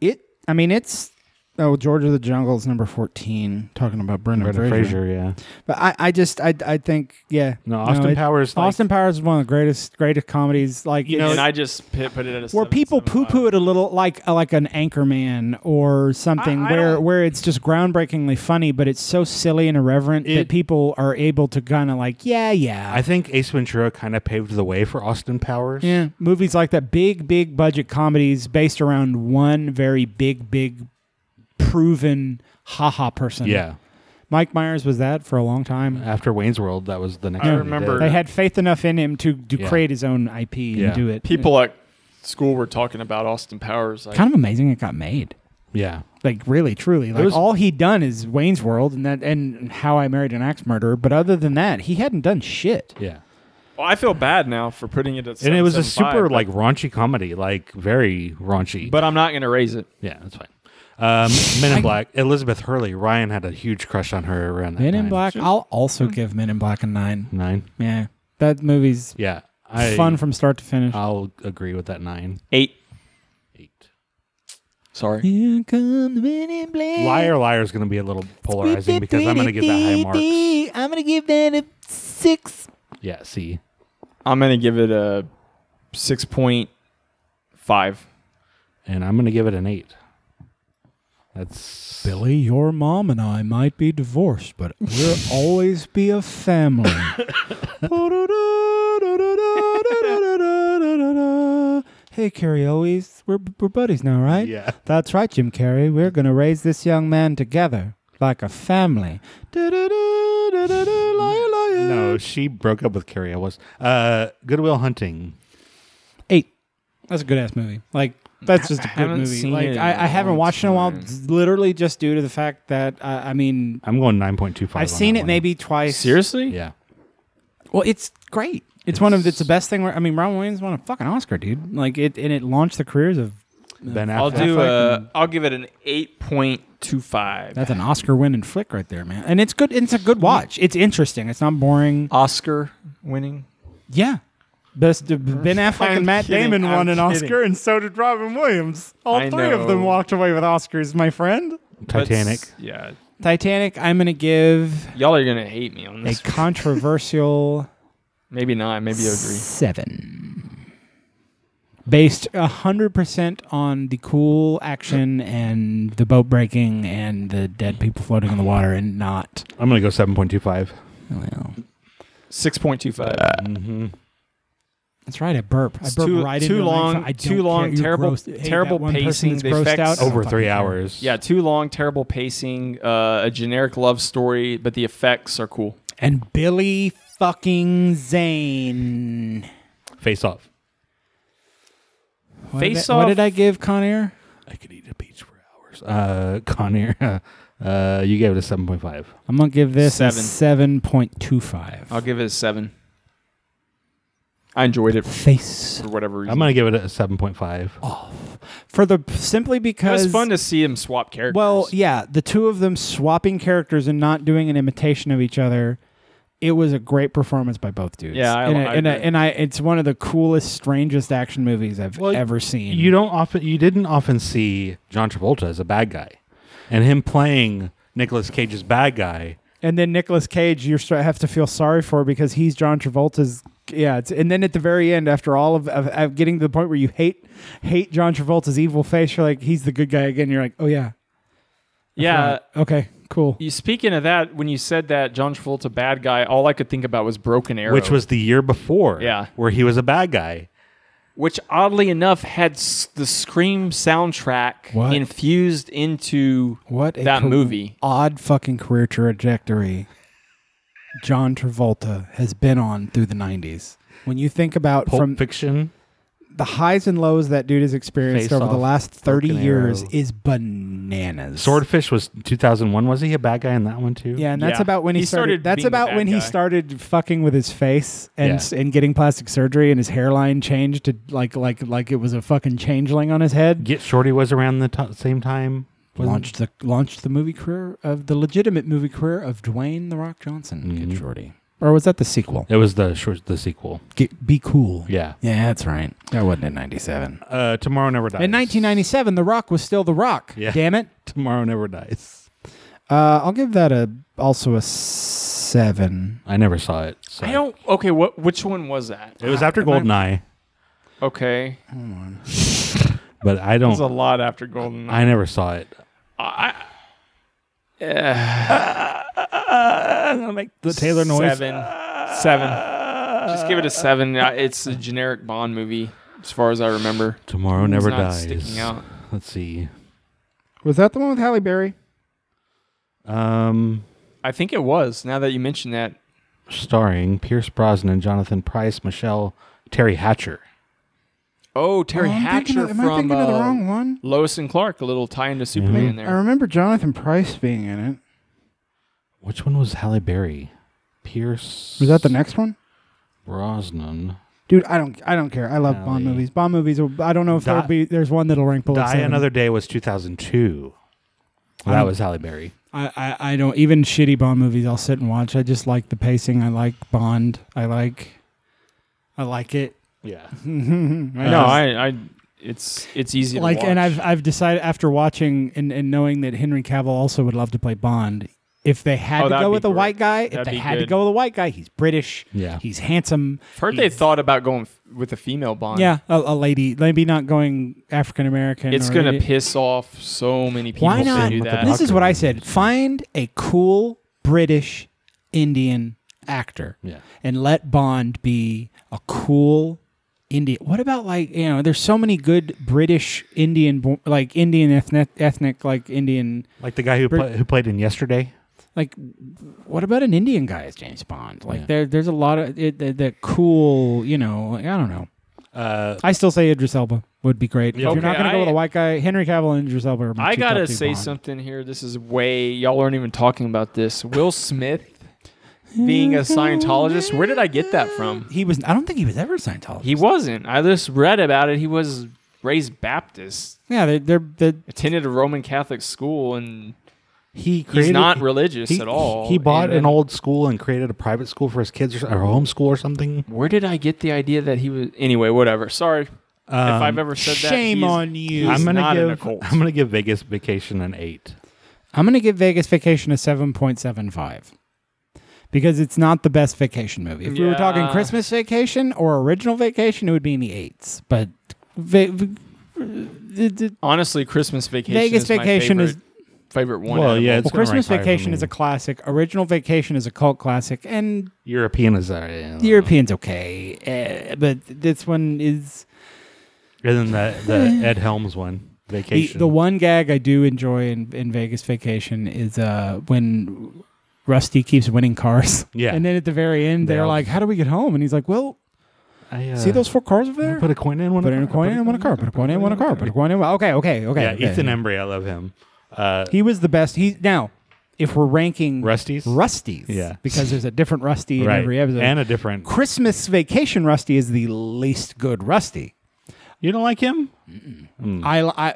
S1: it. I mean, it's. Oh, George of the Jungle is number fourteen. Talking about Brendan,
S3: Brendan
S1: Fraser.
S3: Fraser, yeah.
S1: But I, I just, I, I think, yeah.
S3: No, Austin
S1: it-
S3: Powers, like-
S1: Austin Powers is one of the greatest, greatest comedies. Like you
S2: You know,
S1: know,
S2: and I just pit, put it at a
S1: where people poo poo it a little, like uh, like an Anchorman or something,
S2: I
S1: where
S2: don't-
S1: where it's just groundbreakingly funny, but it's so silly and irreverent that
S3: It-
S1: people are able to kind of like, yeah, yeah.
S3: I think Ace Ventura kind of paved the way for Austin Powers.
S1: Yeah, movies like that, big, big budget comedies based around one very big, big, proven haha person.
S3: Yeah.
S1: Mike Myers was that for a long time.
S3: After Wayne's World, that was the next.
S2: I
S3: one he
S2: remember-
S1: They
S3: did.
S1: had faith enough in him to, to
S3: Yeah.
S1: create his own IP and
S3: Yeah.
S1: do it.
S2: People at school were talking about Austin Powers. Like,
S1: kind of amazing it got made.
S3: Yeah.
S1: Like really, truly, like
S3: was-
S1: all he'd done is Wayne's World and that and How I Married an Axe Murderer. But other than that, he hadn't done shit.
S3: Yeah.
S2: well, I feel bad now for putting it at.
S3: And it was a super
S2: 7.75,
S3: like raunchy comedy, like very raunchy.
S2: But I'm not gonna raise it.
S3: yeah, that's fine. Um, Men in Black, Elizabeth Hurley. Ryan had a huge crush on her around that
S1: Men in
S3: time.
S1: Black. I'll also give Men in Black a nine.
S3: nine.
S1: Yeah, that movie's
S3: Yeah, I,
S1: fun from start to finish.
S3: I'll agree with that nine.
S2: Eight.
S3: Eight.
S2: Sorry.
S1: Here comes the men in black.
S3: Liar, liar is going to be a little polarizing because I'm going to give that high marks.
S1: I'm gonna give that a six.
S3: Yeah, see,
S2: I'm gonna give it a six point five.
S3: and I'm going to give it an eight. That's
S1: Billy, your mom and I might be divorced, but we'll always be a family. hey, Carrie, always we're we're buddies now, right?
S3: Yeah.
S1: That's right, Jim Carrey. We're gonna raise this young man together like a family.
S3: no. She broke up with Carrie. I was uh, Goodwill Hunting.
S1: Eight. That's a good ass movie. Like that's just a good
S2: haven't
S1: movie.
S2: seen
S1: Like
S2: it in
S1: I,
S2: a
S1: I haven't
S2: long
S1: watched it in a while,
S2: time.
S1: literally just due to the fact that uh, I mean
S3: I'm going nine point two five.
S1: I've seen it maybe twice.
S2: Seriously?
S3: Yeah,
S1: Well, it's great. It's, one of it's the best thing. Where, I mean, Ron Williams won a fucking Oscar, dude. Like it, and it launched the careers of.
S3: Ben
S2: I'll
S3: Affleck.
S2: do.
S1: Affleck
S2: A, I'll give it an eight point two five.
S1: That's an Oscar-winning flick right there, man. And it's good. It's a good watch. It's interesting. It's not boring.
S2: Oscar winning.
S1: Yeah. Best uh, Ben Affleck
S2: I'm
S1: and Matt
S2: kidding.
S1: Damon
S2: I'm
S1: won an
S2: kidding.
S1: Oscar, and so did Robin Williams. All
S2: I
S1: three of them
S2: know.
S1: walked away with Oscars, my friend.
S3: Titanic.
S2: That's- yeah.
S1: Titanic. I'm gonna give
S2: Y'all are gonna hate me on
S1: a
S2: this.
S1: controversial
S2: maybe not. Maybe you'll agree.
S1: seven. based 100% on the cool action and the boat breaking and the dead people floating in the water and not.
S3: I'm going to go 7.25.
S1: Well,
S2: 6.25.
S1: Uh,
S3: Mm-hmm.
S1: That's right. I burp. I
S2: It's
S1: burp
S2: too-
S1: right
S2: too
S1: into the
S2: long-
S1: microphone. I
S2: too
S1: don't
S2: long,
S1: care. You're
S2: terrible-
S1: grossed- hey, that
S2: terrible
S1: one person
S2: pacing,
S1: that's
S2: the
S1: grossed
S2: effects-
S1: out, I don't
S2: Over
S1: fucking
S3: three
S1: care.
S3: hours.
S2: Yeah, too long, terrible pacing, uh, a generic love story, but the effects are cool.
S1: And Billy fucking Zane.
S3: Face off.
S1: What did
S2: Face
S1: I-
S2: Off-
S1: What did I give Conair?
S3: Uh, Conair, uh, you gave it a 7.5.
S1: I'm gonna give this
S2: Seven.
S1: a seven point two five.
S2: I'll give it a seven. I enjoyed it.
S1: Face.
S2: For whatever reason.
S3: I'm going to give it a 7.5.
S1: For the simply
S2: It
S1: because
S2: was fun to see him swap characters.
S1: Well, yeah, the two of them swapping characters and not doing an imitation of each other. It was a great performance by both dudes.
S2: Yeah, I-
S1: and,
S2: I
S1: and,
S2: agree.
S1: and I, it's one of the coolest, strangest action movies I've ever seen.
S3: You don't often, you didn't often see John Travolta as a bad guy, and him playing Nicolas Cage's bad guy.
S1: and then Nicolas Cage, you start have to feel sorry for because he's John Travolta's. Yeah, it's, and then at the very end, after all of, of, of getting to the point where you hate hate John Travolta's evil face, you're like, he's the good guy again. You're like, oh yeah,
S2: yeah.
S1: okay, cool.
S2: You speaking of that, when you said that John Travolta bad guy, all I could think about was Broken Arrow,
S3: Which was the year before,
S2: Yeah.
S3: where he was a bad guy.
S2: which oddly enough had s- the Scream soundtrack
S1: What?
S2: infused into
S1: What a
S2: that
S1: co-
S2: movie.
S1: Odd fucking career trajectory John Travolta has been on through the 90s. When you think about
S3: Pulp
S1: from
S3: Fiction,
S1: the highs and lows that dude has experienced
S3: Face
S1: over the
S3: Off,
S1: last 30
S3: Broken
S1: years
S3: Arrow.
S1: is bananas.
S3: Swordfish was 2001. Was he a bad guy in that one too?
S1: yeah, and that's
S2: Yeah.
S1: about when he,
S2: He
S1: started,
S2: started
S1: That's
S2: being the
S1: about
S2: bad
S1: when he
S2: guy.
S1: started fucking with his face and s- and getting plastic surgery, and his hairline changed to like like like it was a fucking changeling on his head.
S3: Get Shorty was around the t- same time. wasn't-
S1: Launched the launched the movie career of the legitimate movie career of Dwayne the Rock Johnson.
S2: Mm-hmm.
S1: Get Shorty, or was that the sequel?
S3: It was the short, the sequel.
S1: Get, be cool.
S3: Yeah.
S1: Yeah, that's right. That wasn't in 97.
S3: Uh, Tomorrow Never Dies.
S1: In 1997, The Rock was still The Rock.
S3: Yeah.
S1: Damn it.
S3: Tomorrow Never Dies.
S1: Uh, I'll give that a also a seven.
S3: I never saw it. So.
S2: I don't. Okay, what? Which one was that?
S3: It was after Goldeneye,
S2: Okay,
S3: but I
S2: it was a
S3: don't.
S2: lot after Golden.
S3: I never saw it.
S2: I'm gonna make the
S3: Taylor noise.
S2: Seven. Seven. Just give it a seven. I- It's a generic Bond movie, as far as I remember.
S3: Tomorrow
S2: It's
S3: Never
S2: not
S3: Dies.
S2: Sticking out.
S3: Let's see.
S10: Was that the one with Halle Berry?
S3: Um,
S2: I think it was. Now that you mention that,
S3: starring Pierce Brosnan, Jonathan Price, Michelle, Terry Hatcher.
S2: oh Terry
S10: Oh, I'm thinking
S2: Hatcher
S10: of- am I
S2: from
S10: thinking of the
S2: uh,
S10: wrong one? Mm-hmm.
S2: Lois and Clark. A little tie into Superman
S10: I
S2: there.
S10: remember Jonathan Price being in it.
S3: Which one was Halle Berry? Pierce
S10: Was that the next one?
S3: Brosnan.
S1: Dude, I don't I don't care. I love Bond
S3: Golly.
S1: movies. Bond movies are, I don't know if
S3: Die-
S1: there'll be there's one that'll rank below
S3: Die
S1: seven.
S3: Another Day was 2002. That was Halle Berry.
S1: I, I, I don't even shitty Bond movies I'll sit and watch. I just like the pacing. I like Bond. I like I like it.
S3: Yeah.
S2: no, I, I. It's it's easy.
S1: like
S2: to watch.
S1: and I've I've decided after watching and, and knowing that Henry Cavill also would love to play Bond, if they had
S2: Oh,
S1: to
S2: that'd
S1: go
S2: be
S1: with a
S2: great.
S1: white guy, if
S2: That'd
S1: they
S2: be
S1: had to
S2: good.
S1: go with a white guy, he's British.
S3: Yeah.
S1: He's handsome.
S2: heard they
S1: he's-
S2: thought about going f- with a female Bond.
S1: Yeah, a, a lady, maybe not going African American.
S2: It's
S1: or
S2: gonna
S1: Indian.
S2: piss off so many people.
S1: Why
S2: if they
S1: not?
S2: do that.
S1: This is what I said. Find a cool British Indian actor.
S3: Yeah.
S1: And let Bond be a cool Indian. What about like you know? There's so many good British Indian, bo- like Indian ethnic, ethnic like Indian.
S3: Like the guy who, pla- who played in Yesterday.
S1: Like, what about an Indian guy as James Bond? Like there, there's a lot of it, the, the cool. You know, like, I don't know.
S3: Uh,
S1: I still say Idris Elba would be great. If
S2: Okay,
S1: you're not going to go
S2: I-
S1: with a white guy, Henry Cavill and Idris Elba. Are my
S2: I
S1: two
S2: gotta
S1: top two
S2: say
S1: Bond.
S2: something here. This is way y'all aren't even talking about this. Will Smith being a Scientologist. Where did I get that from?
S1: He was. I don't think he was ever a Scientologist.
S2: He wasn't. I just read about it. He was raised Baptist,
S1: Yeah, they're, they're, they're
S2: attended a Roman Catholic school, and
S3: he
S2: he's
S3: created,
S2: not religious
S3: he-
S2: at all.
S3: He, he bought
S2: And
S3: an
S2: then-
S3: old school and created a private school for his kids or, or homeschool or something.
S2: Where did I get the idea that he was? Anyway, whatever. Sorry if I've ever said that.
S1: Um, shame
S2: he's-
S1: on you.
S2: he's
S3: I'm gonna
S2: not in a
S3: give
S2: cult.
S3: I'm gonna give Vegas Vacation an eight.
S1: I'm gonna give Vegas Vacation a seven point seven five because it's not the best vacation movie. If we were talking
S2: Yeah.
S1: Christmas Vacation or original Vacation, it would be in the eights. But Va- v-
S2: Honestly, Christmas vacation.
S1: Vegas
S2: is my
S1: vacation
S2: favorite,
S1: is-
S2: favorite one.
S3: Well, yeah,
S2: animal.
S3: it's
S1: well, Christmas Vacation is a classic. Original Vacation is a cult classic, and
S3: European is that. Yeah.
S1: the Europeans okay, uh, but this one is
S3: And then the, the Ed Helms one,
S1: the,
S3: Vacation.
S1: the one gag I do enjoy in, in Vegas Vacation is uh, when Rusty keeps winning cars.
S3: Yeah.
S1: and then at the very end, they're
S3: Yeah.
S1: like, "How do we get home?" And he's like, "Well."
S3: I, uh,
S1: See those four cars over there?
S3: put a coin in one.
S1: Put in a coin in one a car. Put a coin in one a car. Put a coin in. one- Okay, okay, okay.
S3: yeah,
S1: okay.
S3: Ethan Embry, I love him. Uh,
S1: He was the best. He now, if we're ranking
S3: Rusties?
S1: Rusties,
S3: Yeah.
S1: because there's a different Rusty in
S3: Right.
S1: every episode,
S3: And a different-
S1: Christmas Vacation Rusty is the least good Rusty.
S3: You don't like him?
S1: I, I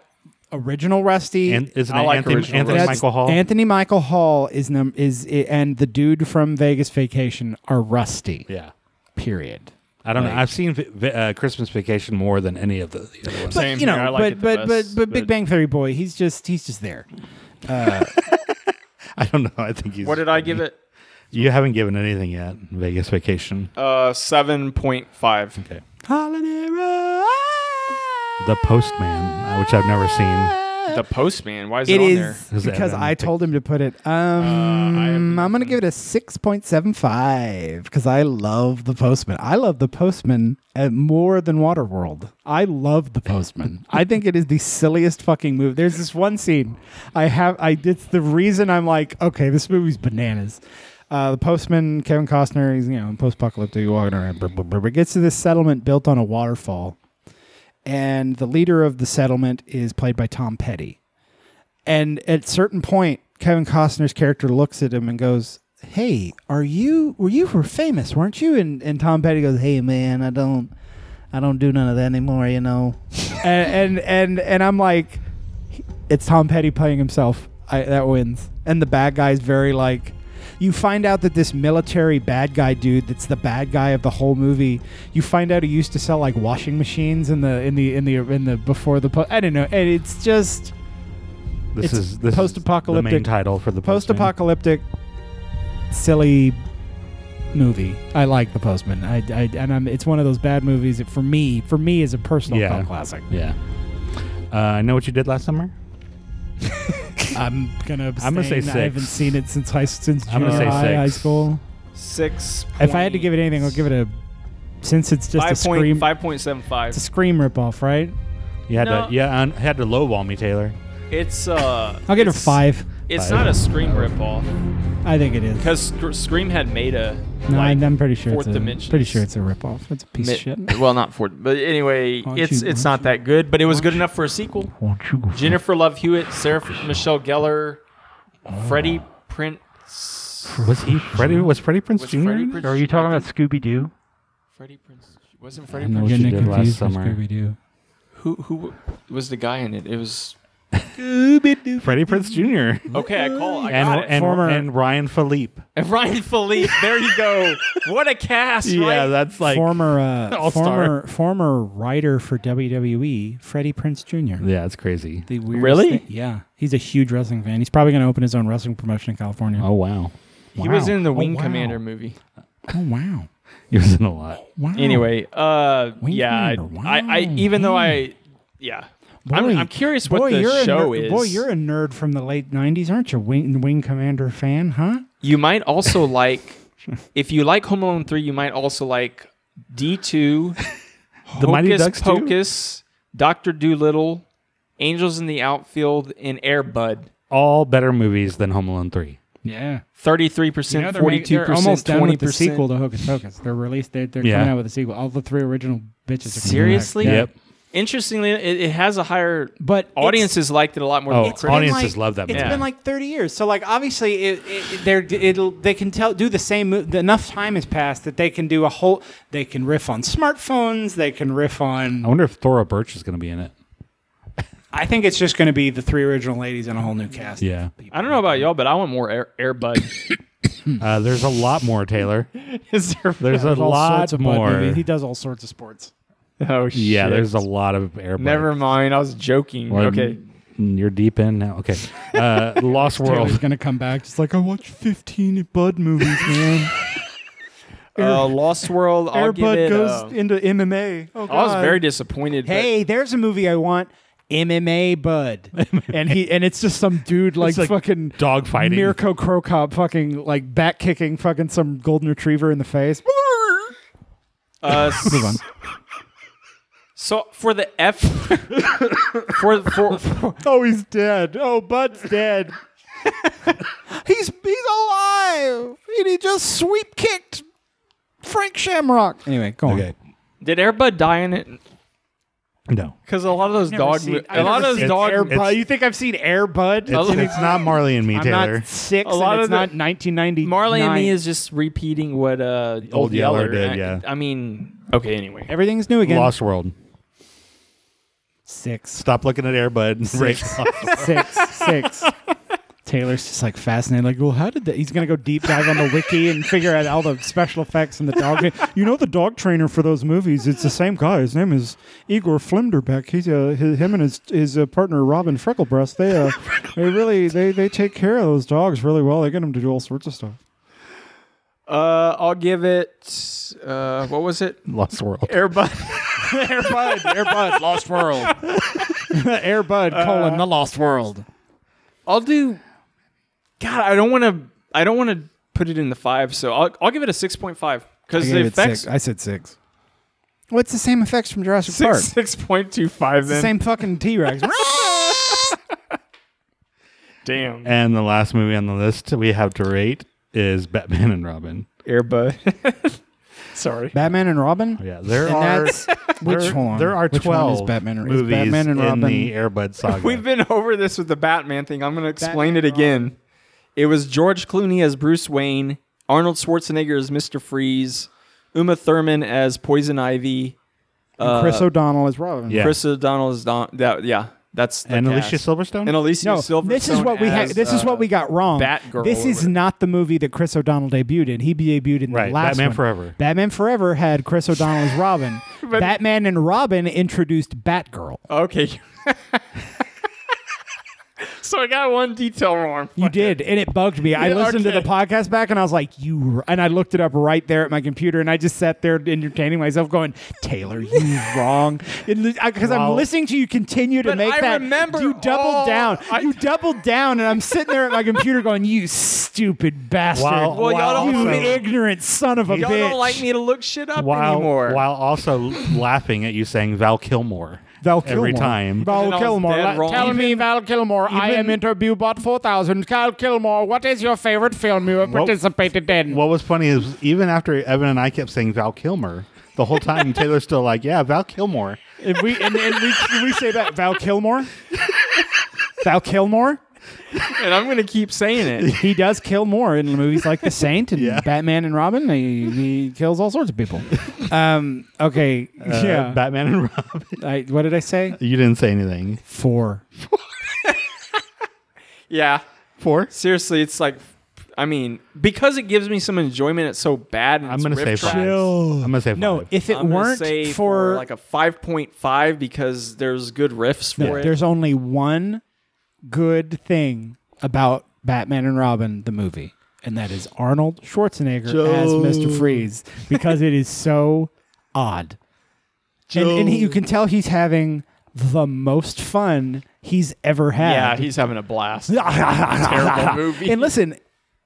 S1: original Rusty.
S3: Hmm. And isn't I it like Anthony- original Anthony Rusty. Michael Hall?
S1: Anthony Michael Hall is num is and the dude from Vegas Vacation are Rusty.
S3: Yeah.
S1: Period.
S3: I don't know.
S1: Like-
S3: I've seen vi- vi- uh, Christmas Vacation more than any of the, the other ones.
S1: But you know, but, but, but but Big Bang Theory boy, he's just he's just there. Uh,
S3: I don't know. I think he's.
S2: What did I give it?
S3: You haven't given anything yet. Vegas Vacation,
S2: Uh, seven point five. Okay.
S3: The Postman, uh, which I've never seen.
S2: The Postman. Why is
S1: Eh.
S2: it,
S1: it
S2: on
S1: is
S2: there?
S1: because Uh, I told him to put it. Um, I'm going to give it a 6.75 because I love the Postman. I love the Postman uh, more than Waterworld. I love the Postman. I think it is the silliest fucking movie. There's this one scene I have. I it's the reason I'm like, okay, this movie's bananas. Uh, the postman, Kevin Costner, he's you know post-apocalyptic walking around, blah, blah, blah, blah, gets to this settlement built on a waterfall, and the leader of the settlement is played by Tom Petty. And at certain point, Kevin Costner's character looks at him and goes, "Hey, are you were you were famous, weren't you?" And and Tom Petty goes, "Hey, man, I don't I don't do none of that anymore, you know." and, and and and I'm like, it's Tom Petty playing himself. I, that wins. And the bad guy's very like. You find out that this military bad guy dude that's the bad guy of the whole movie. You find out he used to sell like washing machines in the in the in the in the before the po- I don't know. And it's just
S3: This
S1: it's
S3: is this is the
S1: post-apocalyptic
S3: main title for the Postman.
S1: post-apocalyptic silly movie. I like The Postman. I, I and I'm it's one of those bad movies that for me for me is a personal
S3: Yeah.
S1: cult classic.
S3: Yeah. Uh, I know what you did last summer.
S1: I'm gonna.
S3: I'm gonna say
S1: abstain. I haven't
S3: six.
S1: seen it since high since
S3: I'm gonna
S1: junior
S3: say
S1: high,
S3: six.
S1: high school.
S2: Six.
S1: If I had to give it anything, I'll give it a. Since it's just a scream,
S2: Five point seven five.
S1: it's a scream ripoff, right?
S3: You had
S2: No.
S3: to yeah, un- had to lowball me, Taylor.
S2: It's uh.
S1: I'll give it a
S2: it's-
S1: five.
S2: It's
S3: Five.
S2: not a Scream ripoff
S1: I think it is.
S2: because Sc- Scream had made a
S1: No,
S2: like,
S1: I'm pretty sure
S2: fourth
S1: it's a,
S2: dimension.
S1: pretty sure it's a ripoff. It's a piece of shit.
S2: Mi- Well, not fourth, but anyway,
S1: Why don't
S2: it's
S1: you-
S2: it's not that good, but it was good enough for a sequel. Jennifer Love Hewitt, Sarah F- Michelle Gellar, Freddie Prince.
S3: Was he Freddie? Was Freddie Prince
S2: Was
S3: Jr.
S2: Freddie
S3: in it?
S2: Prince-
S12: Are you talking about Scooby Doo?
S2: Freddie Prince wasn't
S3: I
S2: Freddie
S3: know what
S2: Prince.
S3: you
S1: Getting it
S3: did last
S1: confused with
S3: summer.
S1: Scooby-Doo.
S2: Who who was the guy in it? It was
S3: Freddie Prince Jr.
S2: okay. I call. I
S3: and
S2: got it.
S3: and,
S1: Former-
S3: and Ryan Philippe.
S2: And Ryan Philippe. There you go. What a cast, right?
S3: that's
S1: former uh,
S3: All-star.
S1: former former writer for WWE, Freddie Prince Jr.
S3: Yeah, it's crazy.
S1: The weirdest
S2: Really?
S1: thing- Yeah, he's a huge wrestling fan. He's probably going to open his own wrestling promotion in California.
S3: Oh wow,
S2: He was in the Wing
S1: wow.
S2: Commander movie.
S1: Oh, wow!
S3: he was in a lot.
S1: Wow.
S2: Anyway, uh,
S1: Wing
S2: yeah,
S1: Commander, wow.
S2: I, I, I, even though I, yeah, I'm,
S1: Boy-
S2: I'm curious what
S1: boy,
S2: the
S1: you're a
S2: show
S1: ner-
S2: is.
S1: Boy, you're a nerd from the late '90s, aren't you? Wing, Wing Commander fan, huh?
S2: You might also like, if you like Home Alone three, you might also like D two,
S3: The Mighty
S2: Hocus
S3: Ducks 2?
S2: Pocus, Doctor Doolittle, Angels in the Outfield, and Air Bud.
S3: All better movies than Home Alone three.
S1: Yeah.
S2: Thirty-three
S1: You know
S2: percent,
S1: they're make-
S2: forty-two
S1: They're almost
S2: percent,
S1: done
S2: twenty
S1: with the sequel
S2: percent.
S1: to Hocus Pocus. They're released. They're, they're
S3: Yeah.
S1: coming out with a sequel. All the three original bitches. Are coming back.
S2: Seriously?
S1: Yeah.
S3: Yep.
S2: Interestingly, it, it has a higher,
S1: But
S2: audiences liked it a lot more. than
S3: Oh,
S2: critics.
S1: been
S3: audiences
S1: like-
S3: love that
S1: It's
S3: movie.
S1: been like 30 years. So like obviously it, it, they're it'll they can tell do the same mo- enough time has passed that they can do a whole they can riff on smartphones, they can riff
S3: I
S1: on
S3: wonder if Thora Birch is going to be in it.
S1: I think it's just going to be the three original ladies and a whole new cast.
S3: Yeah,
S2: I don't know about y'all, but I want more Air, Air Bud.
S3: uh, there's a lot more Taylor.
S2: Is there?
S3: There's a
S1: There's all
S3: lot
S1: sorts of Bud
S3: more.
S1: movies. He does all sorts of sports.
S2: Oh shit!
S3: Yeah, there's a lot of Air. Bud.
S2: Never mind. I was joking.
S3: Well,
S2: okay.
S3: mm, You're deep in now. Okay. Uh, Lost
S1: Taylor's
S3: World.
S1: going to come back just like I watched 15 Bud movies, man.
S2: Uh, Lost World. I'll give
S1: Airbud
S2: it.
S1: goes
S2: uh,
S1: into MMA. Oh,
S2: I was
S1: God.
S2: very disappointed. but-
S1: Hey, there's a movie I want. MMA Bud, and he and it's just some dude like,
S2: like
S1: fucking
S3: dog fighting.
S1: Mirko Krokop fucking like back kicking fucking some golden retriever in the face.
S2: Uh,
S1: Move on.
S2: So for the F, for, for for
S1: oh he's dead. Oh Bud's dead. he's he's alive, and he just sweep kicked Frank Shamrock. Anyway, go on.
S2: did Airbud die in it?
S3: No,
S2: because a lot of those dog, mo- a lot of those dog,
S1: Airbud. You think I've seen Airbud?
S2: It's- it's not
S3: Marley and Me,
S1: I'm
S3: Taylor.
S1: Not six.
S2: A
S1: and
S2: lot of
S1: it's
S2: the-
S1: not 1990.
S2: Marley and Me is just repeating what uh, Old, Yeller,
S3: did,
S2: I-
S3: yeah.
S2: I mean, okay. Anyway,
S1: everything's new again.
S3: Lost World.
S1: Six.
S3: Stop looking at Airbud.
S1: Six. six. Six. Taylor's just like fascinated. Like, well, how did that? He's gonna go deep dive on the wiki and figure out all the special effects and the dog.
S11: you know the dog trainer for those movies. It's the same guy. His name is Igor Flimderbeck. He's uh, his, him and his his uh, partner Robin Frecklebreast. They uh, they really they they take care of those dogs really well. They get them to do all sorts of stuff.
S2: Uh, I'll give it. Uh, what was it?
S3: Lost World.
S2: Airbud.
S1: Airbud. Airbud. Lost World.
S2: Uh,
S1: Airbud colon the Lost World.
S2: I'll do. God, I don't want to. I don't want to put it in the five. So I'll I'll give it a six point five because the effects.
S1: I said six. What's the same effects from Jurassic Park?
S2: Six six point two five.
S1: It's the
S2: Then
S1: same fucking T Rex.
S2: damn
S3: And the last movie on the list we have to rate is Batman and Robin.
S2: Airbud. Sorry.
S1: Batman and
S11: Oh,
S1: Robin.
S3: Yeah, there
S1: And
S3: are
S1: that's- which
S3: there,
S1: one?
S3: There are
S1: Which one
S3: twelve
S1: is Batman and- is
S3: movies
S1: Batman and
S3: in
S1: Robin-
S3: the Airbud saga.
S2: We've been over this with the Batman thing. I'm going to explain it again. It was George Clooney as Bruce Wayne, Arnold Schwarzenegger as Mr. Freeze, Uma Thurman as Poison Ivy, uh,
S1: And Chris O'Donnell is Robin.
S2: Chris O'Donnell is Don. That, yeah, that's the
S3: And
S2: cast.
S3: Alicia Silverstone?
S2: And Alicia
S1: No,
S2: Silverstone.
S1: this is what we had.
S2: as,
S1: This is
S2: uh,
S1: what we got wrong.
S2: Batgirl
S1: This
S2: or
S1: is not the movie that Chris O'Donnell debuted in. He debuted in
S3: Right,
S1: the last
S3: Batman
S1: one.
S3: Forever.
S1: Batman Forever had Chris O'Donnell as Robin. Batman and Robin introduced Batgirl.
S2: Okay. so I got one detail wrong.
S1: You did, and it bugged me. I
S2: Yeah,
S1: listened to
S2: okay.
S1: the podcast back, and I was like, "You," r- and I looked it up right there at my computer, and I just sat there entertaining myself, going, "Taylor, you wrong," because I'm
S3: Wow.
S1: listening to you continue to
S2: But
S1: make
S2: I
S1: that.
S2: remember
S1: you doubled
S2: all-
S1: down. you doubled down, and I'm sitting there at my computer, going, "You stupid bastard!
S3: While- Well, y'all while
S1: you
S3: don't- also-
S1: ignorant son of a
S2: Y'all
S1: bitch!"
S2: don't like me to look shit up
S3: while
S2: anymore.
S3: while also laughing at you saying Val Kilmore.
S1: Val
S3: every
S1: Kilmer.
S3: time.
S1: Val
S2: And I was
S1: Kilmore.
S2: dead
S1: like,
S2: wrong.
S1: Tell me,
S10: Val Kilmore, I am Interbubot 4000. Cal Kilmore, what is your favorite film you have
S3: What-
S10: participated in?
S3: What was funny is even after Evan and I kept saying Val Kilmer the whole time, Taylor's still like, "Yeah, Val Kilmer."
S1: if we and, and we, we say that Val Kilmore, Val Kilmore.
S2: and I'm going to keep saying it.
S1: he does kill more in movies like The Saint and Batman and Robin. He, he kills all sorts of people. Um, okay,
S3: Uh,
S1: yeah.
S3: Batman and Robin.
S1: I, what did I say?
S3: You didn't say anything.
S1: Four.
S2: Yeah.
S3: Four.
S2: Seriously, it's like, I mean, because it gives me some enjoyment. It's so bad. And
S3: I'm
S2: it's
S3: gonna
S2: riff
S3: say
S2: tracks.
S3: five. I'm gonna say
S1: No,
S3: five.
S1: if it
S2: I'm gonna
S1: weren't
S2: say
S1: for,
S2: like a five point five because there's good riffs for
S1: no,
S2: it.
S1: there's only one good thing about Batman and Robin the movie, and that is Arnold Schwarzenegger as Mister Freeze because it is so odd. And, and he, you can tell he's having the most fun he's ever had.
S2: yeah, he's having a blast. Terrible movie.
S1: And listen,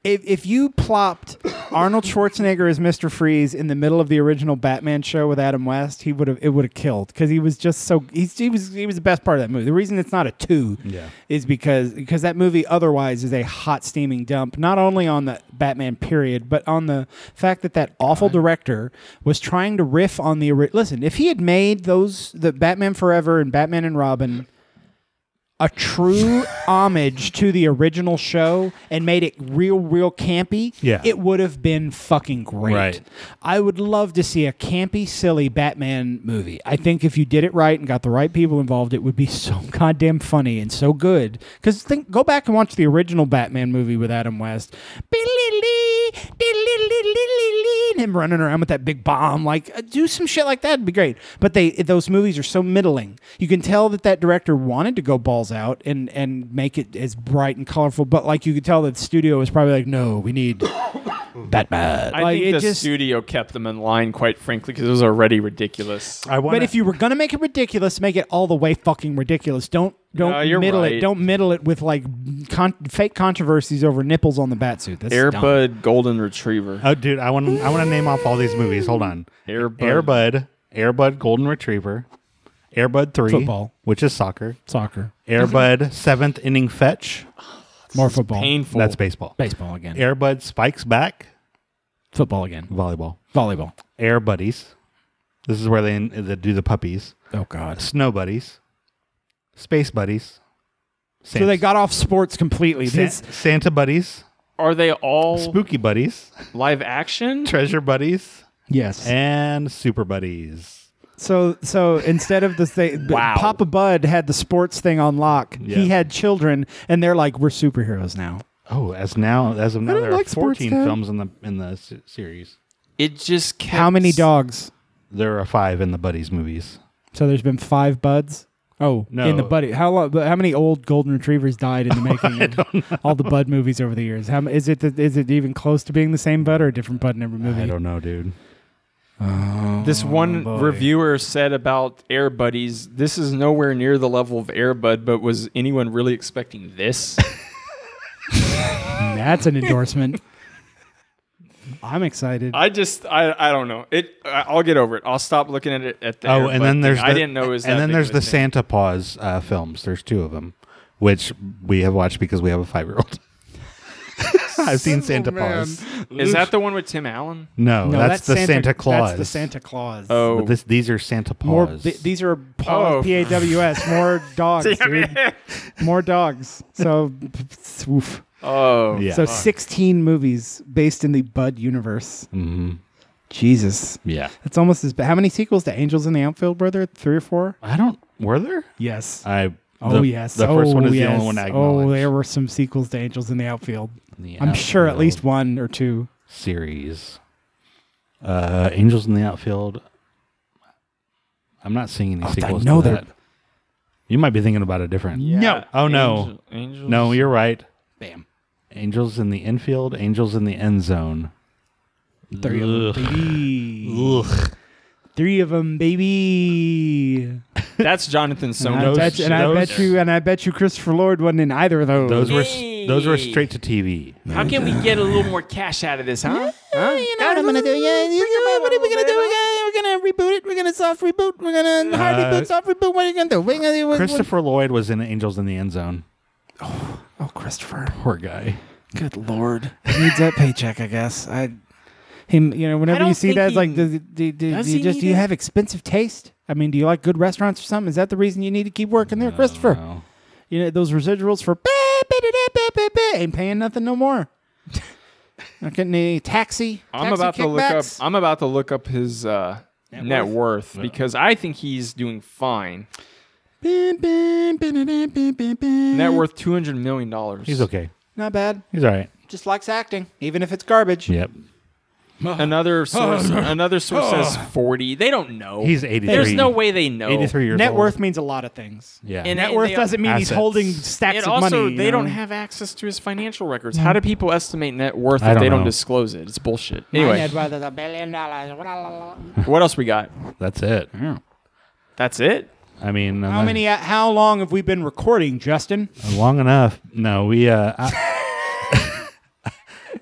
S1: if, if you plopped Arnold Schwarzenegger as Mr. Freeze in the middle of the original Batman show with Adam West, he would have it would have killed because he was just so he's, he was he was the best part of that movie. The reason it's not a two
S3: Yeah.
S1: is because because that movie otherwise is a hot steaming dump, not only on the Batman period, but on the fact that that awful director was trying to riff on the ori- listen. If he had made those the Batman Forever and Batman and Robin a true homage to the original show and made it real, real campy,
S3: Yeah.
S1: it would have been fucking great.
S3: Right.
S1: I would love to see a campy, silly Batman movie. I think if you did it right and got the right people involved, it would be so goddamn funny and so good. Because think, go back and watch the original Batman movie with Adam West. And him running around with that big bomb, like uh, do some shit like that would be great. But they those movies are so middling. You can tell that that director wanted to go balls out and and make it as bright and colorful, but like you could tell that the studio was probably like, no, we need Batman.
S2: I
S1: Like,
S2: think
S1: it
S2: the
S1: just-
S2: studio kept them in line, quite frankly, because it was already ridiculous.
S3: I
S1: But if you were gonna make it ridiculous, make it all the way fucking ridiculous. Don't don't
S2: No, you're
S1: middle it.
S2: right.
S1: Don't middle it with like con- fake controversies over nipples on the batsuit. That's dumb.
S2: Airbud Golden Retriever.
S3: Oh, dude, I want I want to name off all these movies. Hold on.
S2: Airbud.
S3: Airbud, Airbud Golden Retriever, Airbud 3,
S1: Football.
S3: which is soccer.
S1: Soccer.
S3: Airbud 7th inning fetch.
S1: More football.
S2: painful.
S3: That's baseball.
S1: Baseball again.
S3: Airbud spikes back.
S1: Football again.
S3: Volleyball.
S1: Volleyball.
S3: Air buddies. This is where they, they do the puppies.
S1: Oh god.
S3: Snow buddies. Space buddies.
S1: So they got off sports completely.
S3: San-
S1: This-
S3: Santa buddies.
S2: Are they all
S3: Spooky buddies.
S2: live action?
S3: Treasure buddies.
S1: Yes.
S3: And super buddies.
S1: So so instead of the thing,
S3: Wow.
S1: Papa Bud had the sports thing on lock.
S3: Yeah.
S1: He had children, and they're like, we're superheroes now.
S3: Oh, as now as of now
S1: don't
S3: there
S1: like
S3: are
S1: sports
S3: 14
S1: Dad.
S3: films in the in the s- series.
S2: It just kept
S1: How many dogs?
S3: There are 5 in the buddies movies.
S1: So there's been five buds. Oh,
S3: No.
S1: in the buddy, how long? but How many old golden retrievers died in the making of all the bud movies over the years? How m- is it? that- Is it even close to being the same bud or a different bud in every movie?
S3: I don't know, dude.
S2: This
S3: Mm,
S2: one
S1: boy.
S2: reviewer said about Air Buddies, this is nowhere near the level of Airbud, but was anyone really expecting this?
S1: That's an endorsement. I'm excited.
S2: I just I, I don't know. It I- I'll get over it. I'll stop looking at it at the
S3: Oh,
S2: Air
S3: and
S2: Bud
S3: then there's
S2: thing. I
S3: the-
S2: didn't know it was
S3: and
S2: that
S3: then
S2: big
S3: there's
S2: of a
S3: the
S2: thing.
S3: Santa Paws uh, films. There's two of them, which we have watched because we have a five year old. I've seen Santa Paws.
S2: Is that the one with Tim Allen?
S3: No,
S1: No,
S3: that's,
S1: that's
S3: the
S1: Santa-
S3: Santa, Claus.
S1: that's the Santa Claus.
S2: Oh.
S3: But this, these are Santa
S1: More.
S3: Paws.
S1: th- these are paws.
S2: Oh.
S1: P A W S. More dogs, dude. More dogs. So, oof.
S2: Oh,
S3: yeah.
S1: so 16 movies based in the Bud universe.
S3: Mhm.
S1: Jesus,
S3: yeah.
S1: that's almost as bad. How many sequels to Angels in the Outfield, brother? Three or four?
S3: I don't. Were there?
S1: Yes.
S3: I.
S1: Oh
S3: Uh, the-
S1: yes.
S3: The first
S1: oh,
S3: one is
S1: yes.
S3: the only one I
S1: Oh,
S3: acknowledge.
S1: there were some sequels to Angels in the Outfield.
S3: The
S1: I'm sure at
S3: Outfield
S1: least one or two.
S3: series. Uh, Angels in the Outfield. I'm not seeing any
S1: Oh, I
S3: sequels.
S1: know
S3: to
S1: they're-
S3: that. You might be thinking about a different.
S2: Yeah.
S3: Oh no.
S2: Angel- Angels.
S3: No, you're right.
S1: Bam.
S3: Angels in the infield, angels in the end zone.
S1: Three of them, baby.
S3: Ugh.
S1: Three of them, baby.
S2: That's Jonathan
S1: And,
S2: Sonos.
S1: I, bet, and I bet you, and I bet you, Christopher Lloyd wasn't in either of those.
S3: Those were s- those were straight to TV.
S2: How can we get a little more cash out of this, huh?
S1: Eh,
S4: You know what I'm gonna do? Yeah, you know what are we gonna do? We're gonna, we're gonna reboot it. We're gonna soft reboot. We're gonna hard
S3: Uh,
S4: reboot, soft reboot. What are you gonna do? We're gonna do.
S3: Christopher Lloyd was in Angels in the End Zone.
S1: oh, Christopher.
S3: Poor guy.
S1: Good lord, he needs that paycheck, I guess. I him, you know, whenever you
S2: don't
S1: see
S2: think
S1: that, it's like,
S2: he-
S1: do, do, do, do
S2: does
S1: you
S2: he
S1: just do
S2: need
S1: you
S2: it?
S1: have expensive taste? I mean, do you like good restaurants or something? Is that the reason you need to keep working there, Christopher?
S3: know.
S1: You know those residuals for bah, bah, da, da, bah, bah, bah, ain't paying nothing no more. Not getting any taxi.
S2: I'm
S1: taxi
S2: about to look up.
S1: kickbacks?
S2: I'm about to look up his uh, net, worth, because I think he's doing fine.
S1: Bim, bim, bim, bim, bim, bim, bim.
S2: Net worth two hundred million dollars.
S3: He's okay.
S1: Not bad.
S3: He's all right.
S1: Just likes acting, even if it's garbage.
S3: Yep.
S2: Another source. another source says forty. They don't know.
S3: He's 83.
S2: There's no way they know.
S3: 83 years
S1: Net
S3: old.
S1: worth means a lot of things.
S3: Yeah.
S2: And-
S1: Net worth
S2: they-
S1: doesn't mean he's
S3: Assets.
S1: holding stacks
S2: And
S1: of
S2: also,
S1: money. you
S2: they don't
S1: know?
S2: have access to his financial records. How do people estimate net worth
S3: I
S2: if
S3: don't
S2: they don't
S3: know.
S2: disclose it? It's bullshit.
S4: Anyway.
S2: Anyway,
S4: a billion dollars. Blah, blah, blah.
S2: what else we got?
S3: That's it.
S2: That's it.
S3: I mean,
S1: How
S3: unless-
S1: many? uh, How long have we been recording, Justin?
S3: long enough. No, we uh, I-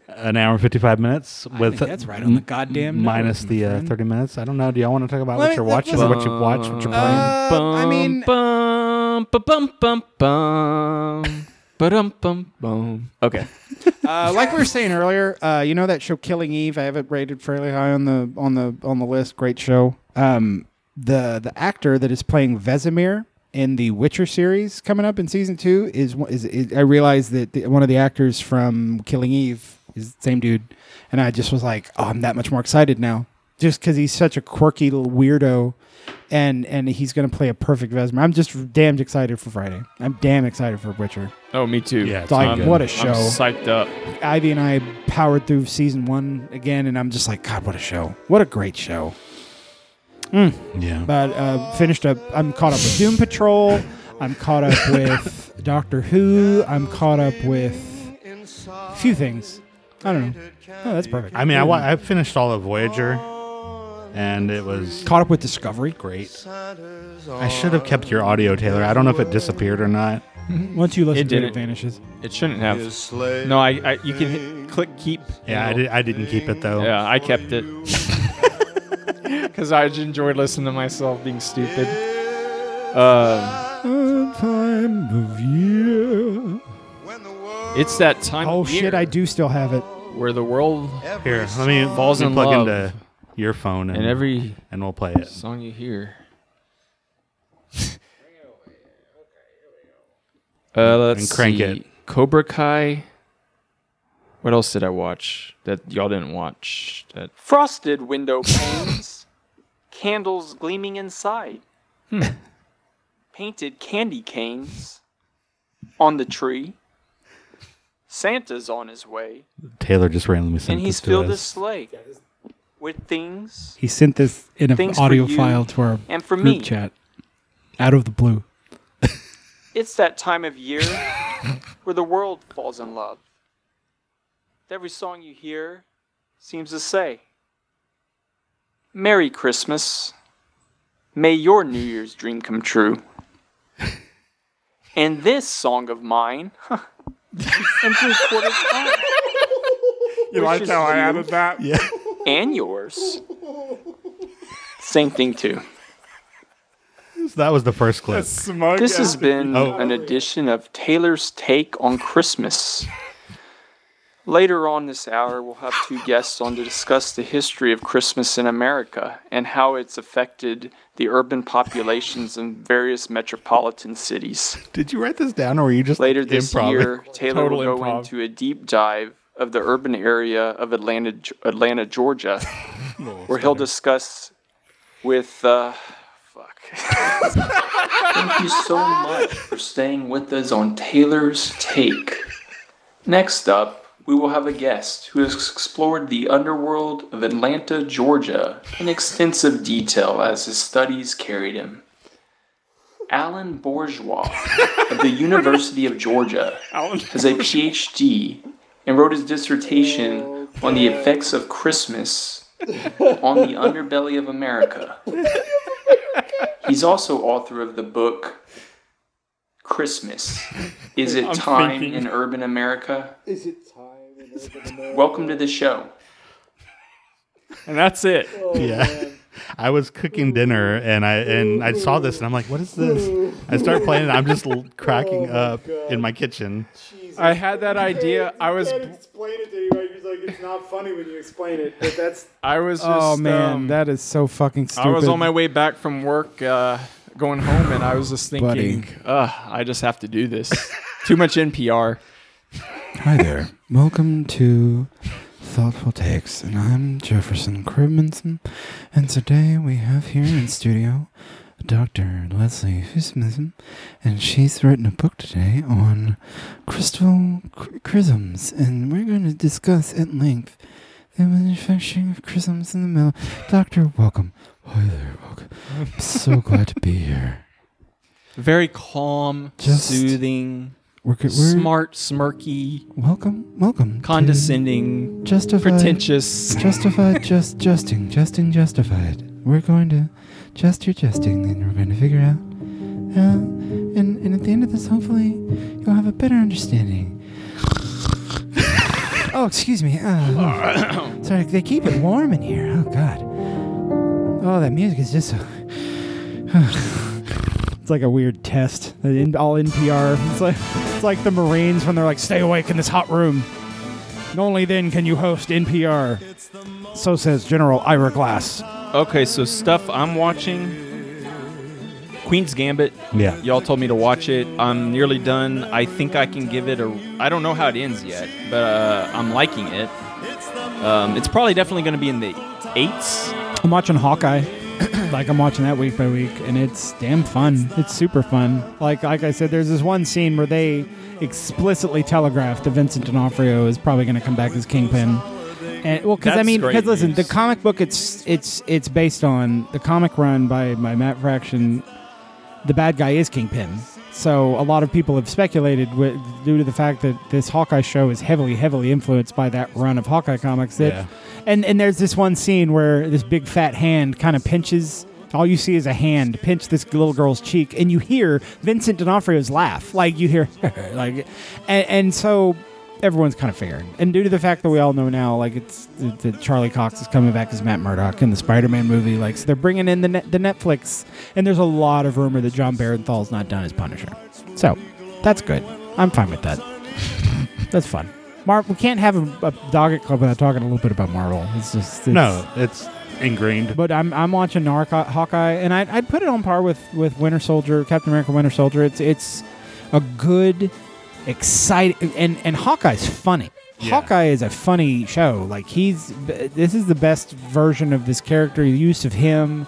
S3: an hour and fifty five minutes with
S1: that's right on the goddamn
S3: minus
S1: nose,
S3: the
S1: my
S3: uh,
S1: friend.
S3: thirty minutes. I don't know. Do y'all want to talk about
S1: Let
S3: what
S1: me-
S3: you're
S1: let-
S3: watching,
S1: let's-
S3: or what you watch, what you're playing?
S1: Uh, I mean-
S2: bum, bum, bum, bum, bum, ba-dum, bum, bum. Okay.
S1: Uh, like we were saying earlier, uh, you know that show Killing Eve. I have it rated fairly high on the on the on the list. Great show. Um, the the actor that is playing Vesemir in the Witcher series coming up in season two is one- is, is I realized that the, one of the actors from Killing Eve is the same dude, and I just was like, oh, I'm that much more excited now, just because he's such a quirky little weirdo. And, and he's gonna play a perfect Vesemir. I'm just damned excited for Friday. I'm damn excited for Witcher.
S2: Oh, me too.
S3: Yeah, it's
S1: Like,
S3: not good.
S1: what a
S2: I'm
S1: show!
S2: psyched up.
S1: Ivy and I powered through season one again, and I'm just like, God, what a show! What a great show! Mm.
S3: yeah.
S1: But uh, finished up. I'm caught up with Doom Patrol. I'm caught up with Doctor Who. I'm caught up with a few things. I don't know. Oh, that's perfect.
S3: I mean, I, wa- I finished all of Voyager, and it was
S1: caught up with Discovery.
S3: Great. I should have kept your audio, Taylor. I don't know if it disappeared or not.
S1: Once you listen
S2: It
S1: to it,
S2: didn't.
S1: it vanishes.
S2: It shouldn't have. No, I, I you can hit, click keep.
S3: Yeah, I, did, I didn't keep it though.
S2: Yeah, I kept it because I just enjoyed listening to myself being stupid. Uh,
S1: time of year.
S2: it's that time.
S1: Oh
S2: of year
S1: shit! I do still have it.
S2: Where the world
S3: Here, let me,
S2: falls
S3: let me
S2: in
S3: plug
S2: love.
S3: into your phone and,
S2: And every
S3: and we'll play it.
S2: song you hear. uh, let's
S3: And crank
S2: see.
S3: it.
S2: Cobra Kai. What else did I watch that y'all didn't watch? That frosted window panes, candles gleaming inside,
S3: Hmm.
S2: painted candy canes on the tree. Santa's on his way,
S3: Taylor just randomly sent
S2: and he's
S3: this to
S2: filled
S3: us.
S2: his sleigh with things
S1: He sent this in an
S2: Things for
S1: audio
S2: you
S1: file to our
S2: and for
S1: group
S2: me.
S1: chat. Out of the blue.
S2: It's that time of year where the world falls in love. Every song you hear seems to say, Merry Christmas. May your New Year's dream come true. And this song of mine, in three quarters time,
S12: You like
S2: wishes
S12: how I
S2: you
S12: added that? Yeah.
S2: and yours. Same thing, too.
S3: That was the first clip.
S7: Oh,
S2: This has been an edition of Taylor's Take on Christmas. Later on this hour, we'll have two guests on to discuss the history of Christmas in America and how it's affected the urban populations in various metropolitan cities.
S3: Did you write this down or were you just
S2: Later this
S3: improv?
S2: year, Taylor
S3: Total
S2: will go
S3: improv.
S2: into a deep dive of the urban area of Atlanta, Atlanta, Georgia, where he'll discuss with. Uh, fuck. Thank you so much for staying with us on Taylor's Take. Next up, we will have a guest who has explored the underworld of Atlanta, Georgia, in extensive detail as his studies carried him. Alan Bourgeois of the University of Georgia has a PhD and wrote his dissertation on the effects of Christmas on the underbelly of America. He's also author of the book Christmas Is It
S12: I'm
S2: Time
S12: thinking.
S2: in Urban America?
S12: Is it time?
S2: Welcome to the show. And that's it.
S3: Yeah. I was cooking dinner and I and I saw this and I'm like, what is this? I start playing and I'm just l- cracking up in Oh my kitchen.
S2: I had that idea. I was
S12: can't explain it to you. I was like, it's not funny when you explain it, but that's.
S2: I was um,
S1: Oh man, that is so fucking stupid.
S2: I was on my way back from work, uh, going home, and I was just thinking, Ugh, I just have to do this. Too much NPR.
S1: Hi there. Welcome to Thoughtful Takes, and I'm Jefferson Cribbinson, and today we have here in studio Dr. Leslie Husemism, and she's written a book today on crystal cr- chrisms, and we're going to discuss at length the manufacturing of chrisms in the middle. Doctor, welcome. Hi there, welcome. I'm so glad to be here.
S2: Very calm,
S1: Just-
S2: soothing,
S1: We're good- we're-
S2: smart, smirky,
S1: Welcome, welcome. to
S2: condescending,
S1: Justified.
S2: pretentious.
S1: Justified, just justing, justing, justified. We're going to just your justing, and we're going to figure out. Uh, and and at the end of this, hopefully, you'll have a better understanding. oh, excuse me. Uh, sorry, they keep it warm in here. Oh God. Oh, that music is just so. It's like a weird test. All NPR. It's like it's like the Marines when they're like, "Stay awake in this hot room." And only then can you host NPR. So says General Ira Glass.
S2: Okay, so stuff I'm watching Queen's Gambit.
S1: Yeah.
S2: Y'all told me to watch it. I'm nearly done. I think I can give it a. I don't know how it ends yet, but uh, I'm liking it. Um, it's probably definitely going to be in the eights.
S1: I'm watching Hawkeye. like I'm watching that week by week, and it's damn fun. It's super fun. Like like I said, there's this one scene where they explicitly telegraph that Vincent D'Onofrio is probably going to come back as Kingpin. And, well, because I
S2: That's
S1: mean,
S2: great
S1: because listen,
S2: news.
S1: the comic book it's it's it's based on the comic run by by Matt Fraction. The bad guy is Kingpin, So a lot of people have speculated wi- due to the fact that this Hawkeye show is heavily, heavily influenced by that run of Hawkeye comics. That,
S13: Yeah.
S1: and and there's this one scene where this big fat hand kind of pinches. All you see is a hand pinch this little girl's cheek, and you hear Vincent D'Onofrio's laugh. Like you hear, like, and, and so everyone's kind of figuring. And due to the fact that we all know now, like it's that that Charlie Cox is coming back as Matt Murdock in the Spider-Man movie. Like so they're bringing in the net, the Netflix, and there's a lot of rumor that John Barenthal's not done as Punisher. So that's good. I'm fine with that. that's fun. Mark, we can't have a, a dog at club without talking a little bit about Marvel. It's just it's,
S3: no, it's ingrained.
S1: But I'm I'm watching Narco- Hawkeye, and I'd, I'd put it on par with with Winter Soldier, Captain America, Winter Soldier. It's it's a good, exciting, and and Hawkeye's funny. Hawkeye is a funny show. Like he's this is the best version of this character. The use of him,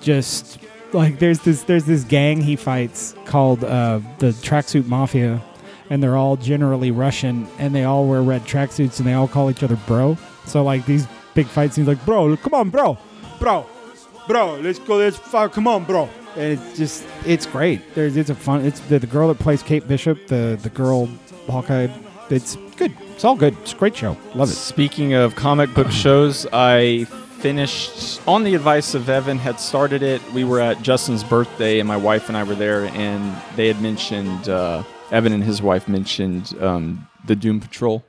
S1: just like there's this there's this gang he fights called uh, the Tracksuit Mafia, and they're all generally Russian, and they all wear red tracksuits, and they all call each other bro. So like these big fight scenes, like bro, come on, bro, bro, bro, let's go, let's fuck, come on, bro. And it's just it's great. There's it's a fun. It's the, the girl that plays Kate Bishop, the the girl Hawkeye. It's good. It's all good. It's a great show. Love it.
S2: Speaking of comic book shows, I finished on the advice of Evan had started it. We were at Justin's birthday, and my wife and I were there, and they had mentioned uh, Evan and his wife mentioned um, the Doom Patrol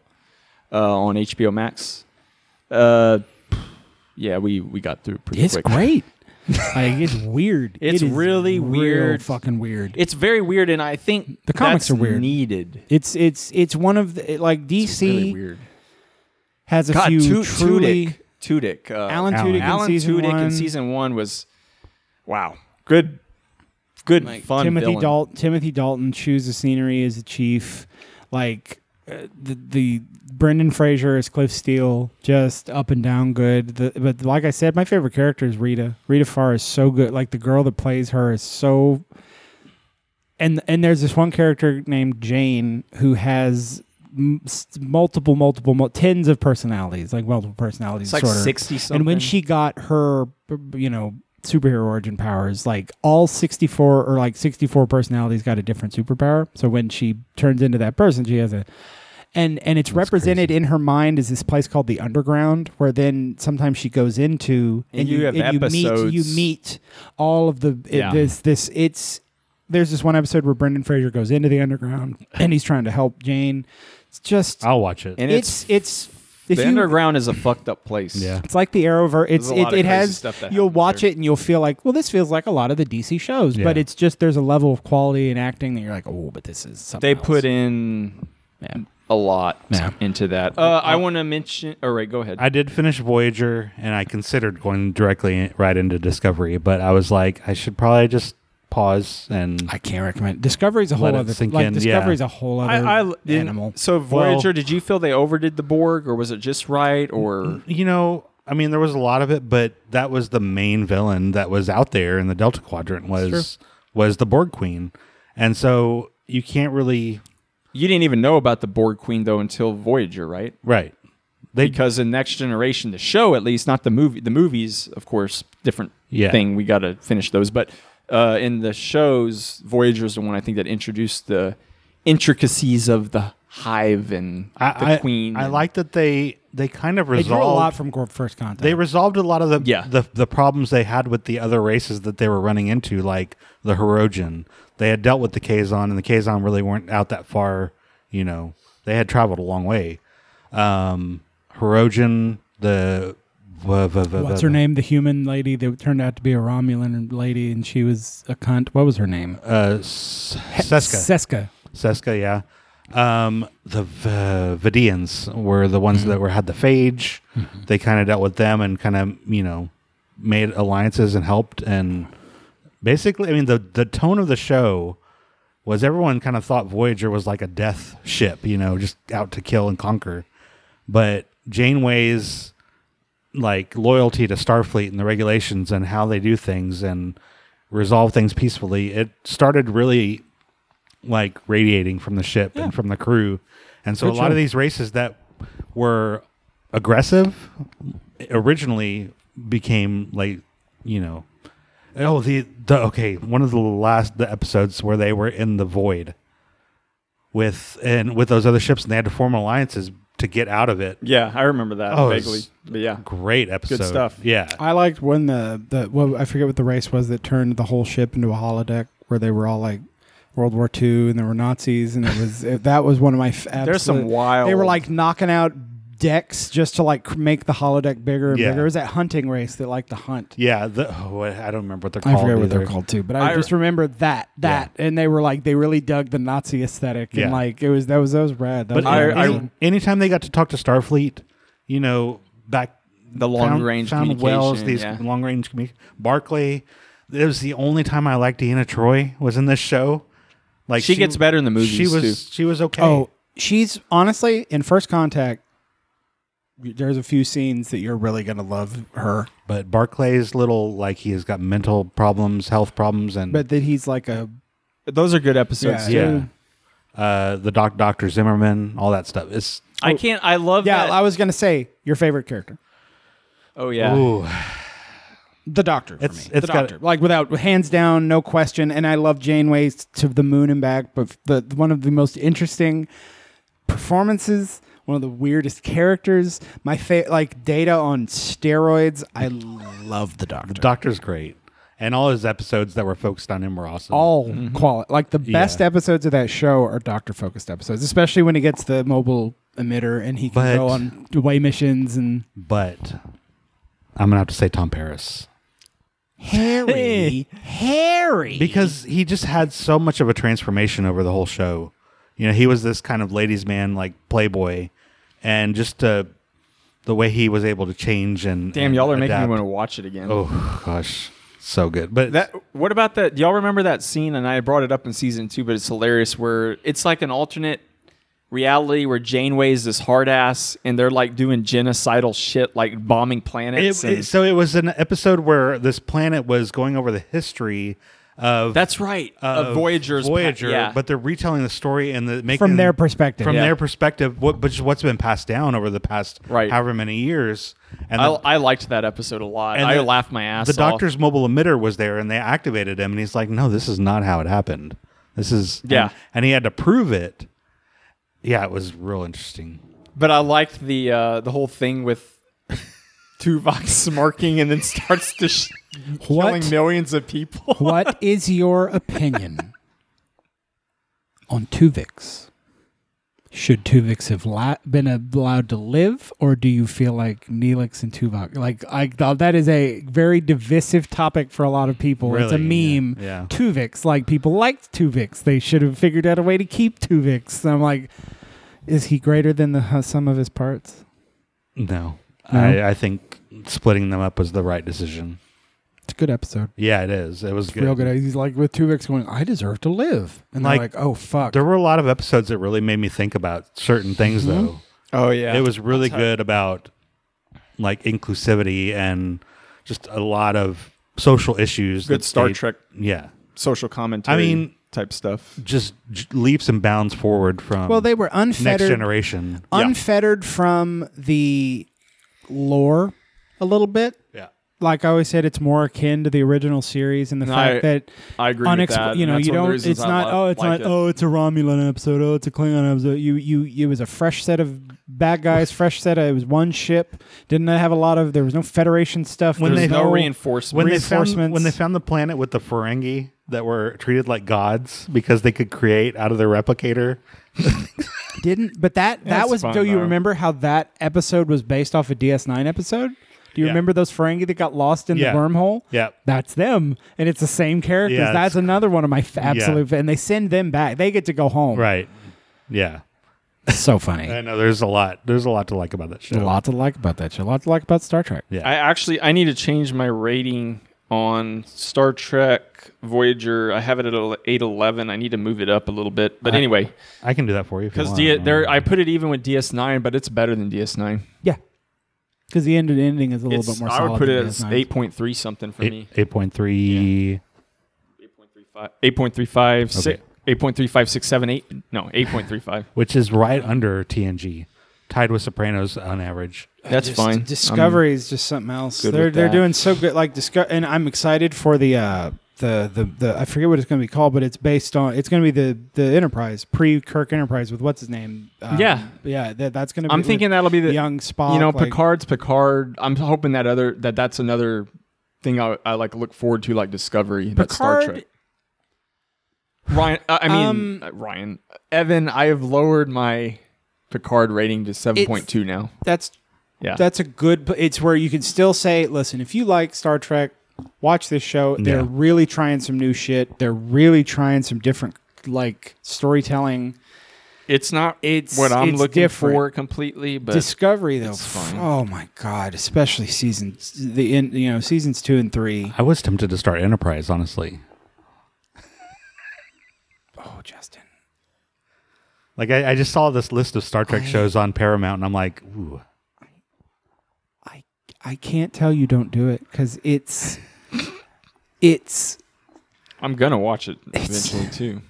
S2: uh, on HBO Max. Uh, yeah, we we got through it pretty
S1: It's
S2: quick.
S1: great. like it's weird.
S2: It's
S1: It is
S2: really
S1: real
S2: weird.
S1: Fucking weird.
S2: It's very weird, and I think
S1: The comics
S2: that's
S1: are weird. E
S2: Needed.
S1: It's it's it's one of the like DC
S2: really weird.
S1: has a
S2: God,
S1: few
S2: Tu-
S1: truly
S2: Tudyk, Tudyk, uh,
S1: Alan Tudyk in
S2: Alan
S1: season
S2: Tudyk
S1: one.
S2: in season one was wow, good, good, fun.
S1: Timothy
S2: villain.
S1: Dalton. Timothy Dalton chews the scenery as the chief. Like uh, the the Brendan Fraser as Cliff Steele, just up and down good. The, but like I said, my favorite character is Rita. Rita Farr is so good. Like the girl that plays her is so. And and there's this one character named Jane who has m- s- multiple multiple mul- tens of personalities like multiple personalities
S2: It's like
S1: disorder.
S2: 60
S1: and when
S2: something.
S1: she got her you know superhero origin powers like all 64 or like 64 personalities got a different superpower so when she turns into that person she has a and and it's represented in her mind as this place called the underground where then sometimes she goes into
S2: And you have
S1: meet you
S2: episodes.
S1: meet all of the it-
S2: Yeah.
S1: this this it's there's this one episode where Brendan Fraser goes into the underground and he's trying to help Jane it's just
S3: I'll watch it.
S2: Oh, And
S1: it's it's, if
S2: the
S1: you-
S2: underground is a fucked up place.
S3: Yeah.
S1: it's like the Arrowverse. It's
S2: a
S1: it,
S2: lot of
S1: it
S2: crazy
S1: has
S2: stuff that
S1: you'll watch it and you'll feel like, well, this feels like a lot of the DC shows, but
S2: Yeah.
S1: it's just there's a level of quality and acting that you're like, oh, but this is something.
S2: They put in a lot into that. Uh, I want to mention. All right, go ahead.
S3: I did finish Voyager, and I considered going directly in- right into Discovery, but I was like, I should probably just pause and.
S1: I can't recommend Discovery's a whole other
S3: thing.
S1: like Discovery's a whole other
S2: I, I didn't-
S1: animal.
S2: So
S3: Well-
S2: Voyager, did you feel they overdid the Borg, or was it just right? Or
S3: You know, I mean, there was a lot of it, but that was the main villain that was out there in the Delta Quadrant was was the Borg Queen, and so you can't really
S2: you didn't even know about the Borg Queen though until Voyager, right?
S3: right.
S2: because in Next Generation, the show at least, not the movie. The movies, of course, different
S3: Yeah.
S2: thing. We got to finish those. But uh, in the shows, Voyager is the one I think that introduced the intricacies of the hive and the
S3: I,
S2: queen.
S3: I, I
S2: and-
S3: like that they they kind of
S1: They
S3: resolved
S1: drew a lot from Corp First Contact.
S3: They resolved a lot of the,
S2: Yeah.
S3: the the problems they had with the other races that they were running into, like the Hirogen. They had dealt with the Kazon, and the Kazon really weren't out that far. You know, they had traveled a long way. Um, Hirogen, the wha- wha- wha-
S1: What's
S3: wha-
S1: her name? The human lady that turned out to be a Romulan lady, and she was a cunt. What was her name?
S3: Uh, S- Seska.
S1: Seska.
S3: Seska, yeah. Um, the v- Vidians were the ones that were had the phage. They kind of dealt with them and kind of you know made alliances and helped. And basically, I mean the the tone of the show was everyone kind of thought Voyager was like a death ship, you know, just out to kill and conquer. But Janeway's like loyalty to Starfleet and the regulations and how they do things and resolve things peacefully. It started really like radiating from the ship and from the crew. And so
S14: Good
S3: a lot
S14: show.
S3: of these races that were aggressive originally became like, you know, Oh, the, the okay. One of the last the episodes where they were in the void with and with those other ships, and they had to form alliances to get out of it.
S2: Yeah, I remember that
S3: Oh, it
S2: vaguely.
S3: was
S2: But yeah,
S3: great episode.
S2: Good stuff.
S3: Yeah,
S1: I liked when the the well, I forget what the race was that turned the whole ship into a holodeck where they were all like World War II and there were Nazis and it was it, that was one of my f-
S2: There's some
S1: absolute-
S2: wild-
S1: They were like knocking out decks just to like make the holodeck bigger and
S3: Yeah.
S1: bigger. It was that hunting race that liked to hunt.
S3: yeah. The, oh, I don't remember what they're
S1: I
S3: called.
S1: forget what they're
S3: either.
S1: called too, but I, just remember that that and they were like they really dug the Nazi aesthetic
S3: Yeah.
S1: and like it was that was that was rad. That
S3: But
S1: was
S3: I,
S1: amazing.
S3: any- anytime they got to talk to Starfleet, you know, back
S2: the long range
S3: found Wells,
S2: communication,
S3: these
S2: yeah.
S3: long range commu- Barclay. It was the only time I liked Deanna Troy was in this show. Like
S2: She gets better in the movies,
S3: She was
S2: too.
S3: she was okay.
S1: Oh, she's honestly in First Contact. There's a few scenes that you're really gonna love her,
S3: but Barclay's little like he has got mental problems, health problems, and
S1: but that he's like a
S2: Those are good episodes.
S1: Yeah.
S2: too.
S3: yeah, uh, the doc Doctor Zimmerman, all that stuff. It's
S2: I can't. I love
S1: yeah.
S2: that.
S1: I was gonna say your favorite character,
S2: oh yeah.
S3: Ooh.
S1: the Doctor. For
S3: It's-
S1: me,
S3: it's
S1: the
S3: got-
S1: Doctor, like without hands down, no question. And I love Janeway to the moon and back, but the one of the most interesting performances. One of the weirdest characters. My favorite, like Data on steroids. I love the Doctor.
S3: The Doctor's great, and all his episodes that were focused on him were awesome.
S1: all quality. Like the best episodes of that show are doctor focused episodes, especially when he gets the mobile emitter and he can
S3: But-
S1: go on away missions and
S3: but I'm gonna have to say Tom Paris.
S1: Harry, Harry.
S3: because he just had so much of a transformation over the whole show. You know, he was this kind of ladies' man, like playboy, and just uh, the way he was able to change and
S2: Damn,
S3: and
S2: y'all are making me
S3: adapt.
S2: want to watch it again.
S3: Oh gosh, so good. But
S2: That Uh, what about that? Do y'all remember that scene? And I brought it up in season two, but it's hilarious. Where it's like an alternate reality where Janeway is this hard ass, and they're like doing genocidal shit, like bombing planets.
S3: it,
S2: and-
S3: it- so it was an episode where this planet was going over the history of
S2: that's right, of uh, Voyager's pa-
S3: Voyager,
S2: yeah.
S3: but they're retelling the story and the making
S1: From their perspective.
S3: From
S1: Yeah.
S3: their perspective, what but just what's been passed down over the past
S2: Right.
S3: however many years. And
S2: I,
S3: the-
S2: I liked that episode a lot.
S3: And
S2: I
S3: the-
S2: laughed my ass.
S3: the
S2: off.
S3: doctor's mobile emitter was there and they activated him and he's like no this is not how it happened this is
S2: Yeah.
S3: and, and he had to prove it yeah it was real interesting
S2: But I liked the uh, the whole thing with Tuvok smirking and then starts to sh- killing millions of people.
S1: what is your opinion on Tuvix? Should Tuvix have la- been allowed to live, or do you feel like Neelix and Tuvok? Like, I, that is a very divisive topic for a lot of people. it's a
S3: Really? Yeah.
S1: meme.
S3: Yeah.
S1: Tuvix, like people liked Tuvix. They should have figured out a way to keep Tuvix. And I'm like, is he greater than the hu- sum of his parts?
S3: no,
S1: No?
S3: I, I think splitting them up was the right decision
S1: It's a good episode.
S3: yeah it is it was
S1: It's
S3: good.
S1: real good. He's like with Tuvix going, I deserve to live, and they're like, oh fuck.
S3: there were a lot of episodes that really made me think about certain things though
S2: Oh yeah,
S3: it was really good about like inclusivity and just a lot of social issues
S2: Good
S3: that
S2: Star
S3: they-
S2: Trek
S3: yeah
S2: social commentary.
S3: I mean,
S2: type stuff.
S3: just j- leaps and bounds forward from
S1: Well, they were unfettered.
S3: next generation
S1: Unfettered from the lore a little bit.
S3: Yeah.
S1: Like I always said, it's more akin to the original series and the
S2: No,
S1: fact
S2: I-
S1: that
S2: I agree with
S1: unexpl-
S2: that,
S1: You
S2: and
S1: know,
S2: that's
S1: you
S2: one of the
S1: don't.
S2: reasons
S1: It's
S2: I
S1: not.
S2: lo-
S1: oh, it's
S2: like
S1: not.
S2: it.
S1: Oh, it's a Romulan episode. Oh, it's a Klingon episode. You, you, it was a fresh set of bad guys. fresh set. Of, it was one ship. Didn't have a lot of. There was no Federation stuff.
S3: When
S1: there
S3: they-
S1: was no,
S3: no
S2: reinforcement.
S3: when they found
S1: reinforcements.
S3: when they found the planet with the Ferengi that were treated like gods because they could create out of their replicator.
S1: didn't but that that
S2: That's
S1: was
S2: fun,
S1: do you
S2: though.
S1: remember how that episode was based off a ds9 episode do you
S3: Yeah.
S1: remember those ferengi that got lost in
S3: Yeah.
S1: the wormhole
S3: Yeah.
S1: that's them and it's the same characters
S3: Yeah,
S1: that's
S3: it's-
S1: another one of my f- absolute fa- and they send them back they get to go home
S3: Right. Yeah.
S1: so funny
S3: I know there's a lot there's a lot to like about that
S1: a
S2: Oh,
S3: show.
S1: lot to like about that show a lot to like about star trek
S3: Yeah.
S2: I actually I need to change my rating on Star Trek Voyager. I have it at eight eleven. I need to move it up a little bit. But
S3: I-
S2: anyway,
S3: I can do that for you if you
S2: because
S3: want.
S2: D- there I put it even with DS nine, but it's better than DS nine.
S1: yeah because the end ending is a little bit more
S2: I
S1: solid
S2: would put
S1: than
S2: it as
S1: DS9.
S2: eight point three something for me.
S3: 8.3
S2: Eight point three five
S3: Okay.
S2: six. Eight point three five six seven eight. No, eight point three five.
S3: which is right under TNG. tied with Sopranos on average.
S2: That's
S1: Just
S2: fine.
S1: Discovery is just something else.
S3: good
S1: They're
S3: with
S1: they're
S3: that.
S1: doing so good. Like disco- and I'm excited for the uh the the the I forget what it's going to be called, but it's based on it's going to be the the Enterprise pre Kirk Enterprise with what's his name. Um,
S2: Yeah.
S1: yeah. That, that's going to. be
S2: I'm
S1: with
S2: thinking that'll be the
S1: young Spock.
S2: You know,
S1: like-
S2: Picard's Picard. I'm hoping that other that that's another thing I, I like look forward to, like Discovery. That's Star
S1: Picard-
S2: Trek. Ryan, uh, I
S1: Um,
S2: mean uh, Ryan, Evan. I have lowered my Picard rating to seven point two now.
S1: That's
S2: Yeah.
S1: That's a good. p- It's where you can still say, listen, if you like Star Trek, watch this show. They're
S2: Yeah.
S1: really trying some new shit. They're really trying some different like storytelling.
S2: It's not
S1: it's
S2: what I'm
S1: it's
S2: looking
S1: different.
S2: for completely, but
S1: Discovery though,
S2: it's fine.
S1: oh my god, especially seasons the in, you know seasons two and three.
S3: I was tempted to start Enterprise, honestly.
S1: Oh, Justin,
S3: Like I, I just saw this list of Star Trek shows on Paramount, and I'm like, ooh,
S1: I can't tell you don't do it because it's it's
S2: I'm gonna watch it eventually too.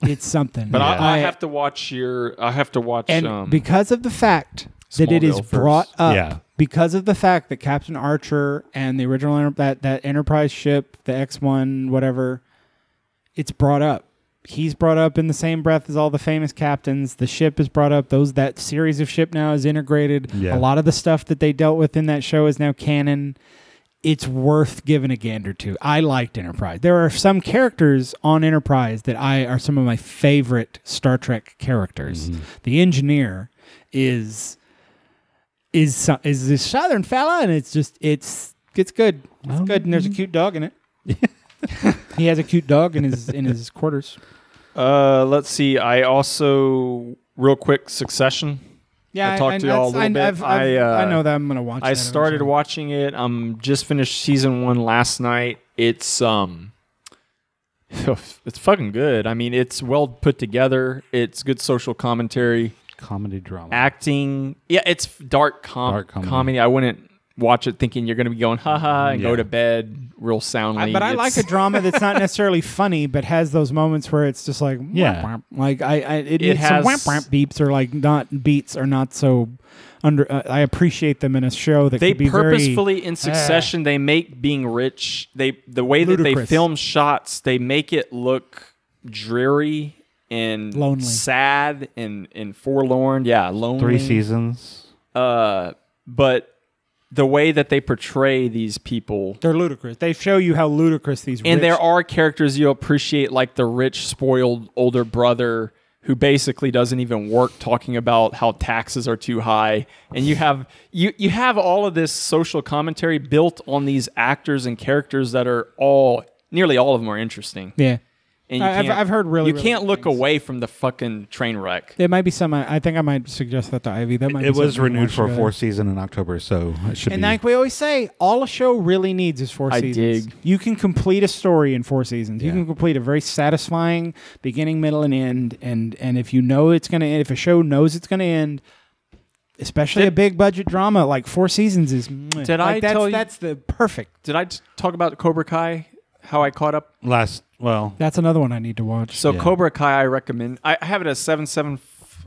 S1: it's something.
S2: But I, I
S1: I-
S2: have to watch your. I have to watch.
S1: and
S2: um,
S1: because of the fact that it is
S2: Smallville first.
S1: brought up
S2: Yeah.
S1: because of the fact that captain archer and the original enter- that that enterprise ship the x1 whatever it's brought up he's brought up in the same breath as all the famous captains the ship is brought up those that series of ship now is integrated
S13: Yeah.
S1: a lot of the stuff that they dealt with in that show is now canon it's worth giving a gander to i liked enterprise there are some characters on enterprise that i are some of my favorite star trek characters the engineer is is so- is this southern fella, and it's just it's it's good. It's good, and there's a cute dog in it. he has a cute dog in his in his quarters.
S2: Uh, let's see. I also real quick Succession.
S1: Yeah,
S2: I
S1: I-
S2: talked
S1: I-
S2: to y'all a
S1: that's-
S2: little
S1: I-
S2: bit.
S1: I've- I've-
S2: uh,
S1: I know that I'm gonna watch
S2: I
S1: that
S2: started watching it. Um, just finished season one last night. It's um, it's fucking good. I mean, it's well put together. It's good social commentary,
S3: comedy drama.
S2: acting. Yeah, it's dark, com-
S3: Dark comedy.
S2: comedy. I wouldn't watch it thinking you're gonna be going haha and
S1: Yeah.
S2: go to bed real soundly.
S1: But I like
S2: It's-
S1: a drama that's not necessarily funny, but has those moments where it's just like
S2: Yeah.
S1: womp, womp. like I, I it,
S2: It
S1: needs some
S2: has-
S1: whamp whamp beeps or like not beats are not so under. Uh, I appreciate them in a show that
S2: they
S1: could be
S2: purposefully
S1: very,
S2: in
S1: Ah.
S2: succession they make being rich they the way that they
S1: Ludicrous.
S2: film shots they make it look dreary and
S3: Lonely.
S2: sad and and forlorn yeah lonely
S3: Three seasons.
S2: uh but the way that they portray these people
S1: they're ludicrous. They show you how ludicrous these rich
S2: and there are characters you appreciate, like the rich, spoiled older brother who basically doesn't even work, talking about how taxes are too high. And you have you you have all of this social commentary built on these actors and characters that are all nearly all of them are interesting.
S1: Yeah.
S2: and you
S1: I- I've-
S2: can't-
S1: I've heard really,
S2: you
S1: really
S2: can't look away from the fucking train wreck.
S1: There might be some. I I think I might suggest that to Ivy. That might.
S3: It
S1: be
S3: was
S1: something to
S3: renewed
S1: watch
S3: for a
S1: together.
S3: fourth season in October, so it should
S1: And
S3: be.
S1: like we always say, all a show really needs is four
S3: I
S1: seasons.
S3: dig.
S1: You can complete a story in four seasons. You can complete a very satisfying beginning, middle, and end. And and if you know it's gonna end, if a show knows it's gonna end, especially a big budget drama like four seasons is. Did
S2: Did I
S1: that's,
S2: tell you
S1: That's the perfect.
S2: Did I t- talk about Cobra Kai? How I caught up
S3: last well,
S1: That's another one I need to watch.
S2: So Cobra Kai, I recommend. I I have it as seven seven.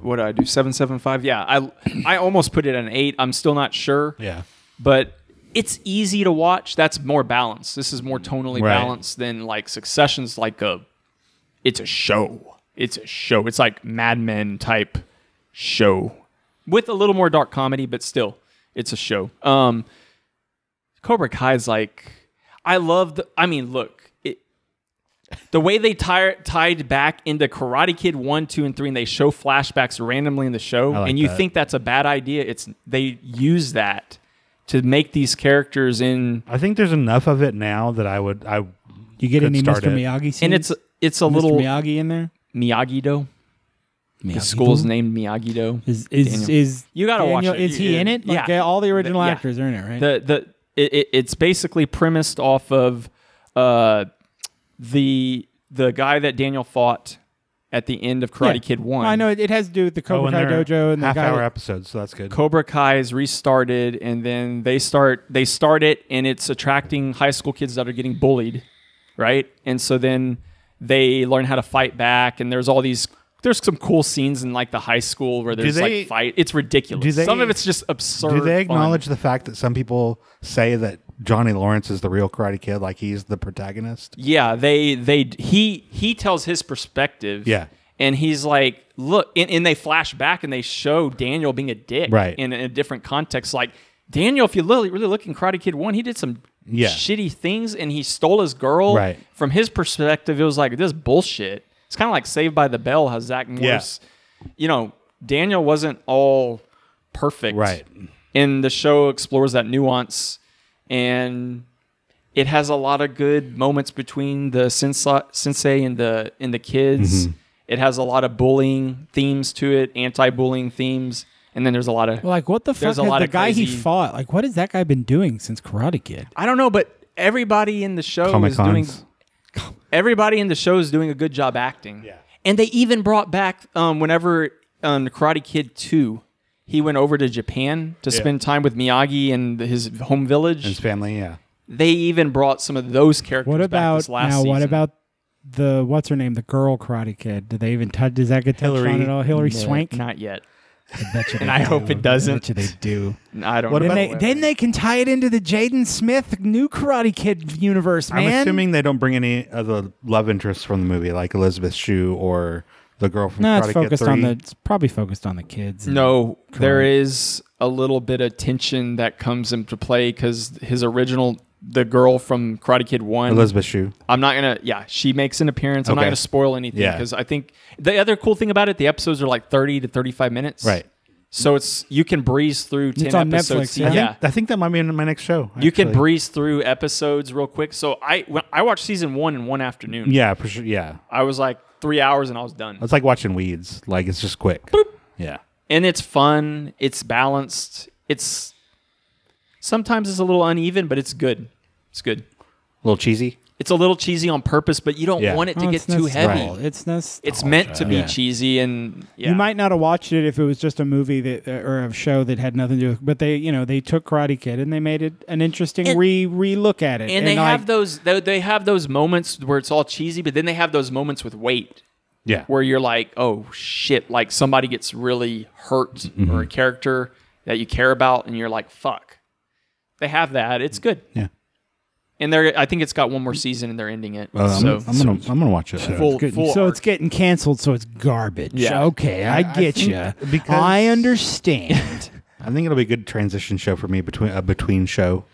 S2: What do I do? Seven seven five. Yeah, I I almost put it at an eight. I'm still not sure.
S3: Yeah.
S2: but it's easy to watch. That's more balanced. This is more tonally
S3: Right.
S2: balanced than like Succession's. Like a, it's a show. It's a show. It's like Mad Men type show with a little more dark comedy, but still, it's a show. Um, Cobra Kai's like, I love the. I mean, look, it, the way they tie, tied back into Karate Kid one, two, and three, and they show flashbacks randomly in the show,
S3: I like
S2: and you
S3: that.
S2: think that's a bad idea. It's they use that to make these characters in.
S3: I think there's enough of it now that I would I.
S1: You get
S3: could
S1: any
S3: start
S1: Mr.
S3: it.
S1: Miyagi scenes?
S2: And it's it's a
S1: Mr.
S2: little
S1: Miyagi in there.
S2: Miyagi Do. The
S1: Miyagi-Do?
S2: school's named Miyagi Do.
S1: Is is is
S2: you gotta watch
S1: Daniel-
S2: it.
S1: Is he in it? Like,
S2: yeah.
S1: all the original
S2: yeah.
S1: actors are in it, right?
S2: The the it, it, it's basically premised off of uh the the guy that Daniel fought at the end of Karate
S1: Yeah.
S2: Kid One.
S1: Well, I know it, it has to do with the Cobra Kai dojo and the
S3: Oh, half
S1: guy
S3: hour
S1: that-
S3: episodes, so that's good.
S2: Cobra Kai is restarted, and then they start they start it, and it's attracting high school kids that are getting bullied, right? And so then they learn how to fight back, and there's all these there's some cool scenes in like the high school where there's
S3: they-
S2: like fight. It's ridiculous.
S3: do they-
S2: some of it's just absurd.
S3: Do they
S2: fun.
S3: acknowledge the fact that some people say that Johnny Lawrence is the real Karate Kid, like he's the protagonist?
S2: Yeah, they they he he tells his perspective.
S3: Yeah.
S2: And he's like, look, and, and they flash back and they show Daniel being a dick,
S3: Right.
S2: In, a different context, like Daniel, if you really really look in Karate Kid One, he did some
S3: Yeah.
S2: shitty things, and he stole his girl.
S3: Right.
S2: From his perspective, it was like this is bullshit. It's kind of like Saved by the Bell, how Zach Morris, you know, Daniel wasn't all perfect,
S3: Right.
S2: And the show explores that nuance, and it has a lot of good moments between the sensei, sensei and the and the kids.
S3: Mhm.
S2: It has a lot of bullying themes to it, anti-bullying themes, and then there's a lot of
S1: Like what the fuck
S2: There's a
S1: has
S2: lot
S1: the
S2: of
S1: guy he
S2: crazy-
S1: fought? Like what has that guy been doing since Karate Kid?
S2: I don't know, but everybody in the show is doing
S1: Comic-Cons.
S2: everybody in the show is doing a good job acting. Yeah. And they even brought back um, whenever um, Karate Kid 2, he went over to Japan to
S3: Yeah.
S2: spend time with Miyagi and his home village. His
S3: family, yeah.
S2: They even brought some of those characters
S1: What
S2: back
S1: about
S2: this last
S1: now? What
S2: season.
S1: about the what's her name? The girl Karate Kid. Did they even touch? Does that get touched on at all? Hillary
S2: No,
S1: Swank.
S2: Not yet.
S1: I bet you
S2: and
S1: they
S2: I hope
S1: do.
S2: it doesn't.
S1: I bet you they do.
S2: I don't
S1: What
S2: know.
S1: then, they, then they can tie it into the Jaden Smith new Karate Kid universe, man.
S3: I'm assuming they don't bring any of the love interests from the movie, like Elizabeth Shue or the girl from
S1: no,
S3: Karate
S1: it's focused
S3: Kid 3.
S1: on the. It's probably focused on the kids. and
S2: No,
S1: karate.
S2: there is a little bit of tension that comes into play because his original, the girl from Karate Kid One,
S3: Elizabeth Shue.
S2: I'm not gonna. Yeah, she makes an appearance. I'm not
S3: Okay.
S2: gonna spoil anything
S3: Yeah.
S2: because I think the other cool thing about it, the episodes are like 30 to 35 minutes.
S3: Right.
S2: So it's you can breeze through 10 episodes.
S3: I think,
S2: yeah.
S3: I think that might be in my next show.
S2: You can
S3: actually.
S2: breeze through episodes real quick. So I when I watched season one in one afternoon.
S3: Yeah, for sure. Yeah.
S2: I was like three hours and I was done.
S3: It's like watching weeds. Like it's just quick. Yeah.
S2: and it's fun. It's balanced. It's sometimes it's a little uneven, but it's good. It's good.
S3: A little cheesy.
S2: It's a little cheesy on purpose, but you don't
S3: Yeah.
S2: want it to
S1: Oh,
S2: get
S1: it's
S2: too heavy.
S1: nostalgic. It's nos-
S2: It's meant to be
S1: Yeah.
S2: cheesy, and yeah,
S1: You might not have watched it if it was just a movie that uh, or a show that had nothing to do. with But they, you know, they took Karate Kid and they made it an interesting re re look at it.
S2: and, they
S1: like,
S2: have those they, they have those moments where it's all cheesy, but then they have those moments with weight.
S3: Yeah.
S2: where you're like, oh shit, like somebody gets really hurt
S3: Mhm.
S2: or a character that you care about, and you're like, fuck. They have that. It's good.
S3: Mm-hmm. Yeah.
S2: And they're, I think it's got one more season, and they're ending it.
S3: Well, Um, I'm
S2: so
S3: gonna- I'm gonna- I'm gonna watch it. So
S2: Full,
S1: it's good-
S2: full
S1: so
S2: arc.
S1: it's getting canceled. So it's garbage.
S2: Yeah.
S1: Okay, I,
S2: I- I
S1: get
S2: think
S1: you.
S3: because-
S1: I understand.
S3: I think it'll be a good transition show for me between a between show.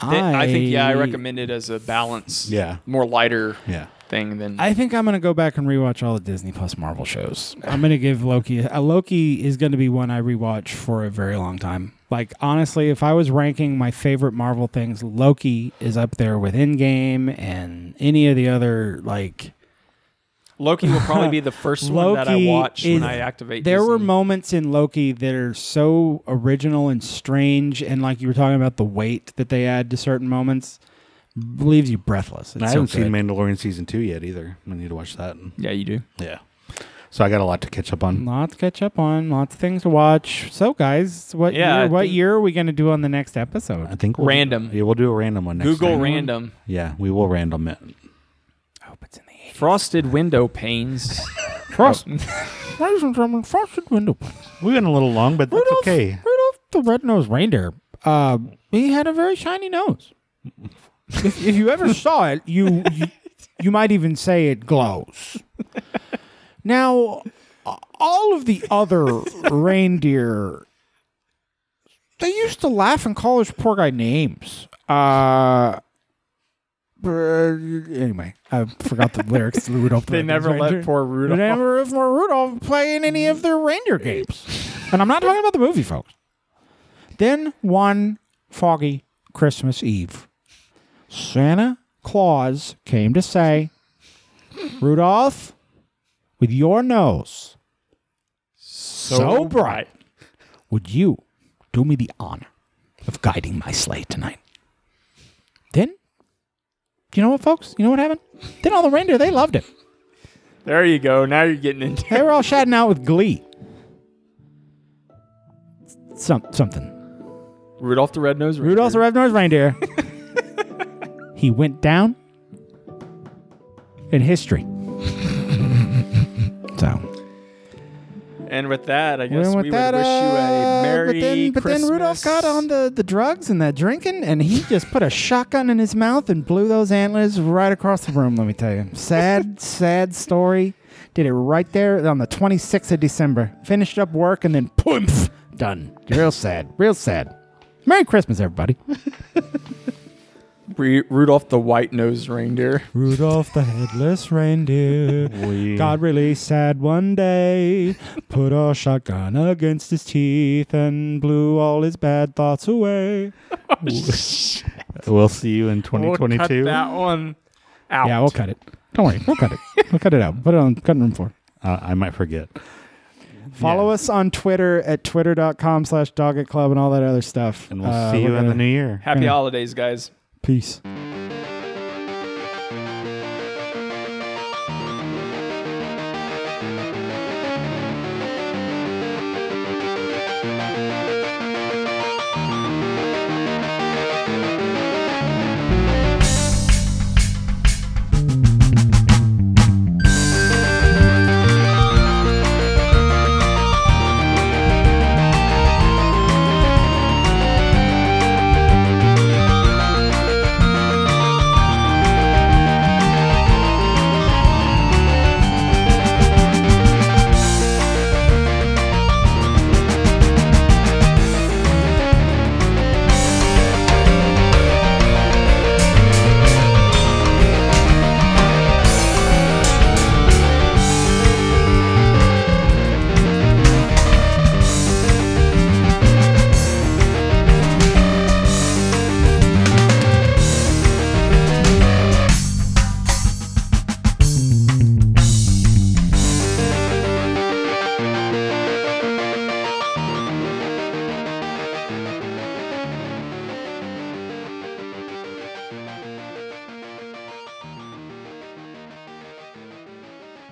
S2: Th- I, think yeah, I
S1: I-
S2: recommend it as a balance.
S3: Yeah.
S2: more lighter.
S3: Yeah.
S2: thing than
S1: I think I'm gonna go back and rewatch all the Disney Plus Marvel shows. I'm gonna give Loki. Uh, Loki is gonna be one I rewatch for a very long time. Like honestly, if I was ranking my favorite Marvel things, Loki is up there with Endgame and any of the other like.
S2: Loki will probably be the first one that I
S1: Loki
S2: watch when
S1: is-
S2: I activate.
S1: There
S2: Disney.
S1: were moments in Loki that are so original and strange, and like you were talking about the weight that they add to certain moments, leaves you breathless. It's
S3: I
S1: so
S3: haven't seen
S1: good.
S3: Mandalorian season two yet either. I need to watch that.
S2: Yeah, you do.
S3: Yeah. So I got a lot to catch up on.
S1: Lots to catch up on, lots of things to watch. So, guys, what
S2: Yeah, I
S1: year, what
S2: think-
S1: year are we going to do on the next episode?
S3: I think we'll,
S2: Random.
S3: Yeah, we'll do a random one next.
S2: Google
S3: time.
S2: random.
S3: Yeah, we will random it.
S2: frosted window panes.
S1: Frost. Ladies and gentlemen, frosted window panes.
S3: We went a little long, but that's okay.
S1: Rudolph the red-nosed reindeer. Uh, he had a very shiny nose. if, if you ever saw it, you, you you might even say it glows. Now, a- all of the other reindeer, they used to laugh and call this poor guy names. Uh, br- anyway, I forgot the lyrics to Rudolph. the
S2: They
S1: Red-Nosed
S2: never let
S1: Reindeer.
S2: poor Rudolph-
S1: They never let poor Rudolph play in any of their reindeer games. And I'm not talking about the movie, folks. Then one foggy Christmas Eve, Santa Claus came to say, Rudolph, with your nose so, bright, would you do me the honor of guiding my sleigh tonight? Then, you know what, folks? You know what happened? Then all the reindeer, they loved it.
S2: There you go. Now you're getting into.
S1: They were all shouting out with glee. Some, something.
S2: Rudolph the Red Nose.
S1: Rudolph the Red-Nosed Reindeer. he went down in history. So
S2: And with that, I guess
S1: Well, with
S2: we
S1: that,
S2: would wish you a
S1: uh,
S2: merry
S1: but then, but
S2: Christmas.
S1: then Rudolph got on the, the drugs and that drinking, and he just put a shotgun in his mouth and blew those antlers right across the room. Let me tell you, sad, sad story. Did it right there on the 26th of December. Finished up work and then poof, done. Real sad, real sad. Merry Christmas, everybody.
S2: Ru- Rudolph the white-nosed reindeer.
S7: Rudolph the headless reindeer got really sad one day. Put a shotgun against his teeth and blew all his bad thoughts away.
S3: We'll see you in 2022.
S2: that one out.
S1: Yeah, we'll cut it. Don't worry, we'll cut it. We'll cut it out. Put it on cutting room floor.
S3: uh, I might forget.
S1: Follow us on Twitter at twitter.com slash dogget club and all that other stuff. Uh,
S3: And
S2: we'll see you in the new year. Happy holidays, guys.
S7: Peace.
S1: holidays.